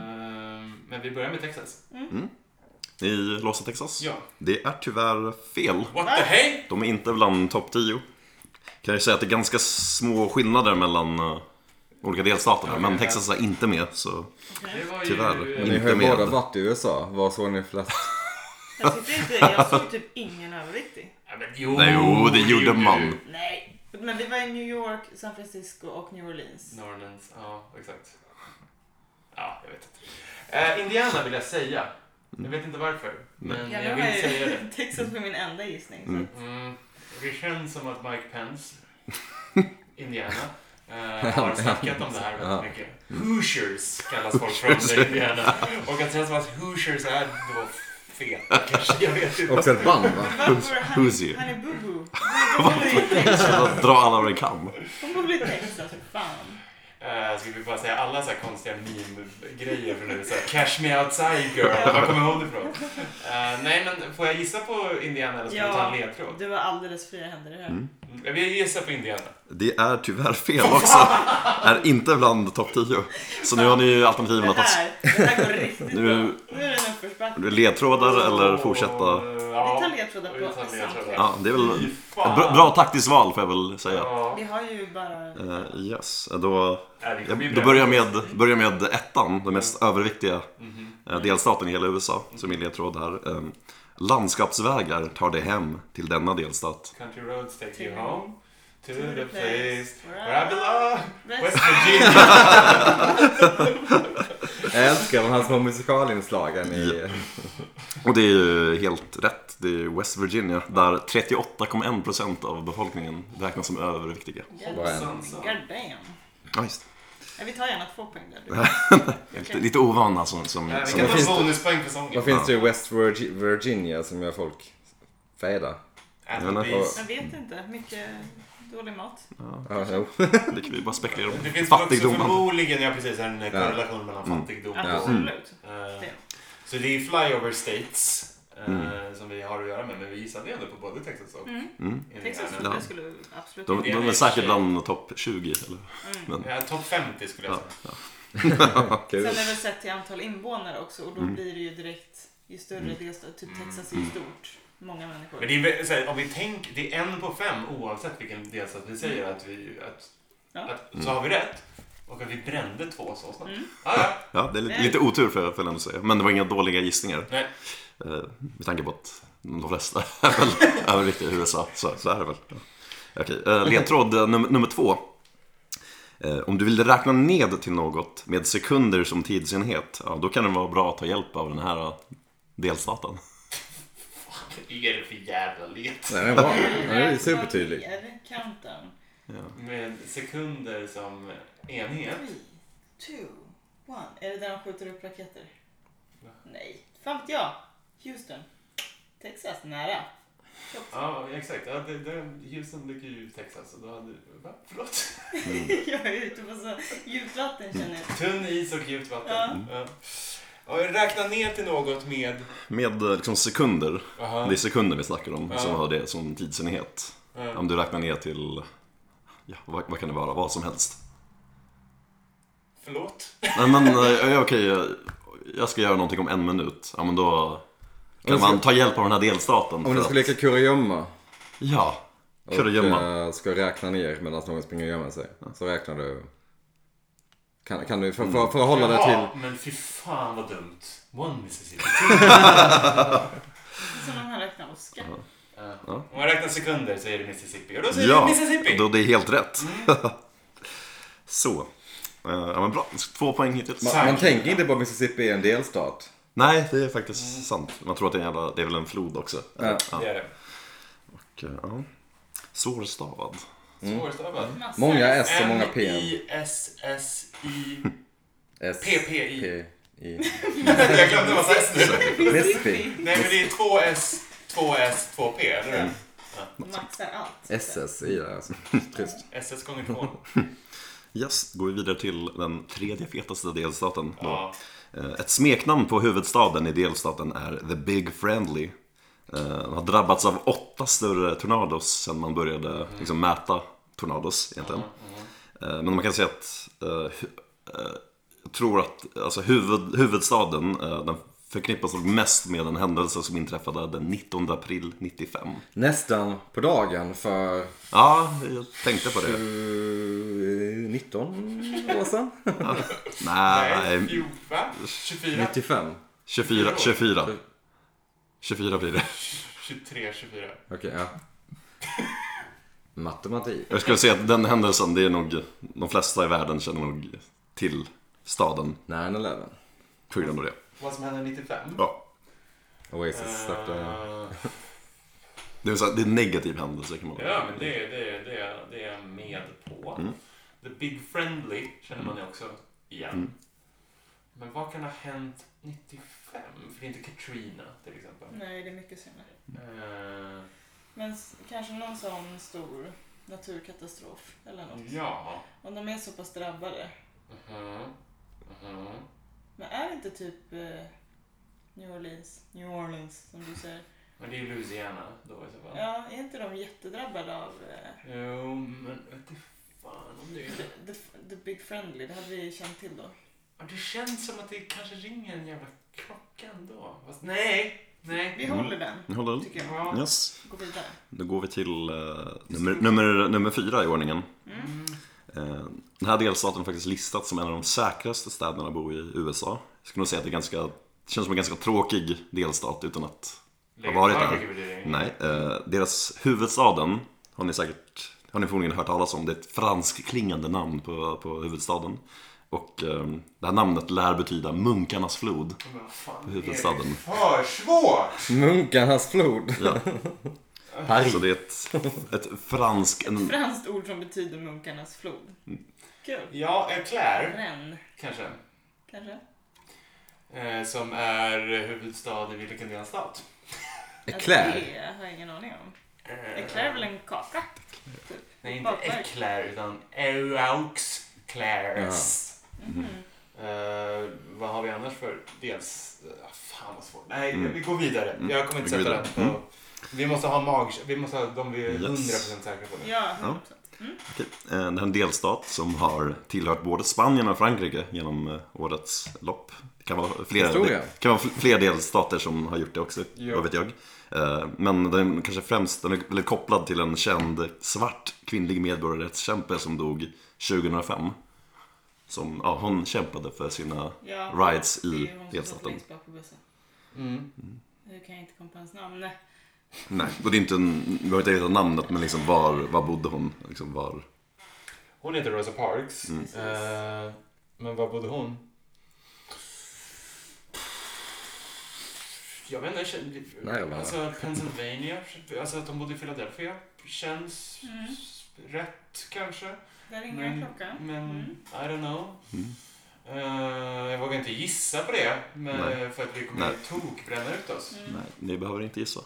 Men vi börjar med Texas. I Los Texas. Ja. Det är tyvärr fel. What the hey? De är inte bland topp 10. Kan jag säga att det är ganska små skillnader mellan eh, olika delstater. Okej, men ja. Texas är inte med så... Det var ju... Tyvärr. Mm. eh, Men Ni har ju Inte med. båda varit i USA. Var såg ni flest? Jag tyckte inte, jag såg typ ingen överviktig. ja, men Jo, Nej, jo, det gjorde du. man. Nej. Men vi var i New York, San Francisco och New Orleans. Norrlands, ja exakt. Ja, jag vet inte. Eh, Indiana vill jag säga. Jag vet inte varför, men Ja, jag nu har vill säga det. ju Texas för min enda gissning. Så. Mm. Det känns som att Mike Pence, Indiana, eh, har snackat om det här väldigt Ja. mycket. Hoosiers kallas folk från Indiana. Och att det känns som att Hoosiers är då feta kanske, jag vet inte. Också ett band va? Varför han, who's you? han är boo-boo. De bor väl i Texas? Dra alla vad ni kan. De bor väl i Texas, för fan. Eh, Eh, Ska vi bara säga alla så här konstiga meme-grejer för nu? Så här, Cash me outside girl, var kommer jag ihåg det ifrån? Eh, nej men får jag gissa på Indiana eller ska vi ta en ledtråd? du har alldeles fria händer i det här. Mm, Jag vill gissa på Indiana. Det är tyvärr fel också. är inte bland topp 10. Så nu har ni ju alternativen Det att här, det här går riktigt bra. Nu- Nu är det en uppförsbacke. ledtrådar eller fortsätta. Ja, Vi tar ledtrådar på vi tar ledtrådar. samtliga. Ja, det är väl Fy ett fan. bra, bra taktiskt val får jag väl säga. Ja, Vi har ju bara... Eh, Yes, då, nej, det jag, kommer ju då bli börjar jag med, börjar med ettan, den mest överviktiga Mm-hmm. eh, delstaten i hela USA. Så min ledtråd här. eh, Landskapsvägar tar dig hem till denna delstat. Country roads take you To- home to the the place Ah. place where where I I belong. Bäst. West Virginia. Jag älskar de här små musikalinslagen i... Och det är ju helt rätt. Det är West Virginia där 38,1% av befolkningen räknas som överviktiga. God Vad damn. Ja, just. Ja, vi tar gärna två poäng där. det. Lite, lite ovana som... som, Nej, Äh, Vi som kan finns ta det- bonuspoäng för sången. Vad finns det i West Virgi- Virginia som gör folk fejda? Applebee's. Jag vet inte. Mycket dålig mat. Ja, jo. det kan vi bara spekulera om. Det finns väl också Fattigdomen. förmodligen ja, precis en korrelation mellan fattigdom och... Absolut. eh, Det. Så det är flyover states eh, som vi har att göra med, men vi gissade ju ändå på både Texas och Mm. Indiana. Texas Ja. jag skulle absolut Mm. De, de är säkert bland topp 20 eller? Ja, topp 50 skulle jag säga. Kul. Sen är det väl sett till antal invånare också och då blir det ju direkt ju större delstat, typ Texas är ju stort, många människor. Mm. Men det är, väl så här, om vi tänker, det är en på fem oavsett vilken delstat vi säger att vi... Att, Mm. Ja. att, så har vi rätt. Och att vi brände två så snabbt. Mm. Ah, ja. Ja, det är lite, lite otur för jag får jag ändå säga. Men det var inga dåliga gissningar. Nej. Eh, med tanke på att de flesta är väl överviktiga i USA. Så, så är det väl. Ja. Okej, eh, ledtråd eh, nummer, nummer två. Eh, om du vill räkna ned till något med sekunder som tidsenhet, ja, då kan det vara bra att ta hjälp av den här eh, delstaten. Vad är det för jävla let? Nej, Den är bra. Den är supertydlig. Ner, Countdown. Med sekunder som enhet. Three, two, one. Är det där de skjuter upp raketer? Nej. Fan vet jag. Houston. Texas, nära. Ja, exakt. Ja, det, det, ljusen ligger ju i Texas. Och då hade, va? Förlåt? jag är ute på så djupt vatten känner jag. Tunn is och djupt vatten. Ja. Ja, räkna ner till något med... Med eh, liksom sekunder, Aha. det är sekunder vi snackar om, som Ja. har det som tidsenhet. Ja. Om du räknar ner till, ja, vad, vad kan det vara, vad som helst. Förlåt? Nej men eh, ja, okej, eh, jag ska göra någonting om en minut. Ja men då kan man ta hjälp av den här delstaten. Om för du att- ska leka kurragömma Ja, och kurragömma. eh, ska räkna ner medan någon springer och gömmer sig. Så räknar du. Kan, kan du, för, för, för att hålla det Jaha, till... men fy fan vad dumt. One Mississippi. Som de här räknar Oscar. Ja. Om man räknar sekunder så är det Mississippi. Och då säger vi Ja, Mississippi! då det är helt rätt. Så. Eh, Ja men bra, två poäng hittills. Man, man tänker inte på att Mississippi är en delstat. Nej, det är faktiskt sant. Man tror att det är, en jävla, det är väl en flod också. Ja. Det är det. Och, eh, ja. Svårstavad. Svårstavat. Massa. Många S och Mm. många P. M-I-S-S-I... S, PPI. P, I. Jag glömde vad S nu. Mississippi. Nej men det är 2S, 2S, 2P. Eller hur? Mm. Maxar allt. SS i det alltså. Trist. SS gånger 2. Yes, går vi vidare till den tredje fetaste delstaten. då. Ja. Eh, Ett smeknamn på huvudstaden i delstaten är The Big Friendly. Eh, Den har drabbats av åtta större tornados sedan man började liksom, mäta tornados egentligen. Eh, Men man kan säga att eh, hu- eh, jag tror att alltså, huvud, huvudstaden eh, den förknippas nog mest med en händelse som inträffade den 19 april 95. Nästan på dagen för Ja, jag tänkte på det. eh, 19 år sedan. Nej, Nej, jo, va? 24? 95. 24, 24. 24 blir det. 23, 24. Okej, ja. Matematik. Jag skulle säga att den händelsen, det är nog de flesta i världen känner nog till staden 9-11. på grund av det. Vad som hände 95? Ja. Oasis startade. Eh, Det är, så, det är en negativ händelse kan man Ja, men det, det, det, det är jag med på. Mm. The Big Friendly känner man ju också igen. Mm. Men vad kan ha hänt 95? För det är inte Katrina till Mm. exempel. Nej, det är mycket senare. Eh, Men s- kanske någon sån stor naturkatastrof eller något. Ja. Om de är så pass drabbade. Mhm. Mhm. Men är det inte typ eh, New Orleans, New Orleans som du säger? Men det är ju Louisiana då i så fall. Ja, är inte de jättedrabbade av eh, Jo, men vete fan om det är... the, the, the Big Friendly? Det hade vi känt till då. Ja, Det känns som att det kanske ringer en jävla klocka ändå. Fast nej, nej. Vi håller den, Jag håller. tycker jag. Ja. Yes. Gå vidare. Då går vi till eh, nummer, nummer, nummer fyra i ordningen. Mm. Mm. Eh, den här delstaten är faktiskt listat som en av de säkraste städerna att bo i USA. Jag skulle nog säga att det är ganska, det känns som en ganska tråkig delstat utan att Lägger Har varit kvar där. mycket värdering. Nej, eh, deras huvudstaden har ni säkert har ni förmodligen hört talas om. Det är ett franskklingande namn på, på huvudstaden. Och eh, det här namnet lär betyda munkarnas flod. Men vad fan, Huvudstaden. är det för svårt? Munkarnas flod. Så det är ett, ett fransk... En, Franskt ord som betyder munkarnas flod. Kul. Ja, eh, Claire Rennes, kanske. kanske? Eh, som är huvudstaden i vilken delstat? Eclair. Det har jag ingen aning om. Eh, Eclair är väl en kaka? Nej, inte Bakverk. Eclair utan Auxclairs. Mm-hmm. Eh, vad har vi annars för dels... ah, fan vad svårt. Nej, vi går vidare. Jag kommer inte Mm. vi går sätta den vidare. Mm. på... Vi måste ha mag... Vi måste ha de vi är Yes. 100% säkra på. Nu. Mm-hmm. Ja, Ja. 100%. Okej. Eh, Det är en delstat som har tillhört både Spanien och Frankrike genom eh, årets lopp. Det kan vara flera, Historia. det kan vara fl- fler delstater som har gjort det också, Ja. vad vet jag. Eh, Men den kanske främst, den är väldigt kopplad till en känd svart kvinnlig medborgarrättskämpe som dog 2005. Som, ja, hon kämpade för sina Ja, rights det är ju i hon som satt delstaten. längst bak på bussen. Mm. Nu kan jag inte komma på hans namn. Nej. Nej, och det är inte, en- vi har inte veta namnet men liksom var, var bodde hon? Liksom var, Hon heter Rosa Parks. Mm. Eh, men var bodde hon? Jag vet inte. Jag känner, Nej, jag bara- alltså Pennsylvania. Alltså att de bodde i Philadelphia. Känns Mm. rätt kanske. Där ringer Men, klockan. men Mm. I don't know. Mm. Eh, jag vågar inte gissa på det. Men, Nej. För att vi kommer Nej. tokbränna ut oss. Mm. nej, ni behöver inte gissa.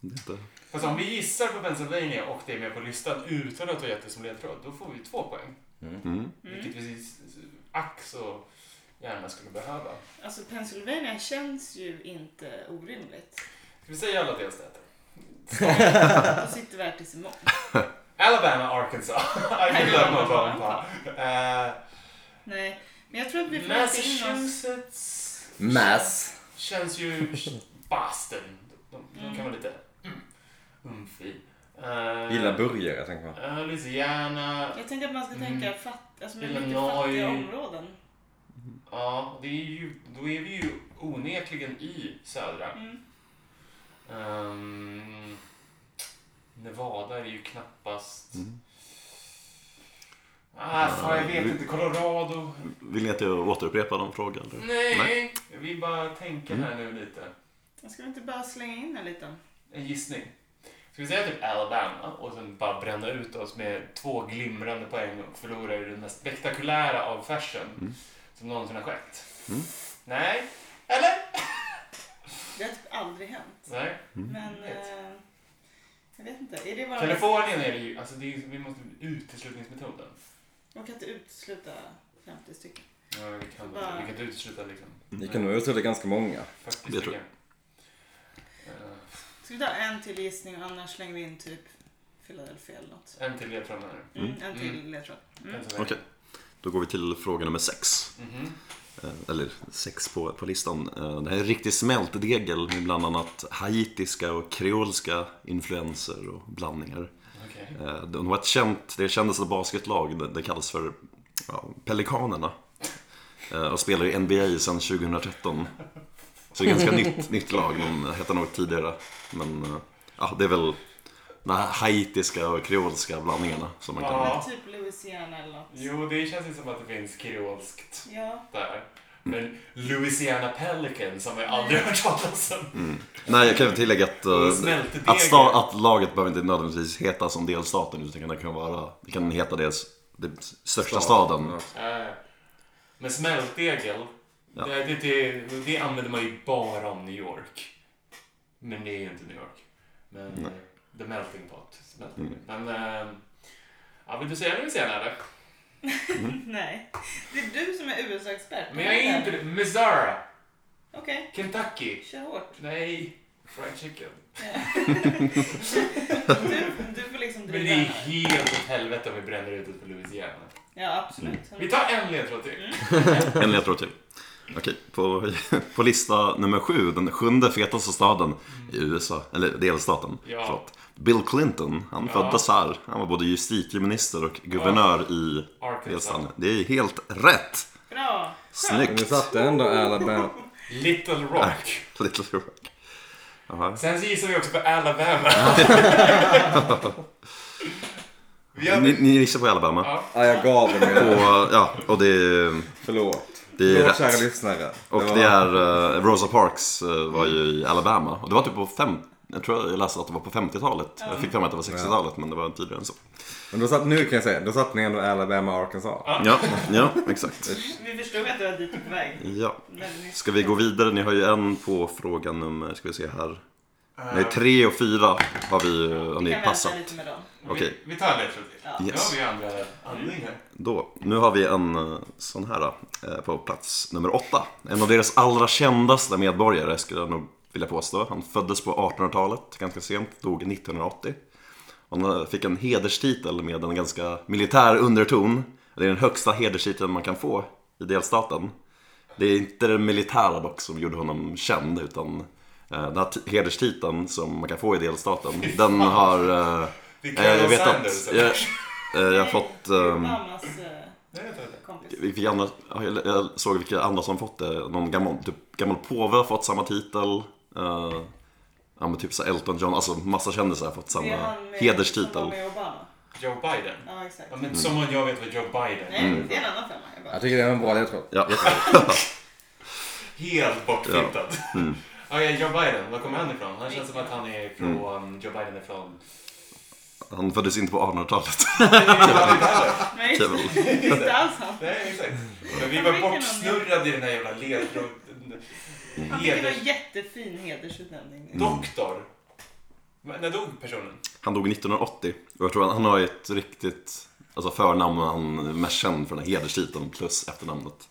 Det är inte... Fast om vi gissar på Pennsylvania och det är med på listan utan att ha gett det som ledtråd. Då får vi två poäng. Mm. Vilket vi s- s- ack så gärna skulle behöva. Alltså Pennsylvania känns ju inte orimligt. Ska vi säga alla delstater? Då sitter vi här tills imorgon. Alabama, Arkansas. I Nej, vill lämna Alabama. Bampa. Eh, Nej, men jag tror att vi får inte in oss. Massachusetts Mass. känns ju... Boston. De, de, de kan vara lite mm, umfi. Eh, Gillar burgare, tänker man. eh, Louisiana. Jag tänker att man ska Mm. tänka fatt, alltså med mycket Illinois. fattiga områden. Ja, det är ju, då är vi ju onekligen i södra. Mm. Ehm, Nevada är ju knappast... Ah, fan, jag vet inte. Colorado. Vill ni att jag återupprepar de frågan? eller? Nej, vi bara tänker här nu lite. Jag ska vi inte bara slänga in en liten? En gissning. Ska vi säga typ Alabama och sen bara bränna ut oss med två glimrande poäng och förlora i den mest spektakulära av fashion Mm. som någonsin har skett? Nej? Eller? Det har typ aldrig hänt. Nej. Mm. Men eh, jag vet inte. Är det bara Kalifornien är det ju, alltså det är, vi måste uteslutningsmetoden. Man kan inte utesluta 50 stycken. Ja, vi kan Bara- inte, vi kan inte utesluta liksom. Vi kan nog utesluta ganska många. Faktiskt Jag tror- tycker jag. Eh, Ska vi ta en till gissning och annars slänger vi in typ Philadelphia eller något. en till ledtråd menar du? Mm, en till Mm. ledtråd. Mm. En till. Okej. Då går vi till fråga nummer sex. Mhm. Eh, Eller sex på, på listan. Eh, Det här är en riktig smältdegel med bland annat haitiska och kreolska influenser och blandningar. Okej. Eh, De var ett känt, det kändes ett basketlag, det- det kallas för ja, Pelikanerna. Eh, Och spelar i NBA sedan 2013. Så det är ganska nytt, nytt lag, de hette något tidigare. Men eh, ja, det är väl de här haitiska och kreolska blandningarna som man kan... Ja. Men typ Louisiana eller något. Jo, det känns ju som att det finns kreolskt Ja. där. Men Louisiana Pelicans som jag aldrig hört talas om. Nej, jag kan väl tillägga att, eh, Och smältdegel. att, sta, att laget behöver inte nödvändigtvis heta som delstaten utan det kan vara, det kan heta deras, den största staden. Eh, Men smältdegel, Ja. det, det, det, det använder man ju bara om New York. Men det är ju inte New York. Men The melting pot. Melting. Mm. Men, eh, ja, vill du säga något sen eller? Nej. Det är du som är USA-expert. Mm. Men jag är inte det. Missouri, Okej, Kentucky. kör hårt. Nej, fried chicken. Du, du får liksom Men driva det är den här. helt åt helvete om vi bränner ut det på Louisiana. Ja, absolut. Mm. Vi tar en ledtråd till. En ledtråd till. Okej, på, på lista nummer sju, den sjunde fetaste staden i USA, eller delstaten, Ja. förlåt. Bill Clinton, han Ja. föddes här. Han var både justitieminister och guvernör i Arkansas. delstaten. Det är helt rätt! Bra. Men Snyggt! Vi satte ändå Alabama. Little Rock. Little Rock. Jaha. Sen så gissar vi också på Alabama. vi Ni, hade... ni gissar på Alabama. Ja. Ja, Ah, jag gav den er. Och, ja, och det är, Förlåt. det är Förlåt kära rätt. lyssnare. Och var- det är, eh, Rosa Parks eh, var ju i Alabama. Och det var typ på fem, jag tror jag läste att det var på 50-talet. Jag fick för mig att det var 60-talet, men det var tidigare än så. Men då satt, nu kan jag säga, då satt ni ändå Alabama och Arkansas. Ja, ja exakt. Vi förstod att det var dit du var på väg. Ja. väldigt nyss. Ska vi gå vidare? Ni har ju en på fråga nummer, ska vi se här. Eh, Nej, tre och fyra har vi eh, har Vi ni kan passat. vänta lite med dem. Okej. Vi, vi tar en ledtråd till. Ja. Nu har Yes. vi ju andra andning här. Då, nu har vi en eh, sån här eh, på plats nummer åtta. En av deras allra kändaste medborgare skulle jag nog vilja påstå. Han föddes på 1800-talet, ganska sent, dog 1980. Han eh, fick en hederstitel med en ganska militär underton. Det är den högsta hederstiteln man kan få i delstaten. Det är inte det militära dock som gjorde honom känd utan eh, den här ti- hederstiteln som man kan få i delstaten, den har... eh, Det är eh, jag Colonel vet Sanders. att... Jag, eh, jag har fått... ehm, Mammas eh, Nej, vänta, vänta. kompis. vi fick andra, ja, jag, jag såg vilka andra som fått det. Någon gammal, typ, gammal påve har fått samma titel. Eh, ja men typ så här Elton John, alltså massa kändisar har fått Det är samma han med- Som var hederstitel. med Obama. Joe Biden. Ja, exakt. Ja, Mm. men someone jag vet vad Joe Biden Nej, är. det är en annan femma. Jag bara... Jag tycker det är en bra ledtråd. Ja. Helt bortflyttad. Ja. Mm. Joe Biden, var kommer han ifrån? Han känns som att han är från... Joe Biden är från... Han föddes inte på 1800-talet. Nej, Det är väl- det är inte alls han. Nej, exakt. Men vi Han var fick en bortsnurrade i den här jävla Mm. ledtråden. Han fick Heders- en jättefin hedersutnämning. Doktor. Men När dog personen? Han dog 1980 och jag tror han, han har ett riktigt alltså förnamn han är mest känd för den här hederstiteln plus efternamnet.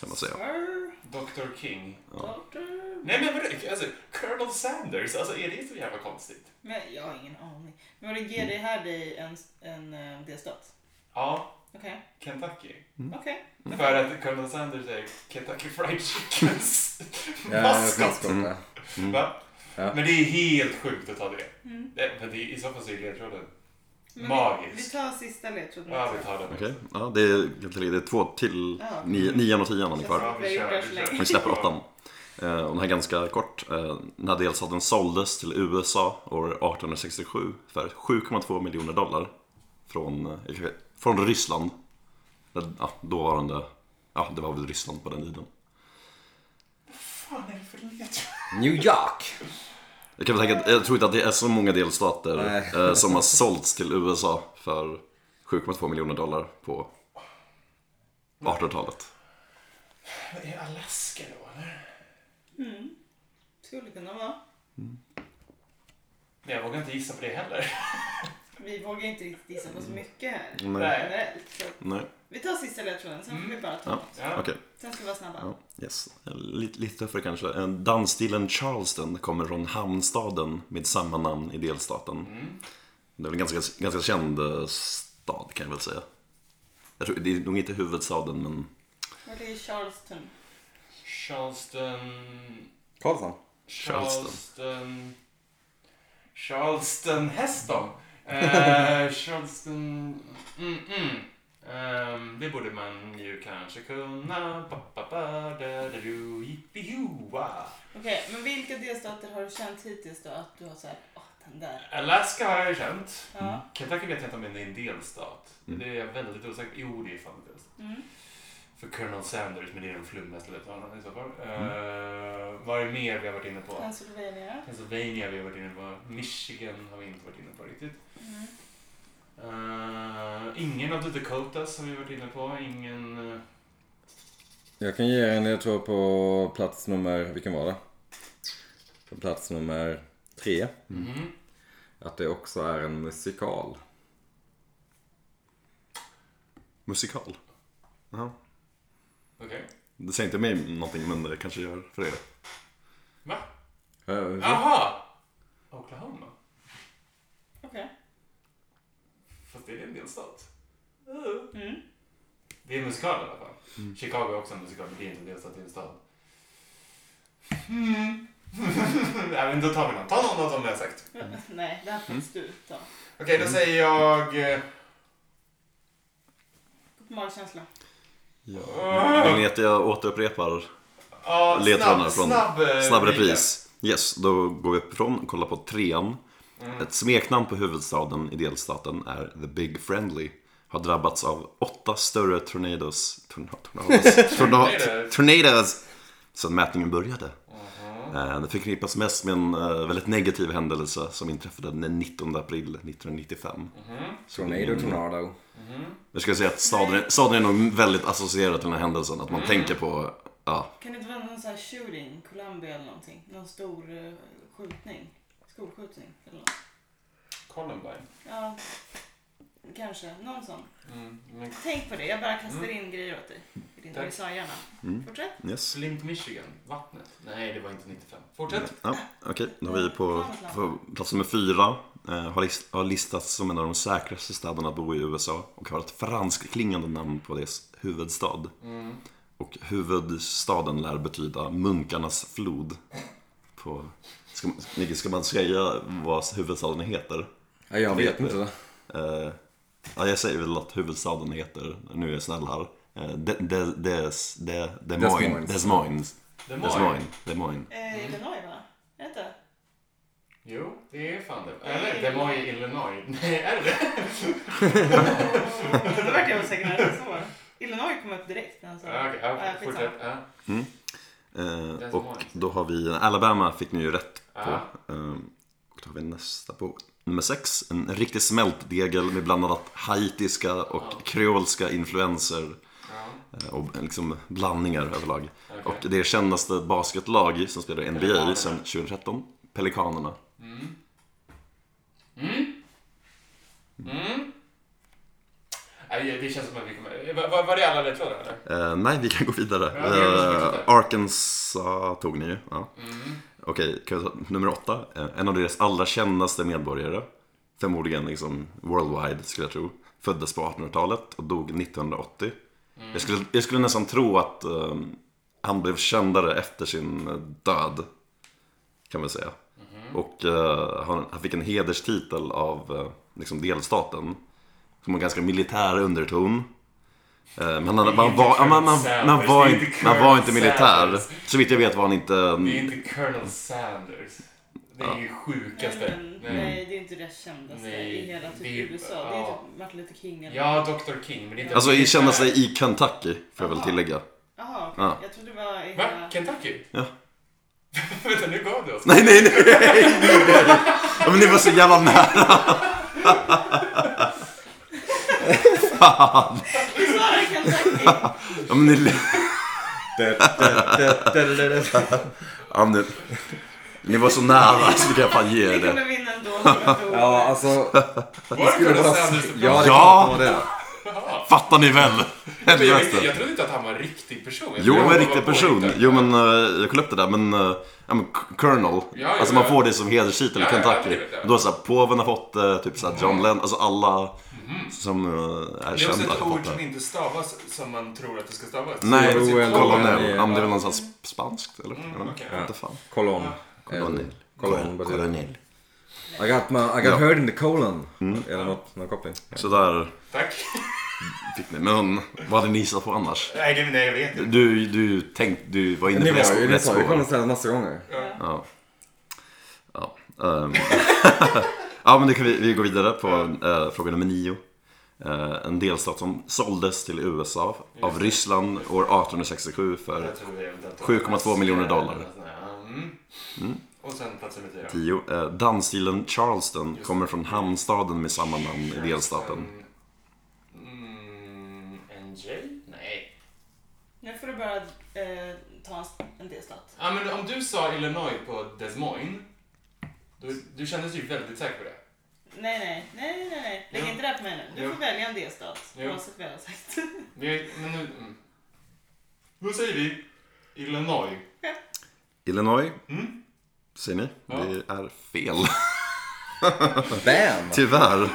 Kan man säga. Sir, Dr King. Doctor... Nej men vadå? Alltså, Colonel Sanders. Alltså är det så jävla konstigt? Men jag har ingen aning. Men var det GD här dig en, en eh, delstat? Ja, Okej, Kentucky. okej. För att Colonel Sanders är Kentucky Fried Chickens Ja, jag maskot. ska mm. Va? Ja. Men det är helt sjukt att ta det. det men det, I så fall så är ledtråden Mm. Men Vi, vi magisk. tar sista ledtråden. Ja, också. vi tar den. Okej, ja, det, är, det är två till, Ja. ni- nian och tian har ni kvar. Ja, Vi har vi gjort det kör. här så länge. Vi släpper åttan. Eh, Och den här är ganska kort. Eh, Den här delstaten såldes till USA år 1867 för 7,2 miljoner dollar. Från, eh, från Ryssland. Den- Ja, dåvarande, ja det var väl Ryssland på den tiden. Fan är det för ledtråd? New York! Jag, kan väl tänka, att- jag tror inte att det är så många delstater Nej. eh, som har sålts till USA för 7,2 miljoner dollar på 1800-talet. Är det Alaska då eller? Skulle kunna vara. Nej, jag vågar inte gissa på det heller. Vi vågar inte riktigt gissa på så mycket här. Nej. Generellt. Så Nej, vi tar sista ledtråden, sen får vi bara ta Ja. något. Ja. okej. Sen ska vi vara snabba. Ja, yes. Lite, lite tuffare kanske. Eh, Dansstilen Charleston kommer från hamnstaden med samma namn i delstaten. Det är väl en ganska, ganska känd eh, stad kan jag väl säga. Jag tror, det är nog inte huvudstaden men... Var det är Charleston? Charleston... Karlsson. Charleston. Charleston... Charleston Heston. Eh, Charleston... Mm, mm. Ehm, det borde man ju kanske kunna. Ba, ba, ba, da, da, do, yippee-hoa. Okej, men vilka delstater har du känt hittills då att du har såhär, åh den där. Alaska har jag ju känt. Ja. Kentucky vet jag inte om det är en delstat. Det är jag väldigt osäker på. Jo, det är fan en delstat. Mm. För Colonel Sanders, men det är den flummigaste ledtråden i så fall. Eh, vad är det mer vi har varit inne på? Pennsylvania. Pennsylvania har vi varit inne på. Michigan har vi inte varit inne på riktigt. Mm. Eh, ingen av The Dakotas har vi varit inne på. Ingen... eh, Jag kan ge er en ledtråd på plats nummer, vilken var det? På plats nummer tre. mhm. Att det också är en musikal. Musikal. Jaha. Okej. Det säger inte mig någonting men det kanske gör för er. Va? Mm. Eh, Jaha! Oklahoma? Okej. Fast det är en delstat. Mm. Det är en musikal i alla fall. Mm. Chicago är också en musikal, men det är inte en delstat, det är en stad. Mm. Nej, men då tar vi någon. Ta någon av dem vi har sagt. Mm. Nej, det här får inte du ta. Okej, då säger jag... eh, Magkänsla. Vill ni att jag återupprepar Ja, ledtrådarna snabb, från snabb, eh, snabb repris? Yes, då går vi uppifrån och kollar på trean. Ett smeknamn på huvudstaden i delstaten är The Big Friendly. Har drabbats av åtta större tornados. Torna- Tornados. torna- Tornados. Sedan mätningen började. Eh, Det förknippas mest med en eh, väldigt negativ händelse som inträffade den 19 april 1995. Mm-hmm. Tornado, tornado. Jag skulle säga att staden, staden är nog väldigt associerad till den här händelsen. Att man tänker på, ja, Kan det inte vara någon sån här shooting, Columbia eller någonting? Någon stor eh, skjutning? Skolskjutning eller något? Columbine. Ja, kanske. Någon sån. Mm. Men Tänk på det, jag bara kastar Mm. in grejer åt dig. I din Tack. USA-hjärna. Fortsätt. yes. Flint, Michigan. Vattnet. Nej, det var inte 95. Fortsätt. Ja, Okej, då har vi på, på plats nummer fyra. Eh, har, list, har listats som en av de säkraste städerna att bo i USA och har ett franskklingande namn på dess huvudstad. Och huvudstaden lär betyda munkarnas flod. På, ska, Nicky, ska man säga vad huvudstaden heter? Ja, jag vet Vet inte. du. det. Eh, ja, jag säger väl att huvudstaden heter, nu är jag snäll här, eh, de, de, des, de, Des Moines. Moines. Des Moines. Des Des Moines. Moines. Des Moines. Eh, Illinois va? Är det inte? Jo, det är fan det. Eller? Det var i Illinois. Nej, är det Då vart jag osäker när det var. Illinois kom upp direkt alltså- när han sa Ja, Okej, ja, Ja, skitsamma. fortsätt. Ja. Eh, Des och Moines. då har vi, Alabama fick ni ju rätt på. Ja. Eh, och då har vi nästa på nummer sex. En riktig smältdegel med bland annat haitiska och kreolska influenser. Ja. eh, Och liksom blandningar överlag. Okej. Och det kändaste basketlag som spelar i NBA sedan 2013, Pelikanerna. Nej, det- det känns som att vi kommer... Var, var, var det alla ledtrådar eller? Eh, nej, vi kan gå vidare. Ja, vi kan gå Eh, vidare. Arkansas tog ni ju. Ja. Mm. Okej, kan jag ta nummer åtta. Eh, en av deras allra kändaste medborgare. Förmodligen liksom worldwide, skulle jag tro. Föddes på 1800-talet och dog 1980. Mm. Jag, skulle, jag skulle nästan tro att eh, han blev kändare efter sin eh, död. Kan man säga. Mhm. Och eh, han, han fick en hederstitel av eh, liksom delstaten. Som har ganska militär underton. Eh, Men han, man, Det är inte var, ja, man, man, Colonel man, Sanders, var, det är inte, inte man var Colonel inte militär. Sanders. Så vitt jag vet var han inte... Det är inte Colonel Sanders. Det är ju sjukaste. Men, Nej. nej, det är inte det kändaste Nej, i hela typ det är- USA. Det är ja. typ Martin Luther King eller... Ja, Dr King, men det är inte... Alltså det är i kända så här- sig i Kentucky, får jag väl Aha. tillägga. Jaha, okej. Ja. jag trodde det var i Va? hela... Kentucky? Ja. Vänta, nu gav du oss. Nej, nej, nej! Ja, Men ni var så jävla nära! Fan! Du sa det, Kentucky! Ja, men ni... Det- det- det- det- det- det- Ja, men ni... Ni var så nära så vi kan fan ge er Vi det. kunde vinna ändå. om vi Ja, var alltså. Var det Skulle Colonel bara... Sanders? du Ja, det är pratade Ja. klart det var det. om? Fattar ni väl? Jag, jag, Helvete. visste- jag trodde inte att han var en riktig person. Jag Jo, trodde han att han var en riktig var person. påhittad. Jo, men eh, jag kollade upp det där. Men, eh, ja, men k- Colonel. ja, alltså ja. man får det som hederstitel i Ja, ja, Kentucky. det vet jag. Då är det såhär, påven har fått det, typ såhär John Lennon. Alltså alla som eh, är Mhm. Det är också kända ett har fått ord som det. inte stavas som man tror att det ska stavas. Nej, Det är Colonel. kolonell. Ja. Ja, men det är väl något sånt sp- spanskt eller? Mm, Jag vet okej, inte. ja. Jag vet inte fan. Kolon. Kolonell. Kolon. betyder- Kolonell. I got, my, I got Ja. heard in the colon. Är det något, någon koppling? Så där Tack. fick ni. Men vad hade ni gissat på annars? Nej, det, nej, jag vet inte. Du, du, tänk, du var inne Ni på rätt var ju, ni rätt sa ju spår. Colin Sanders massa gånger. Ja. Ja, ehm. ja men det kan vi, vi går vidare på eh, fråga nummer nio. Eh, en delstat som såldes till USA av Ryssland år 1867 för Jag tror det är eventuellt- 7,2 miljoner dollar. Ja, Mm. Och sen plats nummer fyra. 10. Eh, dansstilen Charleston kommer från hamnstaden med samma namn i delstaten. Mm, NJ? Nej. Nu får du bara eh, ta en, en delstat. Ja, men om du sa Illinois på Des Moines, då, du kändes ju väldigt säker på det. Nej, nej, nej, nej, nej. Lägg Jo. inte det här på mig nu. Du Jo. får välja en delstat. Jo. Oavsett vad jag har sagt. Vi, men nu, mm. nu säger vi Illinois. Illinois, Mm. säger ni? Ja. Det är fel. Bam! Tyvärr.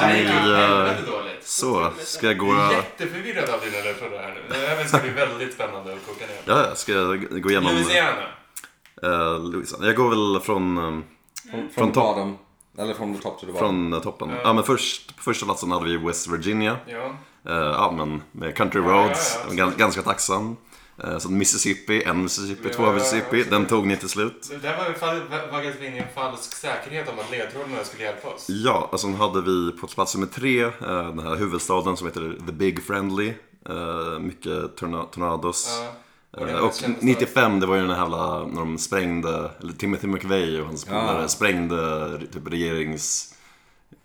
Nej, vi, nej. Väldigt dåligt. Så, ska jag gå... Jag är jätteförvirrad av dina ledtrådar här nu. Det här ska bli väldigt spännande att koka ner. Ja, ska jag gå igenom... Louisiana. eh, Louisiana. Jag går väl från, eh, Från, Från från bottom. Eller från the top to the bottom. från eh, toppen. Ja. Ja, men först, på första platsen hade vi West Virginia. Ja. Eh, ja, men med Country Ja, ja, ja, Roads. absolut. gan- ganska tacksam. Eh, så Mississippi, en Mississippi, Ja, två ja, ja, Mississippi. absolut. Den tog ni till slut. Så där var vi fall, vaggades vi in i en falsk säkerhet om att ledtrådarna skulle hjälpa oss. Ja, och sen hade vi på plats nummer tre eh, den här huvudstaden som heter The Big Friendly. Eh, mycket torna- tornados. Ja. Eh, det var och kändisar. 95, det var ju den här jävla, när de sprängde, eller Timothy McVeigh och hans polare sprängde typ regerings,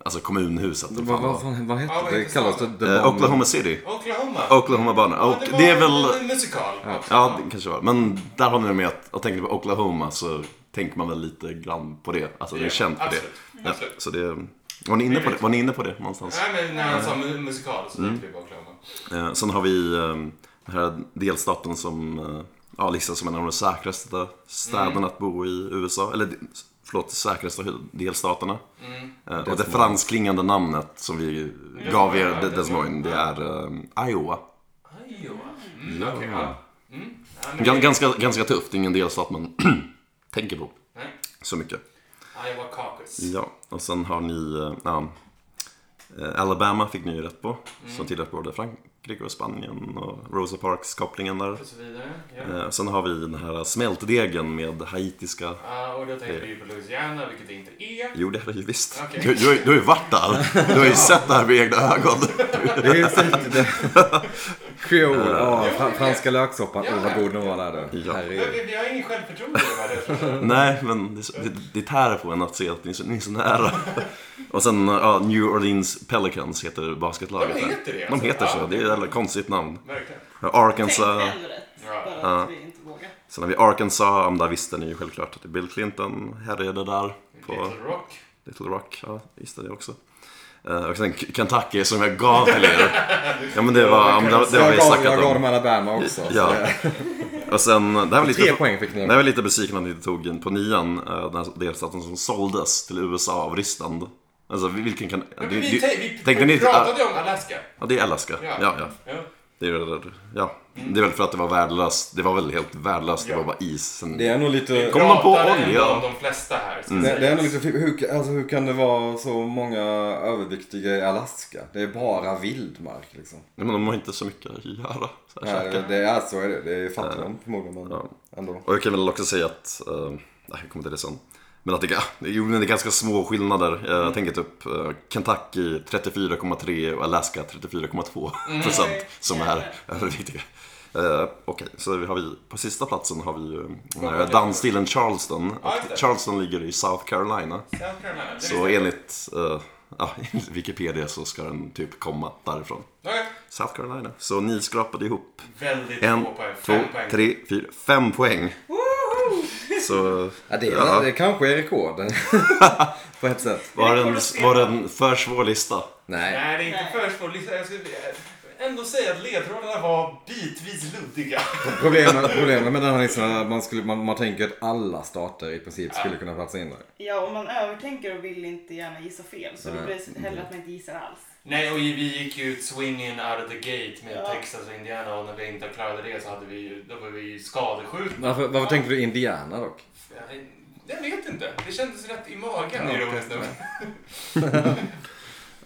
alltså kommunhuset. eller Vad, fan det vad, fan- vad Ja, hette vad det? heter Kallas det staden? The var. Eh, Bomb? Oklahoma City. Oklahoma. Oklahoma Bana. Ja, Och det är en- väl, En musikal. ja det kanske var. Men där har ni med att, och tänker på Oklahoma så tänker man väl lite grann på det. Alltså det är Ja, känt på det. absolut. Ja, Absolut. så det, var ni inne på det? Var ni inne på det någonstans? Nej, men när han sa Mm. mu- musikal så tänkte vi på Oklahoma. Eh, sen har vi eh, den här delstaten som eh, ja, listas som en av de säkraste städerna att bo i USA. Eller förlåt, säkraste hu- delstaterna. Eh, och det Moines. fransklingande namnet som vi gav er, Moines, De- ja. Des Moines, det är eh, Iowa. Iowa. Mm, okej, ja. Mm. Ja, men Gan- det- ganska, ganska tufft, det är ingen delstat man tänker på Nej. så mycket. Iowa Caucus. Ja, och sen har ni eh, ja, eh, Alabama fick ni ju rätt på. Som tillhör både Frankrike och Spanien och Rosa Parks-kopplingen där. Och så vidare. Ja. Eh, Sen har vi den här smältdegen med haitiska... Ja, och då tänkte vi på Louisiana, vilket det inte är. Jo, det är det ju visst. Okej. Du, du, har ju- du har ju varit där. Du har ju sett det här med egna ögon. Det är ju säkert det. Creole. Ja, fran- franska löksoppan. Åh, vad god den var där du. Ja. Men Herregud. vi, vi har ingen självförtroende i de här ledtrådarna. Nej, men det, det, det tär på en att se att ni är så, ni är så nära. Och sen ja, New Orleans Pelicans heter basketlaget. De där. heter det, De alltså? heter Ja. så. Det är ett jävla konstigt namn. Verkligen. Tänk Arkansas. själv rätt. Ja. Bara att vi inte vågar. Sen har vi Arkansas. Ja, men Där visste ni ju självklart att Bill Clinton härjade där. På Little Rock. Little Rock, ja, visste det också. Eh, och sen K- Kentucky som jag gav till er. Ja men det var, ja, men det, det har Jag vi gav, jag snackat gav dem om. Alabama också. så Ja. det- Och sen, det här var Tre lite, poäng fick ni. det här var lite besviken att ni inte tog in på nian, eh, den här delstaten som såldes till USA av Ryssland. Alltså vilken kan... Men det- vi, det- vi, vi, tänkte ni vi inte... pratade ju om Alaska. Ja, det är Alaska. Ja. Ja, ja. Ja. Det är, väl- ja. det är väl för att det var värdelöst. Det var väl helt värdelöst. Ja. Det var bara is. Sen... Det är nog lite... Kom de på Pratade ändå olja? Mm. om de flesta här. ska Det, sägas. det är nog lite... Hur, alltså, hur kan det vara så många överviktiga i Alaska? Det är bara vildmark liksom. Nej, men de har inte så mycket att göra. Så här, Nej, det, käka. det är så är det. Det är fattigdom förmodligen. Men Ja. ändå. Och jag kan väl också säga att, eh, nej jag kommer till det sen. Men att det, ah, jo, men det är ganska små skillnader. Eh, Mm. Jag tänker typ eh, Kentucky 34,3 och Alaska 34,2 procent Mm. Oj, som är jävlar. överviktiga. Eh, Okej, så vi har vi, på sista platsen har vi ju den var det? här dansstilen Charleston. Ja, just Och det. Charleston ligger i South Carolina. South Carolina. Det Så visste jag. enligt eh, ja, enligt Wikipedia så ska den typ komma därifrån. Okej. South Carolina. Så ni skrapade ihop Väldigt en, få poäng. två, Fem poäng. tre, fyra, fem poäng. Så Ja, det, är, Ja. det kanske är rekord. på ett sätt. Var den, var den för svår lista? Nej. Nej, det är inte Nej. för svårt. Lisa, Jag skulle ändå säga att ledtrådarna var bitvis luddiga. Problemet, problemet med den här listan är att man, skulle, man, man tänker att alla stater i princip skulle kunna platsa in där. Ja, och man övertänker och vill inte gärna gissa fel. Så då Nej. blir det hellre att man inte gissar alls. Nej, och vi gick ju ut swinging out of the gate med Ja. Texas och Indiana och när vi inte klarade det så hade vi, ju- då var vi ju skadeskjutna. Varför, varför tänkte du Indiana dock? Jag- Jag vet inte. Det kändes rätt i magen Ja, ironiskt nog.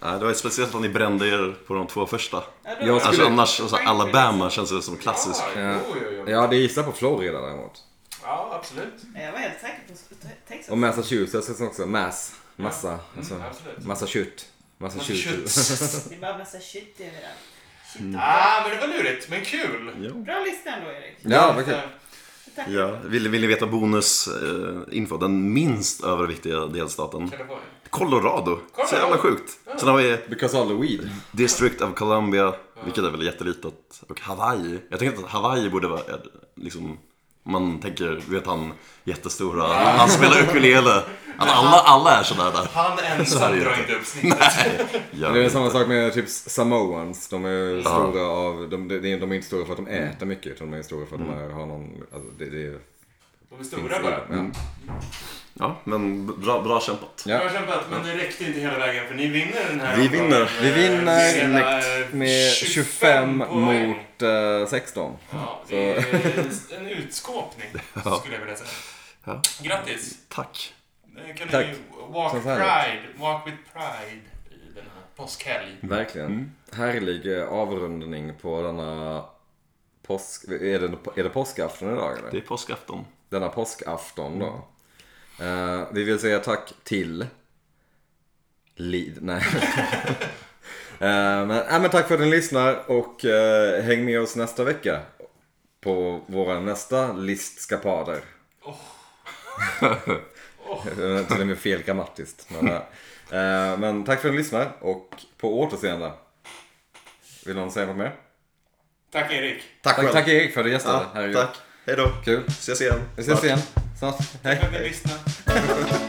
Nej, det var ju speciellt att ni brände er på de två första. Ja, då- Jag Alltså Skulle- annars, alltså, Alabama känns ju som klassisk. Ja, jo, jo, jo. Ja, det gissar på Florida däremot. ja, absolut. Jag var helt säker på Te- Texas. Och Massachusetts också. Mass. Massa. Alltså, absolut. Massachusetts. Massachusetts. Det är bara massa shit överallt. Shit. Mm. Ah, men det var lurigt, men kul. Bra lista ändå, Erik. Ja, vad kul. Tack. Ja. Vill, vill ni veta bonusinfo? info den minst överviktiga delstaten. Kalifornien. Colorado. Så jävla Colorado. sjukt. Sen har vi Because all the weed. District of Columbia, vilket är väl jättelitet. Och Hawaii. Jag tänkte att Hawaii borde vara eh, liksom Om man tänker, du vet han jättestora, han spelar ukulele. Att alla, alla är sådär där. Han Så är ensam det ju drar inte. inte upp snittet. Ja. Det är samma sak med typ Samoans. De är ju stora av, de, de, de är inte stora för att de äter mycket utan de är stora för att de är, har någon, alltså det, det är... De är stora bara. Mm. Ja. ja, men bra, bra kämpat. Jag har Ja. kämpat, men det räckte inte hela vägen för ni vinner den här. Vi omgången vinner. med Vi vinner hela med 25 poäng. mot eh, 16. Ja, det är en utskåpning skulle jag vilja säga. Ja. Grattis! Tack. Eh, Kan Tack. ni walk Så här. pride, walk with pride i den här påskhelgen. Verkligen. Härlig eh, avrundning på denna påsk... Är det, är det påskafton idag eller? Det är påskafton. Denna påskafton då. Eh, vi vill säga tack till... Lid... Nej. Eh, men, nej, men tack för att ni lyssnar och eh, häng med oss nästa vecka. På våra nästa listskapader. Eh, Till och med fel grammatiskt. Men, eh, eh, men tack för att ni lyssnar och på återseende. Vill någon säga något mer? Tack Erik! Tack Tack, själv. tack Erik för att du gästade. Ja, Herregud. tack. Hej då. Kul. Ses igen. Vi ses igen. Snart. Hej. Tack för att ni lyssnade. Hej.